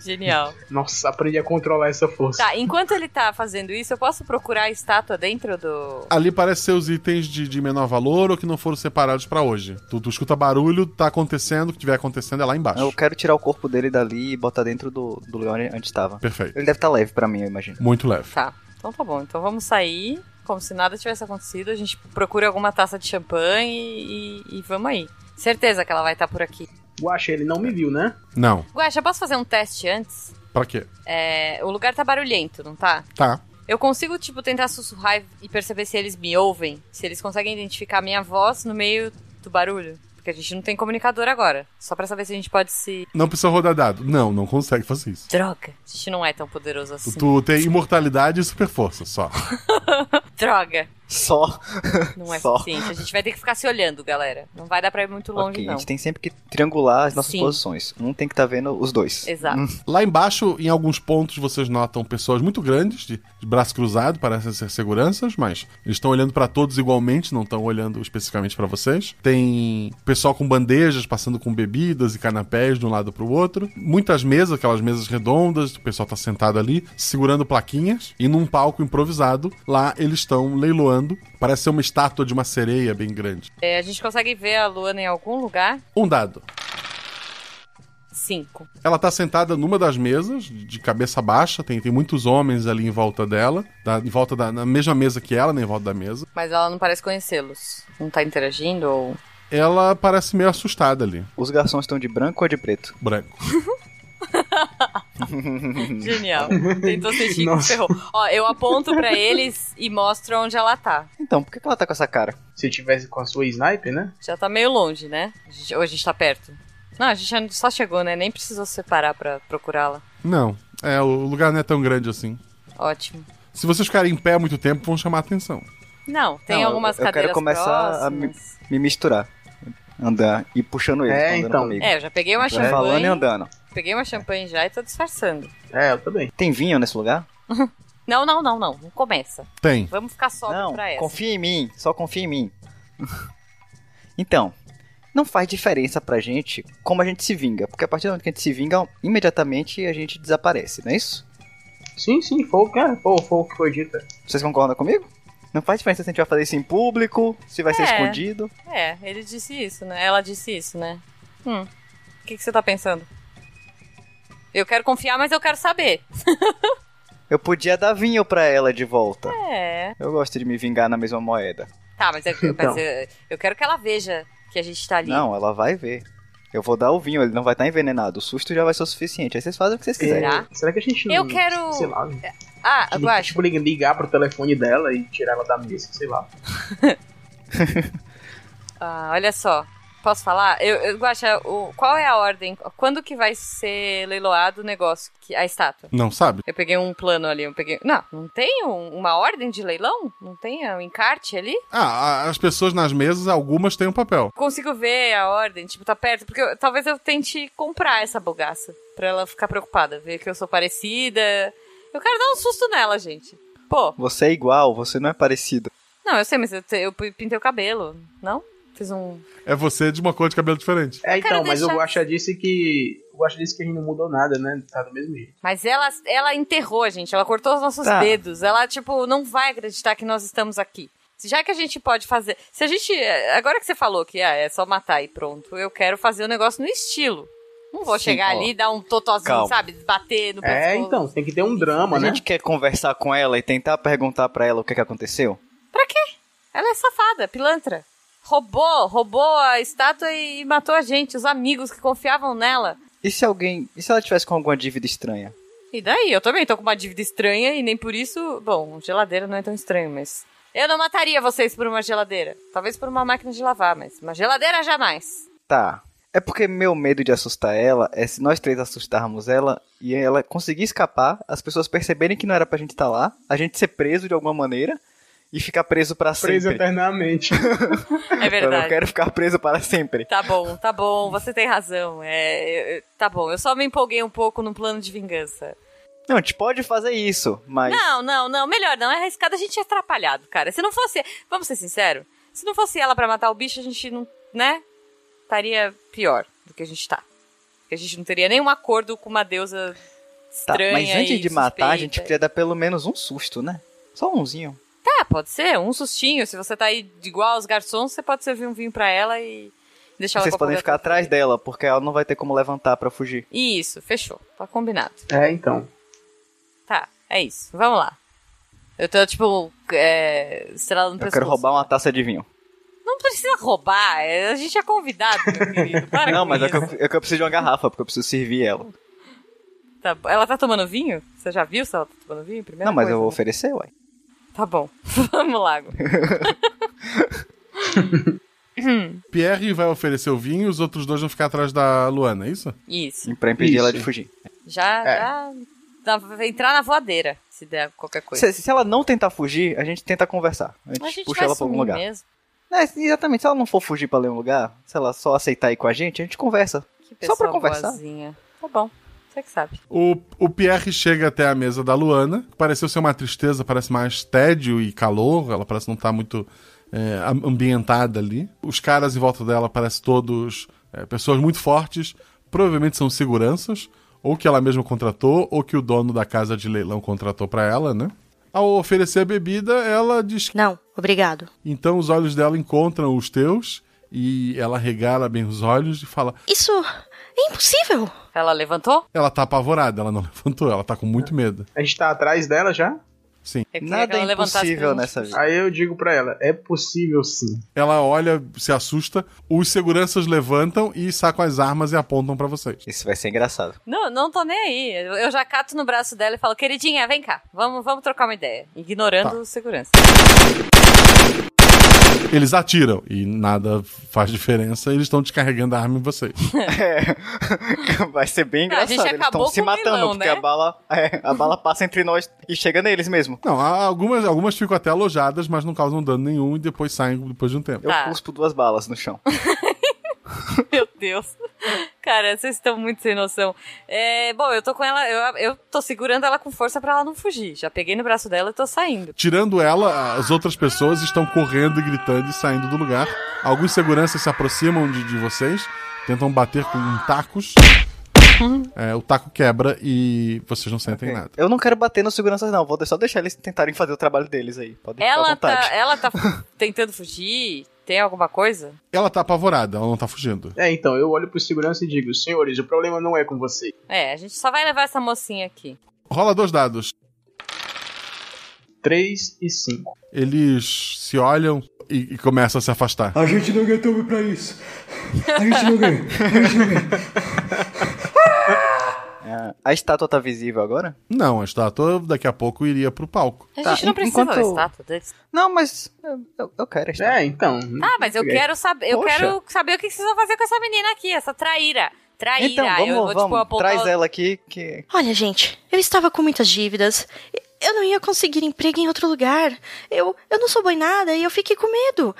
I: Genial.
G: Nossa, aprendi a controlar essa força.
I: Tá, enquanto ele tá fazendo isso, eu posso procurar a estátua dentro do.
A: Ali parece ser os itens de, de menor valor ou que não foram separados pra hoje. Tu, tu escuta barulho, tá acontecendo, o que tiver acontecendo é lá embaixo.
D: Eu quero tirar o corpo dele dali e botar dentro do, do lugar onde estava.
A: Perfeito.
D: Ele deve estar leve pra mim, eu imagino.
A: Muito leve.
I: Tá. Então tá bom. Então vamos sair. Como se nada tivesse acontecido, a gente procura alguma taça de champanhe e, e- e vamos aí. Certeza que ela vai estar por aqui.
G: Guaxa, ele não me viu, né?
A: Não.
I: Guaxa, posso fazer um teste antes?
A: Pra quê?
I: É, o lugar tá barulhento, não tá?
A: Tá.
I: Eu consigo, tipo, tentar sussurrar e perceber se eles me ouvem? Se eles conseguem identificar a minha voz no meio do barulho? Porque a gente não tem comunicador agora. Só pra saber se a gente pode se.
A: Não precisa rodar dado. Não, não consegue fazer isso.
I: Droga! A gente não é tão poderoso assim.
A: Tu, tu tem imortalidade e super força só.
I: Droga!
D: Só.
I: Não é
D: Só.
I: suficiente. A gente vai ter que ficar se olhando, galera. Não vai dar pra ir muito longe,
D: Ok, a
I: não.
D: gente tem sempre que triangular as nossas
I: Sim. É.
D: posições. Um tem que estar vendo os dois.
I: Exato.
A: Lá embaixo, em alguns pontos, vocês notam pessoas muito grandes, de, de braço cruzado, parecem ser seguranças, mas eles estão olhando pra todos igualmente, não estão olhando especificamente pra vocês. Tem pessoal com bandejas, passando com bebidas e canapés de um lado pro outro. Muitas mesas, aquelas mesas redondas, o pessoal tá sentado ali, segurando plaquinhas, e num palco improvisado, lá eles estão leiloando. Parece ser uma estátua de uma sereia bem grande.
I: É, a gente consegue ver a Luana em algum lugar?
A: Um dado.
I: Cinco.
A: Ela tá sentada numa das mesas, de cabeça baixa, tem, tem muitos homens ali em volta dela, da- em volta da na mesma mesa que ela, né, em volta da mesa.
I: Mas ela não parece conhecê-los. Não tá interagindo ou.
A: Ela parece meio assustada ali.
D: Os garçons estão de branco ou de preto?
A: Branco.
I: Genial. Tentou sentir que
D: Nossa.
I: ferrou. Ó, eu aponto pra eles e mostro onde ela tá.
D: Então, por que que ela tá com essa cara?
G: Se tivesse com a sua sniper, né?
I: Já tá meio longe, né? A gente- Ou a gente tá perto? Não, a gente já só chegou, né? Nem precisou se separar pra procurá-la.
A: Não, é, o lugar não é tão grande assim.
I: Ótimo.
A: Se vocês ficarem em pé muito tempo, vão chamar a atenção.
I: Não, tem
D: Não, eu-
I: algumas
D: eu,
I: cadeiras
D: quero começar a
I: próximas.
D: me, me misturar. Andar e puxando eles.
G: É,
D: andando
G: então.
D: comigo.
I: É, eu já peguei uma
D: Vai Tá Falando e
I: champanhe.
D: andando.
I: Peguei uma champanhe já e tô disfarçando.
G: É, eu também.
D: Tem vinho nesse lugar?
I: Não, não, não, não. Não começa.
A: Tem.
I: Vamos ficar sóbrio
D: Não,
I: pra essa.
D: confia em mim, só confia em mim. então, não faz diferença pra gente como a gente se vinga, porque a partir do momento que a gente se vinga, imediatamente a gente desaparece, não é isso?
G: Sim, sim, foi o que, é, foi, foi o que foi dito.
D: Vocês concordam comigo? Não faz diferença se a gente vai fazer isso em público, se vai ser
I: É.
D: escondido.
I: É, ele disse isso, né? Ela disse isso, né? Hum. O que, que você tá pensando? Eu quero confiar, mas eu quero saber.
D: Eu podia dar vinho pra ela de volta.
I: É.
D: Eu gosto de me vingar na mesma moeda.
I: Tá, mas eu,
D: Então.
I: mas eu, eu quero que ela veja que a gente tá ali.
D: Não, ela vai ver. Eu vou dar o vinho, ele não vai estar envenenado. O susto já vai ser o suficiente. Aí vocês fazem o
I: É.
D: que vocês quiserem.
I: Será?
G: Será que a gente
I: Eu
G: não-
I: quero-
G: Sei lá.
I: Ah,
G: a gente
I: Guaxa.
G: tipo, liga- ligar pro telefone dela e tirar ela da mesa, sei lá.
I: Ah, olha só. Posso falar? Eu, eu Guaxa, o, qual é a ordem? Quando que vai ser leiloado o negócio, que, a estátua?
A: Não sabe?
I: Eu peguei um plano ali, eu peguei... Não, não tem um- uma ordem de leilão? Não tem um encarte ali?
A: Ah, a- as pessoas nas mesas, algumas têm um papel.
I: Consigo ver a ordem, tipo, tá perto, porque eu- talvez eu tente comprar essa bogaça, pra ela ficar preocupada, ver que eu sou parecida. Eu quero dar um susto nela, gente. Pô,
D: Você é igual, você não é parecido.
I: não, eu sei, mas eu, te- eu pintei o cabelo, não? Fiz um...
A: É você de uma cor de cabelo diferente.
G: É, então,
I: Cara,
G: mas
I: deixa-
G: o Guaxa disse que. O Guaxa disse que a gente não mudou nada, né? Tá do mesmo jeito.
I: Mas ela, ela enterrou a gente, ela cortou os nossos
G: Tá.
I: dedos. Ela, tipo, não vai acreditar que nós estamos aqui. Já que a gente pode fazer. Se a gente. eh, Agora que você falou que ah, é só matar e pronto, eu quero fazer o negócio no estilo. Não vou
D: Sim,
I: chegar
D: ó.
I: ali e dar um totozinho,
D: Calma. É, então.
I: sabe? Bater no pescoço.
G: tem que ter um drama,
D: a
I: né?
D: gente quer conversar com ela e tentar perguntar pra ela o que, é que aconteceu?
I: Pra quê? Ela é safada, pilantra. Roubou, roubou a estátua e e matou a gente, os amigos que confiavam nela.
D: E se alguém. E se ela tivesse com alguma dívida estranha?
I: E daí? Eu também tô com uma dívida estranha e nem por isso. Bom, geladeira não é tão estranho, mas. Eu não mataria vocês por uma geladeira. Talvez por uma máquina de lavar, mas uma geladeira jamais.
D: Tá. É porque meu medo de assustar ela é se nós três assustarmos ela e ela conseguir escapar, as pessoas perceberem que não era pra gente estar lá, a gente ser preso de alguma maneira e ficar preso pra sempre.
G: Preso eternamente.
I: É
D: Eu
I: verdade.
D: quero ficar preso para sempre.
I: Tá bom, tá bom, você tem razão. É, eu- eu- tá bom, eu só me empolguei um pouco no plano de vingança.
D: Não, a gente pode fazer isso, mas.
I: Não, não, não, melhor não, é arriscado, a gente é atrapalhado, cara. Se não fosse, vamos ser sinceros, se não fosse ela pra matar o bicho, a gente não, né, estaria pior do que a gente tá. Porque a gente não teria nenhum acordo com uma deusa
D: Tá,
I: estranha
D: mas antes
I: e
D: de matar, a
I: suspeita.
D: gente podia dar pelo menos um susto, né? Só umzinho.
I: Tá, pode ser, um sustinho, se você tá aí de igual aos garçons, você pode servir um vinho pra ela e deixar ela
D: Vocês
I: com a
D: podem
I: pulga-
D: ficar atrás dela, porque ela não vai ter como levantar pra fugir.
I: Isso, fechou, tá combinado.
G: É, então.
I: Tá, é isso. Vamos lá. Eu tô, tipo, é, estrelando no
D: Eu
I: pescoço.
D: quero roubar uma taça de vinho.
I: Não precisa roubar, é, a gente é convidado, meu querido. Para
D: não,
I: com
D: mas é que,
I: isso.
D: eu, é que eu preciso de uma garrafa, porque eu preciso servir ela.
I: Tá bom. ela tá tomando vinho? Você já viu se ela tá tomando vinho? Primeira
D: não, mas
I: coisa,
D: eu vou
I: né?
D: oferecer, uai.
I: Tá bom. Vamos lá. Gu. Hum,
A: Pierre vai oferecer o vinho e os outros dois vão ficar atrás da Luana, é isso?
I: Isso.
D: Pra impedir
A: Isso.
D: ela de fugir.
I: já,
A: É.
I: já... dá- vai entrar na voadeira, se der qualquer coisa.
D: Se, se ela não tentar fugir, a gente tenta conversar. A gente,
I: A gente
D: puxa
I: vai
D: ela pra algum
I: sumir
D: lugar.
I: mesmo.
D: É, exatamente. Se ela não for fugir pra algum lugar, se ela só aceitar ir com a gente, a gente conversa. Só pra
I: Pessoa
D: conversar.
I: boazinha. Tá bom, você que sabe.
A: O, o Pierre chega até a mesa da Luana, que pareceu ser uma tristeza, parece mais tédio e calor, ela parece não estar muito é, am- ambientada ali. Os caras em volta dela parecem todos é, pessoas muito fortes, provavelmente são seguranças, ou que ela mesma contratou, ou que o dono da casa de leilão contratou pra ela, né? Ao oferecer a bebida, ela diz
C: Não, obrigado.
A: Então os olhos dela encontram os teus, e ela regala bem os olhos e fala:
C: Isso é impossível!
I: Ela levantou?
A: Ela tá apavorada, ela não levantou, ela tá com muito medo.
G: A gente tá atrás dela já?
A: Sim.
I: queria Nada que ela é levantasse impossível pra gente. nessa vida.
G: Aí eu digo pra ela, é possível sim.
A: Ela olha, se assusta, os seguranças levantam e sacam as armas e apontam pra vocês.
D: Isso vai ser engraçado.
I: Não, não tô nem aí. Eu eu já cato no braço dela e falo, queridinha, vem cá, vamos, vamos trocar uma ideia. Ignorando
A: Tá.
I: o segurança.
A: Eles atiram e nada faz diferença, eles estão descarregando a arma em vocês.
D: É. Vai ser bem
I: É. Não, a
D: engraçado.
I: gente
D: Eles
I: acabou
D: estão se
I: com o
D: matando,
I: vilão,
D: porque
I: né?
D: a bala. é, a bala passa entre nós e chega neles mesmo.
A: Não, há- algumas, algumas ficam até alojadas, mas não causam dano nenhum e depois saem depois de um tempo.
D: Eu
I: Tá.
D: cuspo duas balas no chão.
I: Meu Deus. Cara, vocês estão muito sem noção. É, bom, eu tô com ela, eu, eu tô segurando ela com força pra ela não fugir. Já peguei no braço dela e tô saindo.
A: Tirando ela, as outras pessoas estão correndo e gritando e saindo do lugar. Alguns seguranças se aproximam de, de vocês, tentam bater com um tacos. É, o taco quebra e vocês não sentem nada.
D: É. Eu não quero bater nos seguranças, não. Vou só deixar eles tentarem fazer o trabalho deles aí. Podem ficar à
I: Ela
D: vontade.
I: tá, ela tá tentando fugir? Tem alguma coisa?
A: Ela tá apavorada, ela não tá fugindo.
G: É, então, eu olho pro segurança e digo, senhores, o problema não é com você.
I: É, a gente só vai levar essa mocinha aqui.
A: Rola dois dados.
G: 3 e 5.
A: Eles se olham e, e começam a se afastar.
N: A gente não ganha YouTube pra isso. A gente não ganha. A gente não ganha.
D: A, a estátua tá visível agora?
A: Não, a estátua daqui a pouco iria pro palco.
I: A
D: Tá,
I: gente não precisa da estátua deles.
D: Não, mas eu, eu- eu quero a estátua.
G: É, então.
I: Ah, mas eu
D: Ok.
I: quero saber. Eu
D: Poxa.
I: quero saber o que vocês vão fazer com essa menina aqui, essa traíra. Traíra.
D: Então, vamos,
I: eu vou,
D: vamos.
I: tipo, apontar
D: Traz
I: os-
D: ela aqui que...
C: Olha, gente, eu estava com muitas dívidas. Eu não ia conseguir emprego em outro lugar. Eu, eu não sou boi nada e eu fiquei com medo.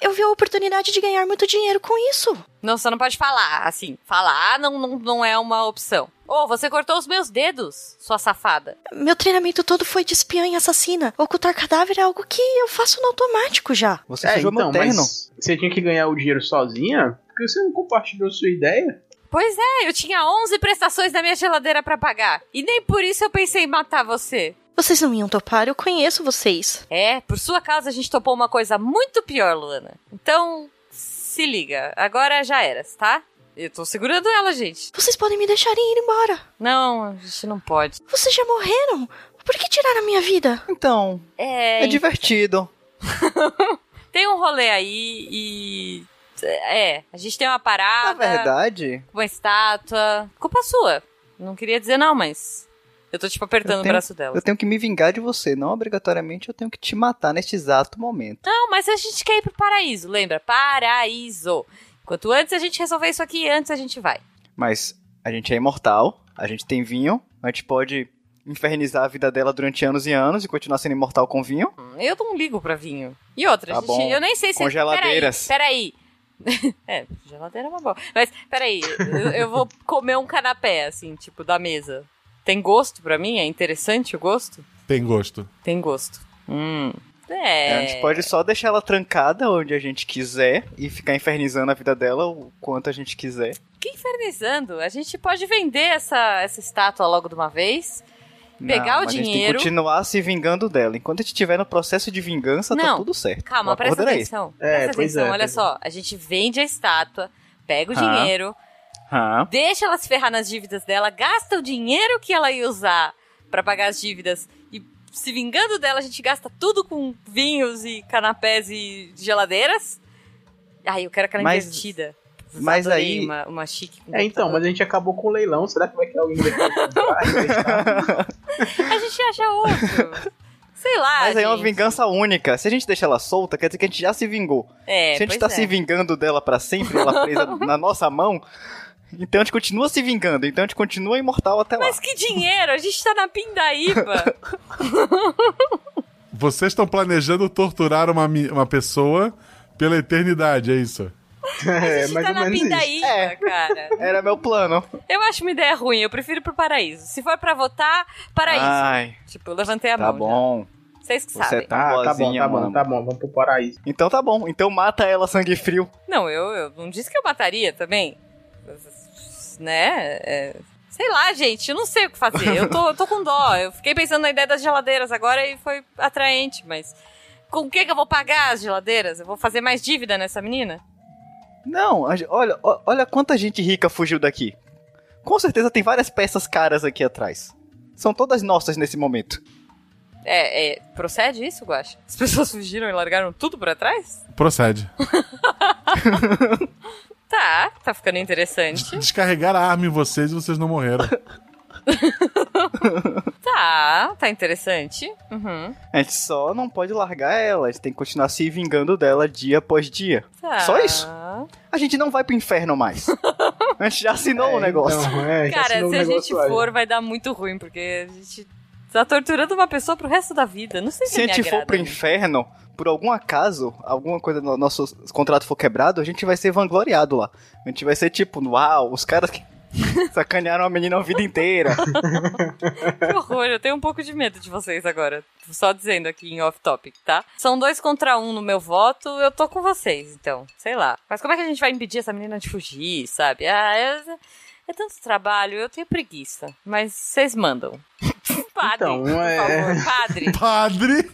C: Eu vi a oportunidade de ganhar muito dinheiro com isso.
I: Não, você não pode falar, assim. Falar não, não, não é uma opção. Ô, você cortou os meus dedos, sua safada.
C: Meu treinamento todo foi de espiã e assassina. Ocultar cadáver é algo que eu faço no automático já.
D: Você sujou meu terno.
G: É, então, mas você tinha que ganhar o dinheiro sozinha? Porque você não compartilhou sua ideia?
I: Pois é, eu tinha 11 prestações na minha geladeira pra pagar. E nem por isso eu pensei em matar você.
C: Vocês não iam topar, eu conheço vocês.
I: É, por sua causa a gente topou uma coisa muito pior, Luana. Então, se liga. Agora já eras, tá? Eu tô segurando ela, gente.
C: Vocês podem me deixarem ir embora.
I: Não, a gente não pode.
C: Vocês já morreram? Por que tiraram a minha vida?
D: Então,
I: É,
D: é divertido.
I: tem um rolê aí e... É, a gente tem uma parada.
D: Na É verdade,
I: Uma estátua. Culpa sua. Não queria dizer não, mas... Eu tô, tipo, apertando
D: eu
I: o
D: tenho,
I: braço dela.
D: eu tenho que me vingar de você. Não obrigatoriamente eu tenho que te matar neste exato momento.
I: Não, mas a gente quer ir pro paraíso, lembra? Paraíso. Quanto antes a gente resolver isso aqui, antes a gente vai.
D: Mas a gente é imortal, a gente tem vinho, a gente pode infernizar a vida dela durante anos e anos e continuar sendo imortal com vinho.
I: Eu não ligo pra vinho. E outra,
D: Tá
I: gente,
D: bom.
I: eu nem sei se.
D: Com geladeiras.
I: Peraí. peraí. é, geladeira é uma boa. Mas, peraí, eu, eu vou comer um canapé, assim, tipo, da mesa. Tem gosto pra mim? É interessante o gosto?
A: Tem gosto.
I: Tem gosto. Hum.
D: A
I: É.
D: gente pode só deixar ela trancada onde a gente quiser e ficar infernizando a vida dela o quanto a gente quiser.
I: Que infernizando? A gente pode vender essa, essa estátua logo de uma vez, pegar
D: Não,
I: o
D: mas A gente tem que
I: dinheiro.
D: continuar se vingando dela. Enquanto a gente estiver no processo de vingança, tá
I: Não,
D: tudo certo. O
I: Calma,
D: acordo
I: presta
D: era
I: atenção.
D: esse.
I: presta
D: é,
I: atenção, olha só. A gente vende a estátua, pega o
D: Ah.
I: dinheiro,
D: Ah,
I: deixa ela se ferrar nas dívidas dela, gasta o dinheiro que ela ia usar pra pagar as dívidas e se vingando dela, a gente gasta tudo com vinhos e canapés e geladeiras. Ai, eu quero aquela
G: Mas-
I: invertida.
G: mas
I: Adorei
G: aí-
I: Uma, uma chique. com
G: É, então, mas a gente acabou com o leilão. Será que vai ter alguém depois?
I: A gente acha outro. Sei lá.
D: Mas aí é uma
I: gente.
D: vingança única. Se a gente deixar ela solta, quer dizer que a gente já se vingou.
I: É,
D: se a gente
I: pois
D: tá
I: é.
D: se vingando dela pra sempre, ela presa na nossa mão, então a gente continua se vingando, então a gente continua imortal até lá.
I: Mas que dinheiro? A gente tá na pindaíba.
A: Vocês estão planejando torturar uma, mi- uma pessoa pela eternidade, é isso?
D: É,
I: A gente tá na pindaíba, cara.
D: Era meu plano.
I: Eu acho uma ideia ruim, eu prefiro ir pro paraíso. Se for pra votar, paraíso.
D: Ai.
I: Tipo, eu levantei a
D: Ah, Tá
I: mão. já.
D: bom.
I: Vocês que
D: Você
I: sabem.
D: tá,
G: Ah, tá bom, tá bom, tá bom. Vamos pro paraíso.
D: Então tá bom. Então mata ela, sangue frio.
I: Não, eu, eu não disse que eu mataria também. Né? É, Sei lá, gente, eu não sei o que fazer. Eu tô, eu tô com dó. Eu fiquei pensando na ideia das geladeiras agora e foi atraente, mas. Com o que, que eu vou pagar as geladeiras? Eu vou fazer mais dívida nessa menina?
D: Não, a gen- olha, ó- olha quanta gente rica fugiu daqui. Com certeza tem várias peças caras aqui atrás. São todas nossas nesse momento.
I: É, é, procede isso, Guaxa? As pessoas fugiram e largaram tudo pra trás?
A: Procede.
I: Tá, tá ficando interessante.
A: Descarregaram a arma em vocês e vocês não morreram.
I: Tá, tá interessante. Uhum.
D: A gente só não pode largar ela, a gente tem que continuar se vingando dela dia após dia.
I: Tá.
D: Só isso. A gente não vai pro inferno mais. a gente já assinou o negócio.
G: então. é,
I: Cara,
G: um
I: se a gente for, vai dar muito ruim, porque a gente tá torturando uma pessoa pro resto da vida. Não sei se,
D: Se a
I: me
D: gente for
I: agrada.
D: pro inferno, por algum acaso, alguma coisa no nosso contrato for quebrado, a gente vai ser vangloriado lá. A gente vai ser tipo, uau, os caras que sacanearam a menina a vida inteira.
I: Que horror, eu tenho um pouco de medo de vocês agora. Só dizendo aqui em off-topic, tá? São dois contra um no meu voto, eu tô com vocês, então. Sei lá. Mas como é que a gente vai impedir essa menina de fugir, sabe? Ah, é, é tanto trabalho, eu tenho preguiça. Mas vocês mandam. Padre,
G: Então,
I: por
G: é-
I: favor, padre.
A: Padre!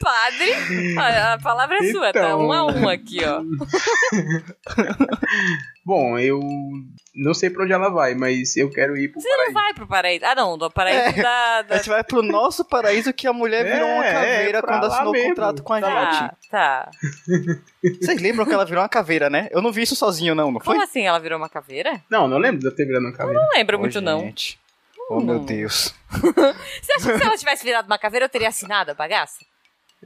I: Padre, a, a palavra é sua, tá?
G: Então.
I: Um a um aqui, ó.
G: Bom, eu Não sei pra onde ela vai, mas eu quero ir pro
I: Você não vai pro paraíso. Ah, não, do paraíso
D: É,
I: da, da-
D: A gente vai pro nosso paraíso que a mulher virou uma
I: É,
D: caveira
I: é pra
D: quando
I: lá
D: assinou o
I: mesmo.
D: contrato com a
I: Tá,
D: gente.
I: tá.
D: Vocês lembram que ela virou uma caveira, né? Eu não vi isso sozinho, não, não foi?
I: Como assim? Ela virou uma caveira?
G: Não, não lembro de eu ter virado um uma caveira.
I: Não lembro
D: Ô,
I: muito, não.
D: gente. Oh,
I: Hum.
D: meu Deus.
I: Você acha que se ela tivesse virado uma caveira, eu teria assinado a bagaça?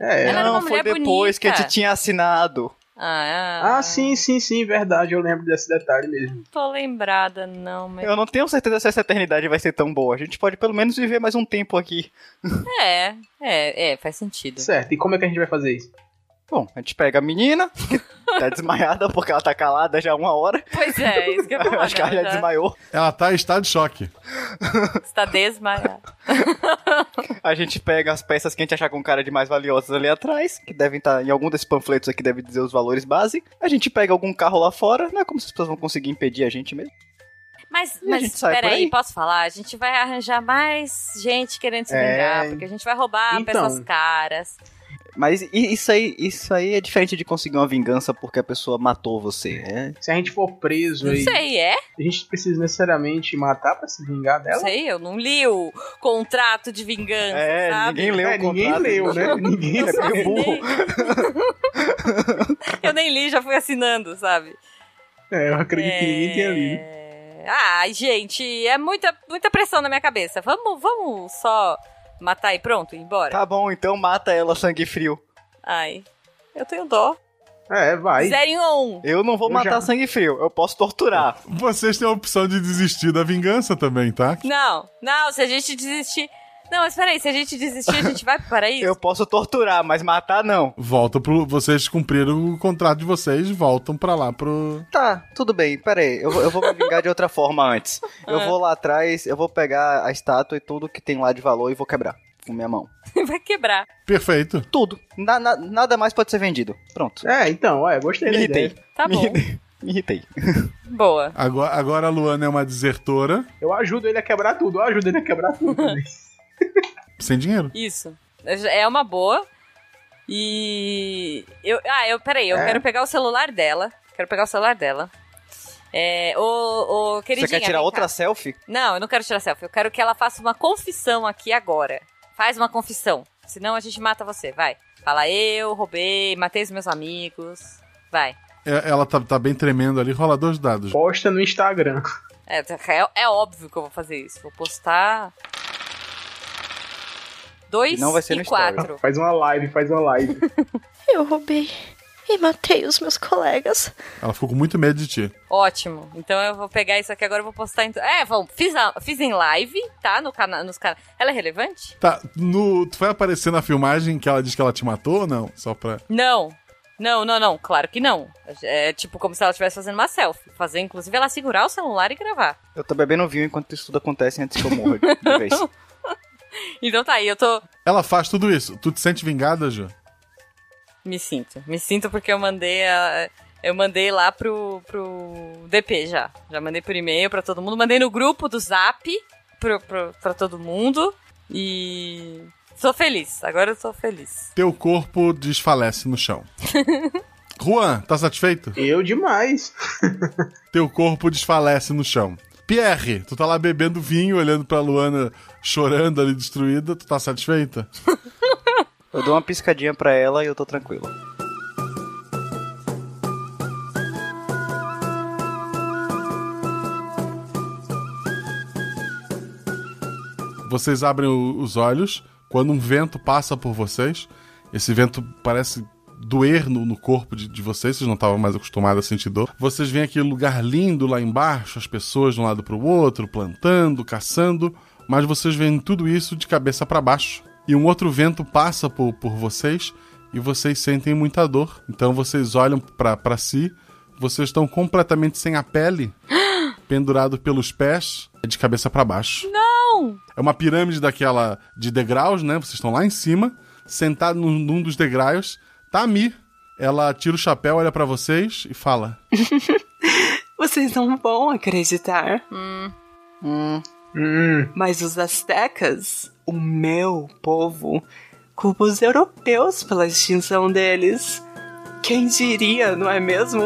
G: É,
I: Ela era uma
D: não, foi
I: mulher
D: depois
I: bonita.
D: que a gente tinha assinado.
I: Ah,
G: Ah, sim, sim, sim, verdade. Eu lembro desse detalhe mesmo.
I: não tô lembrada, não. Mas...
D: Eu não tenho certeza se essa eternidade vai ser tão boa. A gente pode pelo menos viver mais um tempo aqui.
I: É, é, é, faz sentido.
G: Certo, e como é que a gente vai fazer isso?
D: Bom, a gente pega a menina, que tá desmaiada porque ela tá calada já há uma hora.
I: Pois é, isso que eu ia falar,
D: Acho que ela já
I: tá-
D: desmaiou.
A: Ela tá em estado de choque.
I: Está tá desmaiada.
D: A gente pega as peças que a gente achar com cara de mais valiosas ali atrás, que devem estar em algum desses panfletos aqui, deve dizer os valores base. A gente pega algum carro lá fora, não é como se as pessoas vão conseguir impedir a gente mesmo.
I: Mas,
D: E a gente
I: mas
D: sai por
I: peraí,
D: aí?
I: posso falar? A gente vai arranjar mais gente querendo se
D: É.
I: vingar, porque a gente vai roubar
D: Então.
I: pessoas caras.
D: Mas i- isso aí, isso aí é diferente de conseguir uma vingança porque a pessoa matou você. É?
G: Se a gente for preso
I: Não
G: aí.
I: sei, é?
G: A gente precisa necessariamente matar pra se vingar
I: Não
G: dela?
I: sei, eu não li o contrato de vingança,
D: É,
I: sabe?
D: ninguém leu
G: É,
D: o
G: ninguém
D: contrato.
G: leu, né? Ninguém
D: é meio burro.
I: Eu nem li, já fui assinando, sabe? É,
G: É, eu acredito que ninguém tenha lido.
I: Ai, gente, é muita, muita pressão na minha cabeça. Vamos, vamos só matar e pronto, ir embora?
D: Tá bom, então mata ela, sangue frio.
I: Ai, eu tenho dó.
G: É, vai.
I: Zero em um.
D: Eu não vou
I: Eu
D: matar
I: já-
D: sangue frio, eu posso torturar.
A: Vocês têm a opção de desistir da vingança também, tá?
I: Não, não, se a gente desistir... Não, mas peraí, se a gente desistir, a gente vai pro paraíso?
D: Eu posso torturar, mas matar não.
A: Volta pro. Vocês cumpriram o contrato de vocês, voltam pra lá pro.
D: Tá, tudo bem, pera aí, eu, vou- eu vou me vingar de outra forma antes. Eu
I: Ah.
D: vou lá atrás, eu vou pegar a estátua e tudo que tem lá de valor e vou quebrar com minha mão.
I: vai quebrar.
A: Perfeito.
D: Tudo. Na- na- nada mais pode ser vendido. Pronto.
G: É, então, olha, gostei
D: Me
G: da
D: irritei.
G: ideia.
I: Tá
D: Me
I: bom.
D: irritei. Me irritei.
I: Boa.
A: Agora, agora a Luana é uma desertora
G: Eu ajudo ele a quebrar tudo, eu ajudo ele a quebrar tudo. também.
A: sem dinheiro.
I: Isso. É uma boa. E. Eu... Ah, eu, peraí, eu
D: É.
I: quero pegar o celular dela. Quero pegar o celular dela. É, ô, ô, queridinha.
D: Você quer tirar
I: vem
D: outra
I: cá.
D: selfie?
I: Não, eu não quero tirar selfie. Eu quero que ela faça uma confissão aqui agora. Faz uma confissão. Senão a gente mata você. Vai. Fala, eu roubei, matei os meus amigos. Vai.
A: É, Ela tá, tá bem tremendo ali, rola dois dados.
G: Posta no Instagram.
I: É, é, é óbvio que eu vou fazer isso. Vou postar. Dois
G: Não vai ser
I: e
G: no
I: quatro.
G: Faz uma live, faz uma live.
C: Eu roubei e matei os meus colegas.
A: Ela ficou com muito medo de ti.
I: Ótimo. Então eu vou pegar isso aqui agora e vou postar em. tu- É, vamos. Fiz, a- fiz em live, tá? No cana nos canais. Ela é relevante?
A: Tá, no, tu vai aparecer na filmagem que ela diz que ela te matou ou não? Só pra.
I: Não. Não, não, não. Claro que não. É tipo como se ela estivesse fazendo uma selfie. Fazer, inclusive, ela segurar o celular e gravar.
D: Eu tô bebendo vinho enquanto isso tudo acontece antes que eu morra de vez.
I: Então tá aí, eu tô.
A: Ela faz tudo isso. Tu te sente vingada, Ju?
I: Me sinto. Me sinto porque eu mandei a. Eu mandei lá pro, pro DP já. Já mandei por e-mail pra todo mundo. Mandei no grupo do Zap pro, pro, pra todo mundo. E. Tô feliz. Agora eu tô feliz.
A: Teu corpo desfalece no chão. Juan, tá satisfeito?
G: Eu demais.
A: Teu corpo desfalece no chão. Pierre, tu tá lá bebendo vinho, olhando pra Luana chorando ali destruída, tu tá satisfeita?
D: Eu dou uma piscadinha pra ela e eu tô tranquilo.
A: Vocês abrem o- os olhos quando um vento passa por vocês. Esse vento parece doer no, no corpo de, de vocês, vocês não estavam mais acostumados a sentir dor. Vocês veem aquele lugar lindo lá embaixo, as pessoas de um lado pro outro, plantando, caçando, mas vocês veem tudo isso de cabeça para baixo. E um outro vento passa por, por vocês e vocês sentem muita dor. Então vocês olham para si, vocês estão completamente sem a pele, pendurado pelos pés, de cabeça para baixo.
I: Não!
A: É uma pirâmide daquela de degraus, né? Vocês estão lá em cima, sentado num, num dos degraus. Tá a Mi. Ela tira o chapéu, olha pra vocês e fala:
B: Vocês não vão acreditar. Mas os astecas, o meu povo, culpa os europeus pela extinção deles. Quem diria, não é mesmo?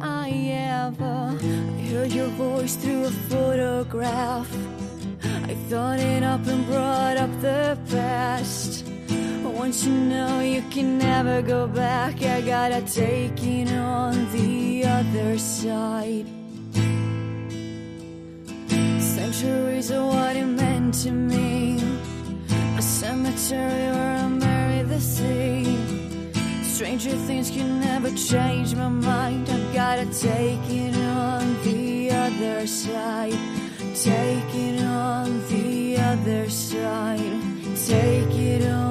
O: lava. I heard your voice through a photograph. I thought it up and brought up the past. Once you know you can never go back, I gotta take it on the other side. Centuries are what it meant to me. A cemetery where I marry the sea. Stranger things can never change my mind. I gotta take it on the other side. Take it on the other side. Take it on.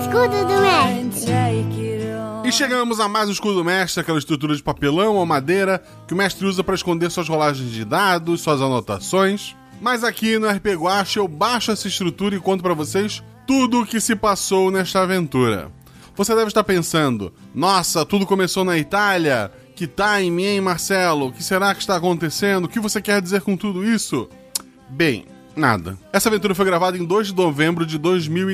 J: Escudo do Mestre.
O: Take it on.
A: E chegamos a mais um escudo do mestre, aquela estrutura de papelão ou madeira que o mestre usa para esconder suas rolagens de dados, suas anotações. Mas aqui no RP Guacha eu baixo essa estrutura e conto para vocês tudo o que se passou nesta aventura. Você deve estar pensando: nossa, tudo começou na Itália. Que time, hein, Marcelo? O que será que está acontecendo? O que você quer dizer com tudo isso? Bem, nada. Essa aventura foi gravada em 2 de novembro de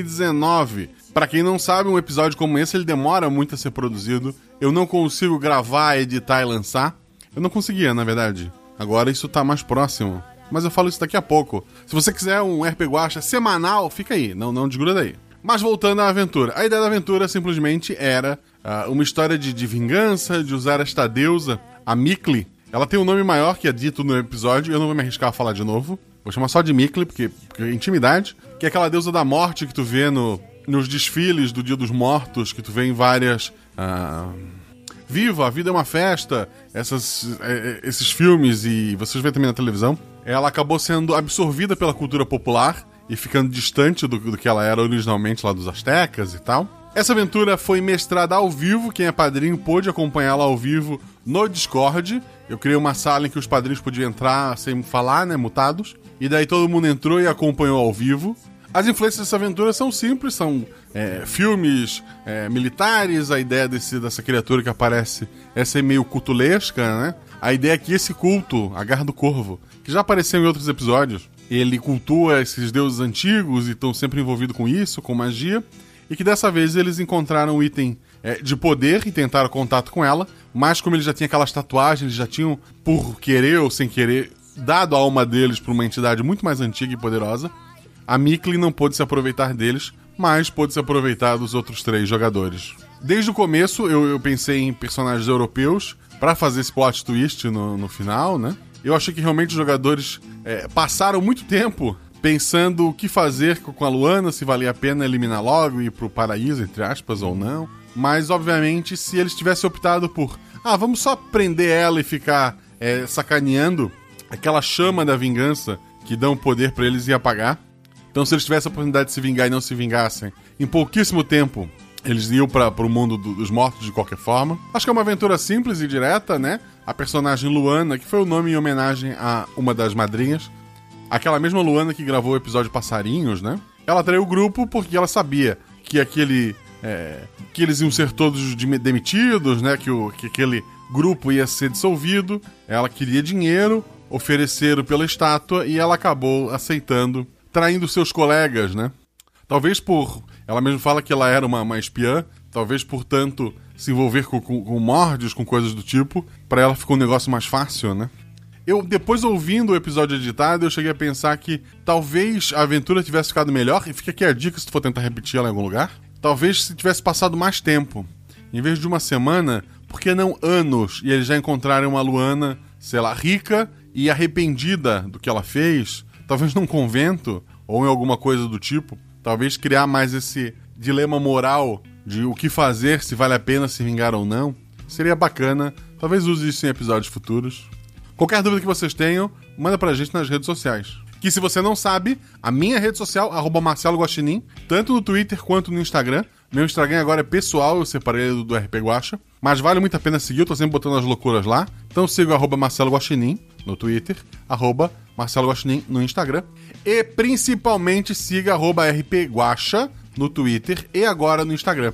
A: 2019. Pra quem não sabe, um episódio como esse ele demora muito a ser produzido. Eu não consigo gravar, editar e lançar. Eu não conseguia, na verdade. Agora isso tá mais próximo. Mas eu falo isso daqui a pouco. Se você quiser um RP Guacha semanal, fica aí, não, não desgruda aí. Mas voltando à aventura. A ideia da aventura simplesmente era ah, uma história de, de vingança, de usar esta deusa, a Mikli. Ela tem um nome maior que é dito no episódio, eu não vou me arriscar a falar de novo. Vou chamar só de Mikli, porque, porque é intimidade. Que é aquela deusa da morte que tu vê no, nos desfiles do Dia dos Mortos, que tu vê em várias. ah, Viva, a vida é uma festa, essas, eh, eh, esses filmes e vocês vêem também na televisão, ela acabou sendo absorvida pela cultura popular e ficando distante do, do que ela era originalmente lá dos Aztecas e tal. Essa aventura foi mestrada ao vivo, quem é padrinho pôde acompanhá-la ao vivo no Discord. Eu criei uma sala em que os padrinhos podiam entrar sem falar, né, mutados. E daí todo mundo entrou e acompanhou ao vivo. As influências dessa aventura são simples, são é, filmes é, militares, a ideia desse, dessa criatura que aparece é ser meio cutulesca, né? A ideia é que esse culto, a Garra do Corvo, que já apareceu em outros episódios, ele cultua esses deuses antigos e estão sempre envolvidos com isso, com magia, e que dessa vez eles encontraram um item é, de poder e tentaram contato com ela, mas como ele já tinha aquelas tatuagens, eles já tinham, por querer ou sem querer, dado a alma deles para uma entidade muito mais antiga e poderosa, a Mikli não pôde se aproveitar deles, mas pôde se aproveitar dos outros três jogadores. Desde o começo, eu, eu pensei em personagens europeus pra fazer esse plot twist no, no final, né? Eu achei que realmente os jogadores eh, passaram muito tempo pensando o que fazer co- com a Luana, se valia a pena eliminar logo e ir pro paraíso, entre aspas, ou não. Mas, obviamente, se eles tivessem optado por, ah, vamos só prender ela e ficar eh, sacaneando, aquela chama da vingança que dão poder pra eles ia apagar. Então, se eles tivessem a oportunidade de se vingar e não se vingassem, em pouquíssimo tempo eles iam para o mundo do- dos mortos de qualquer forma. Acho que é uma aventura simples e direta, né? A personagem Luana, que foi o nome em homenagem a uma das madrinhas, aquela mesma Luana que gravou o episódio Passarinhos, né? Ela traiu o grupo porque ela sabia que aquele. é, que eles iam ser todos de- demitidos, né? Que, o, que aquele grupo ia ser dissolvido. Ela queria dinheiro, ofereceram pela estátua e ela acabou aceitando, traindo seus colegas, né? Talvez por. Ela mesmo fala que ela era uma, uma espiã, talvez por tanto se envolver com, com, com mordes, com coisas do tipo, pra ela ficou um negócio mais fácil, né? Eu, depois ouvindo o episódio editado, eu cheguei a pensar que talvez a aventura tivesse ficado melhor, e fica aqui a dica se tu for tentar repetir ela em algum lugar. Talvez se tivesse passado mais tempo. Em vez de uma semana, por que não anos? E eles já encontrarem uma Luana, sei lá, rica e arrependida do que ela fez, talvez num convento ou em alguma coisa do tipo. Talvez criar mais esse dilema moral de o que fazer, se vale a pena se vingar ou não. Seria bacana. Talvez use isso em episódios futuros. Qualquer dúvida que vocês tenham, manda pra gente nas redes sociais. Que se você não sabe, a minha rede social, arroba Marcelo Guaxinim, tanto no Twitter quanto no Instagram. Meu Instagram agora é pessoal, eu separei ele do, do RP Guacha. Mas vale muito a pena seguir, eu tô sempre botando as loucuras lá. Então siga o arroba Marcelo Guaxinim no Twitter, arroba Marcelo Guaxinim no Instagram. E principalmente siga arroba RP Guacha no Twitter e agora no Instagram.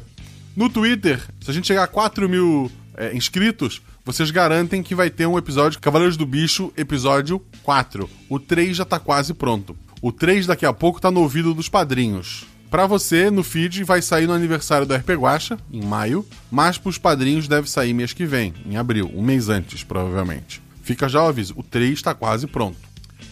A: No Twitter, se a gente chegar a 4 mil é, inscritos, vocês garantem que vai ter um episódio Cavaleiros do Bicho, episódio 4. O 3 já tá quase pronto. O 3 daqui a pouco tá no ouvido dos padrinhos. Pra você, no feed, vai sair no aniversário do RP Guacha, em maio, mas pros padrinhos deve sair mês que vem, em abril, um mês antes, provavelmente. Fica já o aviso, o 3 tá quase pronto.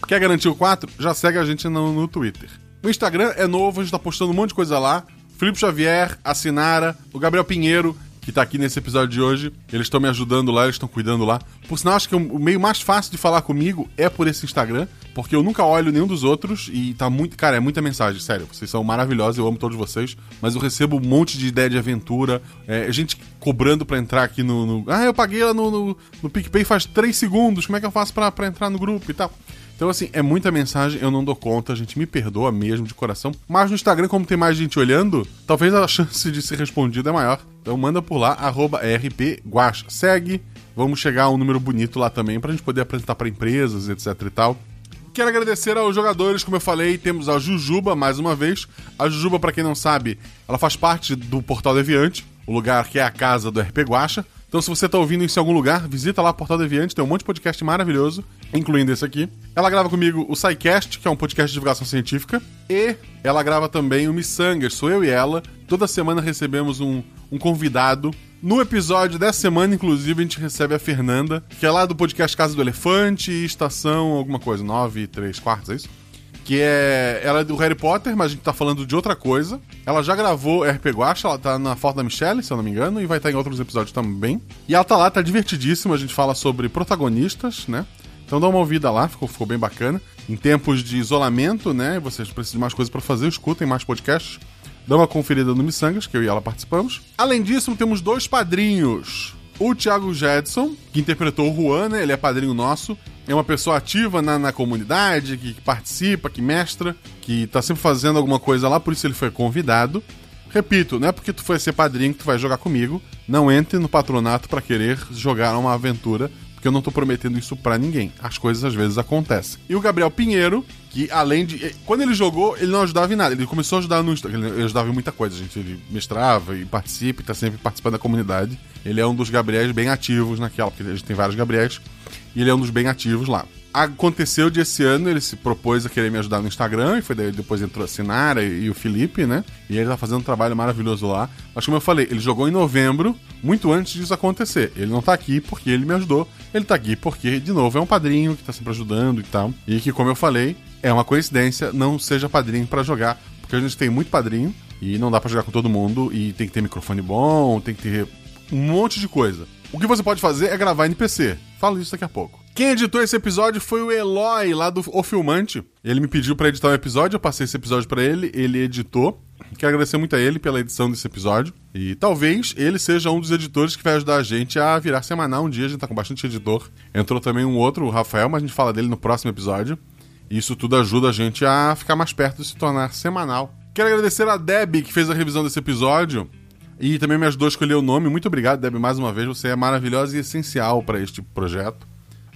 A: Quer garantir o 4? Já segue a gente no, no Twitter. O Instagram é novo, a gente tá postando um monte de coisa lá. Felipe Xavier, a Sinara, o Gabriel Pinheiro, que tá aqui nesse episódio de hoje. Eles estão me ajudando lá, eles estão cuidando lá. Por sinal, acho que o meio mais fácil de falar comigo é por esse Instagram, porque eu nunca olho nenhum dos outros e tá muito. Cara, é muita mensagem, sério. Vocês são maravilhosos, eu amo todos vocês, mas eu recebo um monte de ideia de aventura. É, gente cobrando pra entrar aqui no. no- ah, eu paguei lá no, no, no PicPay faz 3 segundos, como é que eu faço pra, pra entrar no grupo e tal? Então, assim, é muita mensagem, eu não dou conta, a gente me perdoa mesmo de coração. Mas no Instagram, como tem mais gente olhando, talvez a chance de ser respondido é maior. Então manda por lá, arroba rpguacha. Segue, vamos chegar a um número bonito lá também, pra gente poder apresentar pra empresas, etc e tal. Quero agradecer aos jogadores, como eu falei, temos a Jujuba mais uma vez. A Jujuba, pra quem não sabe, ela faz parte do Portal Deviante, o lugar que é a casa do RP Guacha. Então, se você tá ouvindo isso em algum lugar, visita lá o Portal Deviante, tem um monte de podcast maravilhoso, incluindo esse aqui. Ela grava comigo o SciCast, que é um podcast de divulgação científica, e ela grava também o Missangas, sou eu e ela. Toda semana recebemos um, um convidado no episódio dessa semana, inclusive, a gente recebe a Fernanda, que é lá do podcast Casa do Elefante, Estação, alguma coisa, 9 e 3 quartos, é isso? Que é. Ela é do Harry Potter, mas a gente tá falando de outra coisa. Ela já gravou RP Guacha, ela tá na foto da Michelle, se eu não me engano, e vai estar em outros episódios também. E ela tá lá, tá divertidíssima, a gente fala sobre protagonistas, né? Então dá uma ouvida lá, ficou, ficou bem bacana. Em tempos de isolamento, né? Vocês precisam de mais coisas pra fazer, escutem mais podcasts. Dá uma conferida no Missangas, que eu e ela participamos. Além disso, temos dois padrinhos. O Thiago Jedson, que interpretou o Juan, né? Ele é padrinho nosso. É uma pessoa ativa na, na comunidade, que, que participa, que mestra, que tá sempre fazendo alguma coisa lá, por isso ele foi convidado. Repito, não é porque tu foi ser padrinho que tu vai jogar comigo. Não entre no patronato pra querer jogar uma aventura, porque eu não tô prometendo isso pra ninguém. As coisas às vezes acontecem. E o Gabriel Pinheiro, que além de. eh, Quando ele jogou, ele não ajudava em nada. Ele começou a ajudar no Insta- Ele ajudava em muita coisa, gente. Ele mestrava e participa e tá sempre participando da comunidade. Ele é um dos Gabriels bem ativos naquela, porque a gente tem vários Gabriels. E ele é um dos bem ativos lá. Aconteceu de esse ano, ele se propôs a querer me ajudar no Instagram, e foi daí depois entrou a Sinara e, e o Felipe, né? E ele tá fazendo um trabalho maravilhoso lá. Mas como eu falei, ele jogou em novembro, muito antes disso acontecer. Ele não tá aqui porque ele me ajudou, ele tá aqui porque, de novo, é um padrinho que tá sempre ajudando e tal. E que, como eu falei, é uma coincidência, não seja padrinho pra jogar, porque a gente tem muito padrinho e não dá pra jogar com todo mundo, e tem que ter microfone bom, tem que ter um monte de coisa. O que você pode fazer é gravar NPC. Falo isso daqui a pouco. Quem editou esse episódio foi o Eloy, lá do O Filmante. Ele me pediu pra editar um episódio, eu passei esse episódio pra ele, ele editou. Quero agradecer muito a ele pela edição desse episódio. E talvez ele seja um dos editores que vai ajudar a gente a virar semanal um dia. A gente tá com bastante editor. Entrou também um outro, o Rafael, mas a gente fala dele no próximo episódio. Isso tudo ajuda a gente a ficar mais perto de se tornar semanal. Quero agradecer a Deb, que fez a revisão desse episódio. E também me ajudou a escolher o nome. Muito obrigado, Deb, mais uma vez. Você é maravilhosa e essencial para este projeto.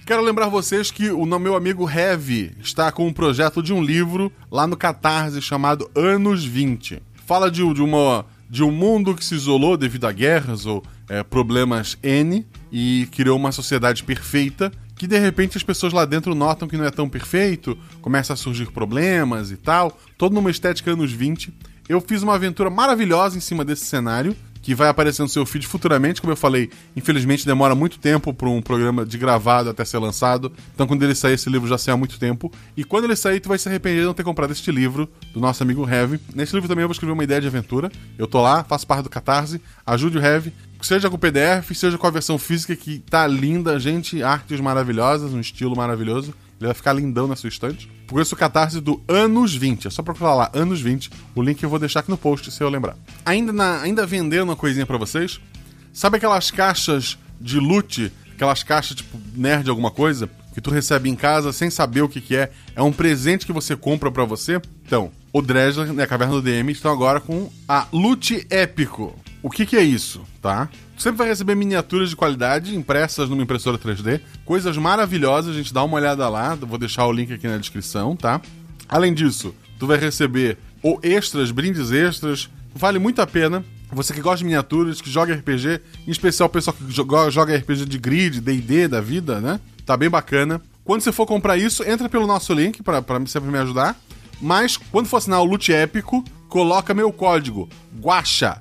A: Quero lembrar vocês que o no- meu amigo Heavy está com um projeto de um livro lá no Catarse chamado Anos 20. Fala de, um- de uma, de um mundo que se isolou devido a guerras ou é, problemas N e criou uma sociedade perfeita que de repente as pessoas lá dentro notam que não é tão perfeito, começa a surgir problemas e tal, toda numa estética anos 20. Eu fiz uma aventura maravilhosa em cima desse cenário, que vai aparecer no seu feed futuramente, como eu falei, infelizmente demora muito tempo para um programa de gravado até ser lançado. Então quando ele sair esse livro já saiu há muito tempo, e quando ele sair tu vai se arrepender de não ter comprado este livro do nosso amigo Heavy. Nesse livro também eu vou escrever uma ideia de aventura. Eu tô lá, faço parte do Catarse, ajude o Heavy seja com o PDF, seja com a versão física que tá linda, gente, artes maravilhosas, um estilo maravilhoso. Ele vai ficar lindão na sua estante. Conheço o catarse do Anos 20. É só procurar lá, Anos 20. O link eu vou deixar aqui no post, se eu lembrar. Ainda, na, ainda vendendo uma coisinha pra vocês. Sabe aquelas caixas de loot? Aquelas caixas, tipo, nerd alguma coisa? Que tu recebe em casa sem saber o que que é. É um presente que você compra pra você? Então, o Dresler, né, Caverna do DM, estão agora com a Loot Épico. O que que é isso, tá? Tu sempre vai receber miniaturas de qualidade impressas numa impressora 3D. Coisas maravilhosas, a gente dá uma olhada lá. Vou deixar o link aqui na descrição, tá? Além disso, tu vai receber ou extras, brindes extras. Vale muito a pena. Você que gosta de miniaturas, que joga RPG, em especial o pessoal que joga, joga RPG de grid, D&D da vida, né? Tá bem bacana. Quando você for comprar isso, entra pelo nosso link para sempre me ajudar. Mas quando for assinar o loot épico, coloca meu código Guaxa,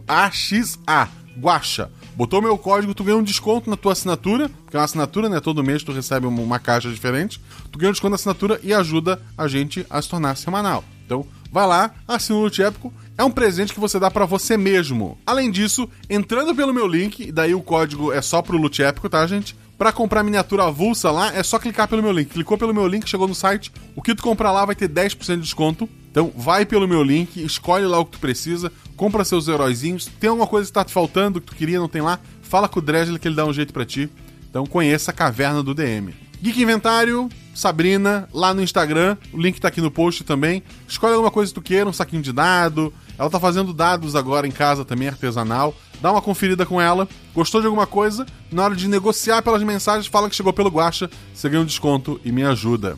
A: G-U-A-X-A, Guaxa. Botou meu código, tu ganha um desconto na tua assinatura, porque é uma assinatura, né? Todo mês tu recebe uma- uma caixa diferente. Tu ganha um desconto na assinatura e ajuda a gente a se tornar semanal. Então, vai lá, assina o Loot Épico. É um presente que você dá pra você mesmo. Além disso, entrando pelo meu link, e daí o código é só pro Loot Épico, tá, gente? Pra comprar miniatura avulsa lá, é só clicar pelo meu link. Clicou pelo meu link, chegou no site, o que tu comprar lá vai ter 10% de desconto. Então vai pelo meu link, escolhe lá o que tu precisa, compra seus heróizinhos. Tem alguma coisa que tá te faltando, que tu queria, não tem lá? Fala com o Dresler que ele dá um jeito pra ti. Então conheça a caverna do DM. Geek Inventário, Sabrina, lá no Instagram, o link tá aqui no post também. Escolhe alguma coisa que tu queira, um saquinho de dado. Ela tá fazendo dados agora em casa também, artesanal. Dá uma conferida com ela. Gostou de alguma coisa? Na hora de negociar pelas mensagens, fala que chegou pelo Guacha. Você ganha um desconto e me ajuda.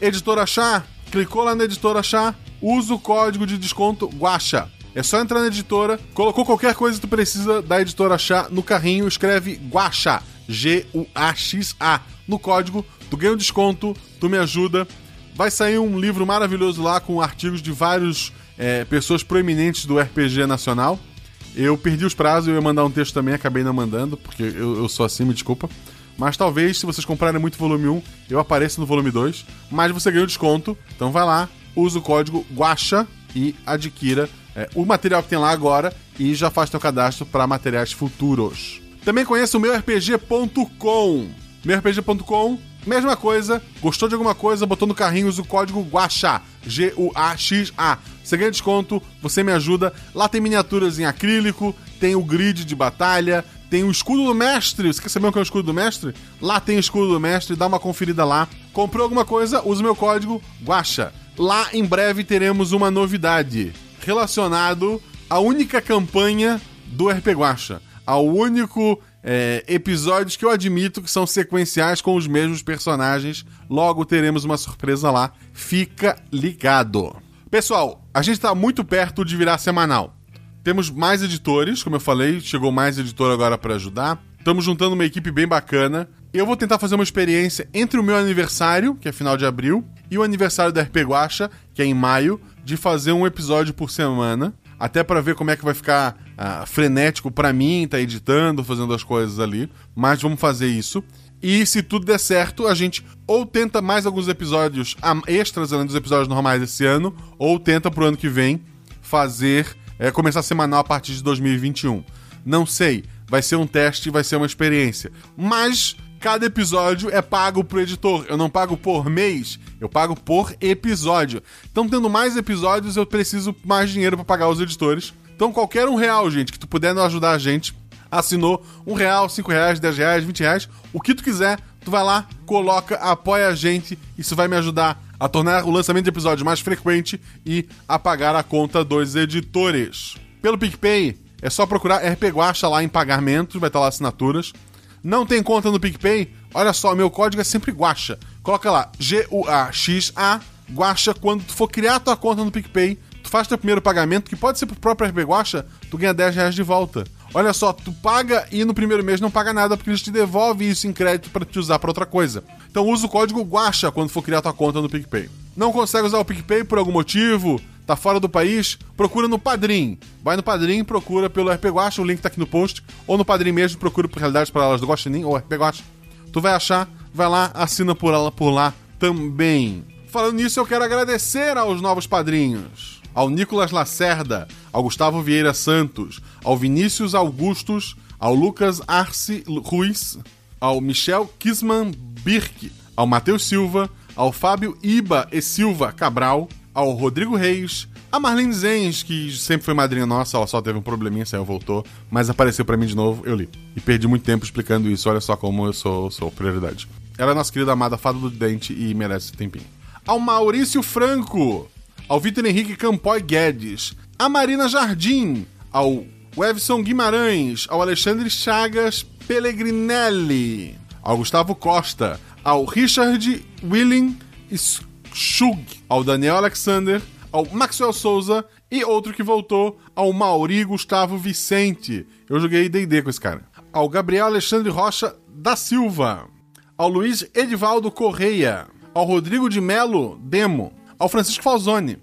A: Editora Chá, clicou lá na Editora Chá, usa o código de desconto Guacha. É só entrar na editora, colocou qualquer coisa que tu precisa da Editora Chá no carrinho, escreve Guaxa, G-U-A-X-A, no código, tu ganha um desconto, tu me ajuda. Vai sair um livro maravilhoso lá com artigos de várias pessoas proeminentes do RPG nacional. Eu perdi os prazos, eu ia mandar um texto também, acabei não mandando, porque eu, eu sou assim, me desculpa. Mas talvez, se vocês comprarem muito volume 1, eu apareça no volume 2. Mas você ganha o desconto, então vai lá, usa o código GUACHA e adquira é, o material que tem lá agora e já faz teu cadastro para materiais futuros. Também conheça o meurpg.com. meurpg.com, mesma coisa, gostou de alguma coisa, botou no carrinho, usa o código GUACHA, G-U-A-X-A. Você ganha desconto, você me ajuda. Lá tem miniaturas em acrílico, tem o grid de batalha, tem o escudo do mestre. Você quer saber o que é o escudo do mestre? Lá tem o escudo do mestre, dá uma conferida lá. Comprou alguma coisa? Usa o meu código GUACHA. Lá em breve teremos uma novidade relacionado à única campanha do RP Guacha, ao único é, episódio que eu admito que são sequenciais com os mesmos personagens. Logo teremos uma surpresa lá. Fica ligado. Pessoal, a gente está muito perto de virar semanal. Temos mais editores, como eu falei, chegou mais editor agora para ajudar. Estamos juntando uma equipe bem bacana. Eu vou tentar fazer uma experiência entre o meu aniversário, que é final de abril, e o aniversário da RP Guacha, que é em maio, de fazer um episódio por semana, até pra ver como é que vai ficar ah, frenético pra mim, tá editando, fazendo as coisas ali, mas vamos fazer isso. E se tudo der certo, a gente ou tenta mais alguns episódios ah, extras além dos episódios normais esse ano, ou tenta pro ano que vem fazer é, começar semanal a partir de 2021. Não sei, vai ser um teste, vai ser uma experiência. Mas cada episódio é pago pro editor. Eu não pago por mês, eu pago por episódio. Então, tendo mais episódios, eu preciso mais dinheiro para pagar os editores. Então, qualquer um real, gente, que tu puder nos ajudar a gente, assinou um real, cinco reais, dez reais, vinte reais, o que tu quiser, tu vai lá, coloca, apoia a gente. Isso vai me ajudar a tornar o lançamento de episódios mais frequente e a pagar a conta dos editores. Pelo PicPay, é só procurar RP Guacha lá em pagamentos, vai estar lá assinaturas. Não tem conta no PicPay? Olha só, meu código é sempre Guacha. Coloca lá, G-U-A-X-A, Guacha. Quando tu for criar tua conta no PicPay, tu faz teu primeiro pagamento, que pode ser pro próprio RP Guacha, tu ganha 10 reais de volta. Olha só, tu paga e no primeiro mês não paga nada, porque eles te devolvem isso em crédito para te usar para outra coisa. Então usa o código Guacha quando for criar tua conta no PicPay. Não consegue usar o PicPay por algum motivo? Tá fora do país? Procura no Padrim. Vai no Padrim, procura pelo RP Guacha, o link tá aqui no post. Ou no Padrim mesmo, procura por Realidades Paralelas do Guaxinim ou RP Guacha. Tu vai achar, vai lá, assina por ela por lá também. Falando nisso, eu quero agradecer aos novos padrinhos. Ao Nicolas Lacerda, ao Gustavo Vieira Santos, ao Vinícius Augustos, ao Lucas Arce Ruiz, ao Michel Kisman Birk, ao Matheus Silva, ao Fábio Iba e Silva Cabral, ao Rodrigo Reis, a Marlene Zenz, que sempre foi madrinha nossa, ela só teve um probleminha, saiu, voltou, mas apareceu pra mim de novo, eu li. E perdi muito tempo explicando isso, olha só como eu sou, sou prioridade. Ela é nossa querida amada fada do dente e merece esse tempinho. Ao Maurício Franco, ao Vitor Henrique Campoy Guedes, a Marina Jardim, ao Wevson Guimarães, ao Alexandre Chagas Pellegrinelli, ao Gustavo Costa, ao Richard Willing Schug, ao Daniel Alexander, ao Maxwell Souza e outro que voltou, ao Mauri Gustavo Vicente. Eu joguei D&D com esse cara. Ao Gabriel Alexandre Rocha da Silva, ao Luiz Edivaldo Correia, ao Rodrigo de Melo Demo, ao Francisco Falzoni,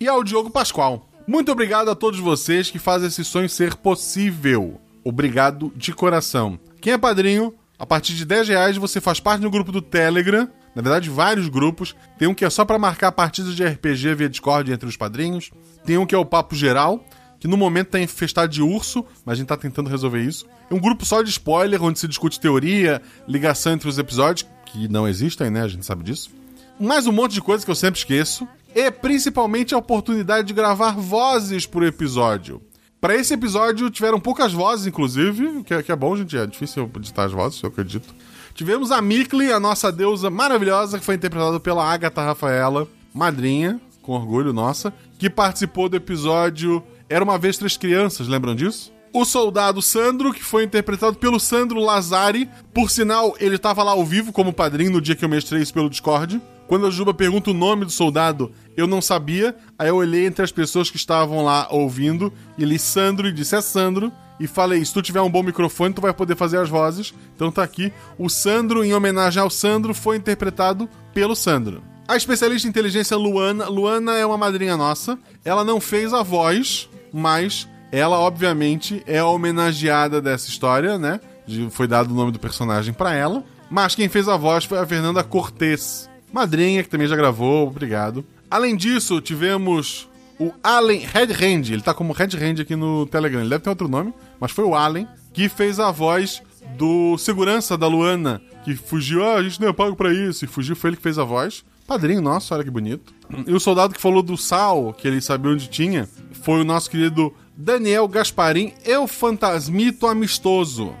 A: e ao Diogo Pascoal. Muito obrigado a todos vocês que fazem esse sonho ser possível. Obrigado de coração. Quem é padrinho, a partir de 10 reais você faz parte do grupo do Telegram. Na verdade, vários grupos. Tem um que é só para marcar partidas de RPG via Discord entre os padrinhos. Tem um que é o Papo Geral, que no momento tá infestado de urso, mas a gente tá tentando resolver isso. É um grupo só de spoiler, onde se discute teoria, ligação entre os episódios, que não existem, né? A gente sabe disso. Mais um monte de coisa que eu sempre esqueço. E principalmente a oportunidade de gravar vozes por episódio. Para esse episódio tiveram poucas vozes, inclusive, que é, que é bom, gente. É difícil editar as vozes, eu acredito. Tivemos a Mikli, a nossa deusa maravilhosa, que foi interpretada pela Agatha Rafaela, madrinha, com orgulho nossa, que participou do episódio Era uma vez Três Crianças, lembram disso? O soldado Sandro, que foi interpretado pelo Sandro Lazari. Por sinal, ele estava lá ao vivo como padrinho no dia que eu mestrei isso pelo Discord. Quando a Juba pergunta o nome do soldado, eu não sabia. Aí eu olhei entre as pessoas que estavam lá ouvindo e li Sandro e disse: É Sandro. E falei: Se tu tiver um bom microfone, tu vai poder fazer as vozes. Então tá aqui. O Sandro, em homenagem ao Sandro, foi interpretado pelo Sandro. A especialista em inteligência Luana. Luana é uma madrinha nossa. Ela não fez a voz, mas ela, obviamente, é a homenageada dessa história, né? De- Foi dado o nome do personagem pra ela. Mas quem fez a voz foi a Fernanda Cortez madrinha, que também já gravou, obrigado. Além disso, tivemos o Allen Red Hand, ele tá como Red Hand aqui no Telegram, ele deve ter outro nome, mas foi o Allen que fez a voz do segurança da Luana, que fugiu, ah, a gente não é pago pra isso, e fugiu, foi ele que fez a voz. Padrinho nosso, olha que bonito. E o soldado que falou do sal, que ele sabia onde tinha, foi o nosso querido Daniel Gasparim, eu fantasmito amistoso.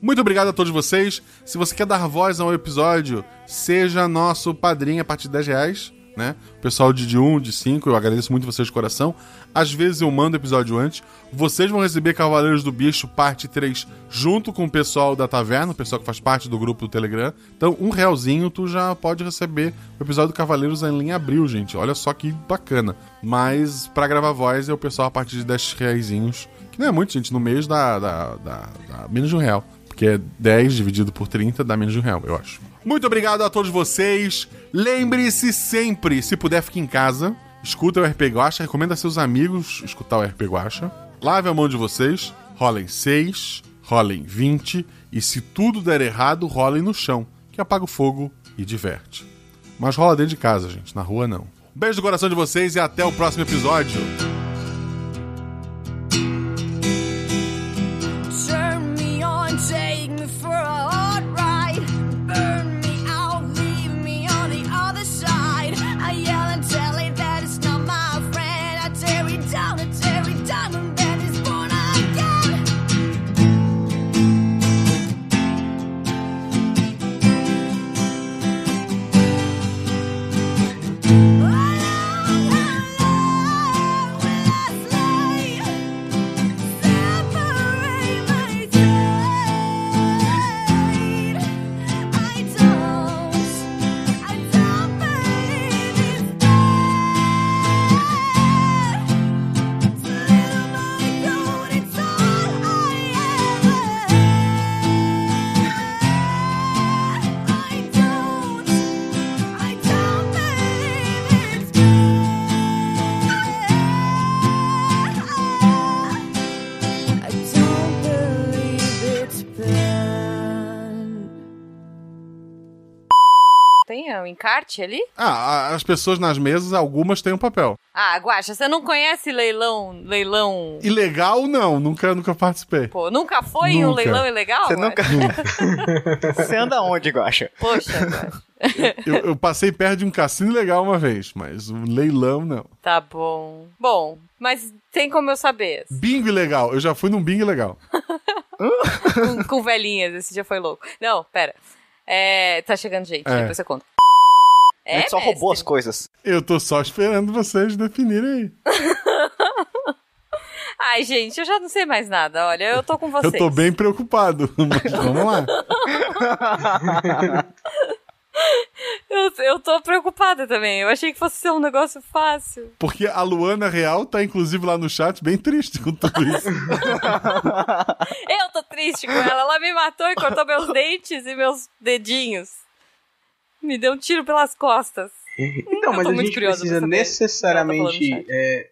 A: Muito obrigado a todos vocês. Se você quer dar voz ao episódio, seja nosso padrinho a partir de 10 reais. Né? O pessoal de, de 1, de 5, eu agradeço muito vocês de coração. Às vezes eu mando episódio antes. Vocês vão receber Cavaleiros do Bicho, parte 3, junto com o pessoal da taverna, o pessoal que faz parte do grupo do Telegram. Então, um realzinho, tu já pode receber o episódio do Cavaleiros em abril, gente. Olha só que bacana. Mas, pra gravar voz, é o pessoal a partir de 10 reaisinhos. Que não é muito, gente. No mês dá, dá, dá, dá menos de um real. Porque é 10 dividido por 30 dá menos de um real, eu acho. Muito obrigado a todos vocês. Lembre-se sempre, se puder, fique em casa. Escuta o RP Guacha, recomenda a seus amigos escutar o RP Guacha. Lave a mão de vocês, rolem 6, rolem 20 e se tudo der errado, rolem no chão, que apaga o fogo e diverte. Mas rola dentro de casa, gente, na rua não. Beijo no coração de vocês e até o próximo episódio.
O: Turn me on, take me for a hot ride. Burn me out, leave me on the other side. I yell and tell it that it's not my friend. I tear it down, I tear it down, and then it's born again. I don't believe it's been.
I: Tem um encarte ali?
A: Ah, a- as pessoas nas mesas, algumas têm um papel.
I: Ah, Guaxa, você não conhece leilão, leilão...
A: Ilegal, não. Nunca, nunca participei.
I: Pô, nunca foi em um
A: Nunca.
I: leilão ilegal?
A: Você
I: Guaxa?
A: nunca-
D: Você anda onde, Guaxa?
I: Poxa,
A: Eu, eu passei perto de um cassino legal uma vez, mas um leilão não.
I: tá bom. Bom, mas tem como eu saber.
A: Bingo legal. Eu já fui num bingo legal.
I: com, com velhinhas, esse dia foi louco. Não, pera. É, tá chegando gente,
A: É.
I: depois você conta.
D: a
I: É,
D: gente só
I: mestre?
D: roubou as coisas.
A: Eu tô só esperando vocês definirem aí.
I: Ai, gente, eu já não sei mais nada. Olha, eu tô com vocês.
A: Eu tô bem preocupado, mas vamos lá.
I: Eu, eu tô preocupada também. Eu achei que fosse ser um negócio fácil.
A: Porque a Luana Real tá, inclusive, lá no chat, bem triste com tudo isso.
I: Eu tô triste com ela. Ela me matou e cortou meus dentes e meus dedinhos. Me deu um tiro pelas costas.
G: Então, mas a gente precisa necessariamente é,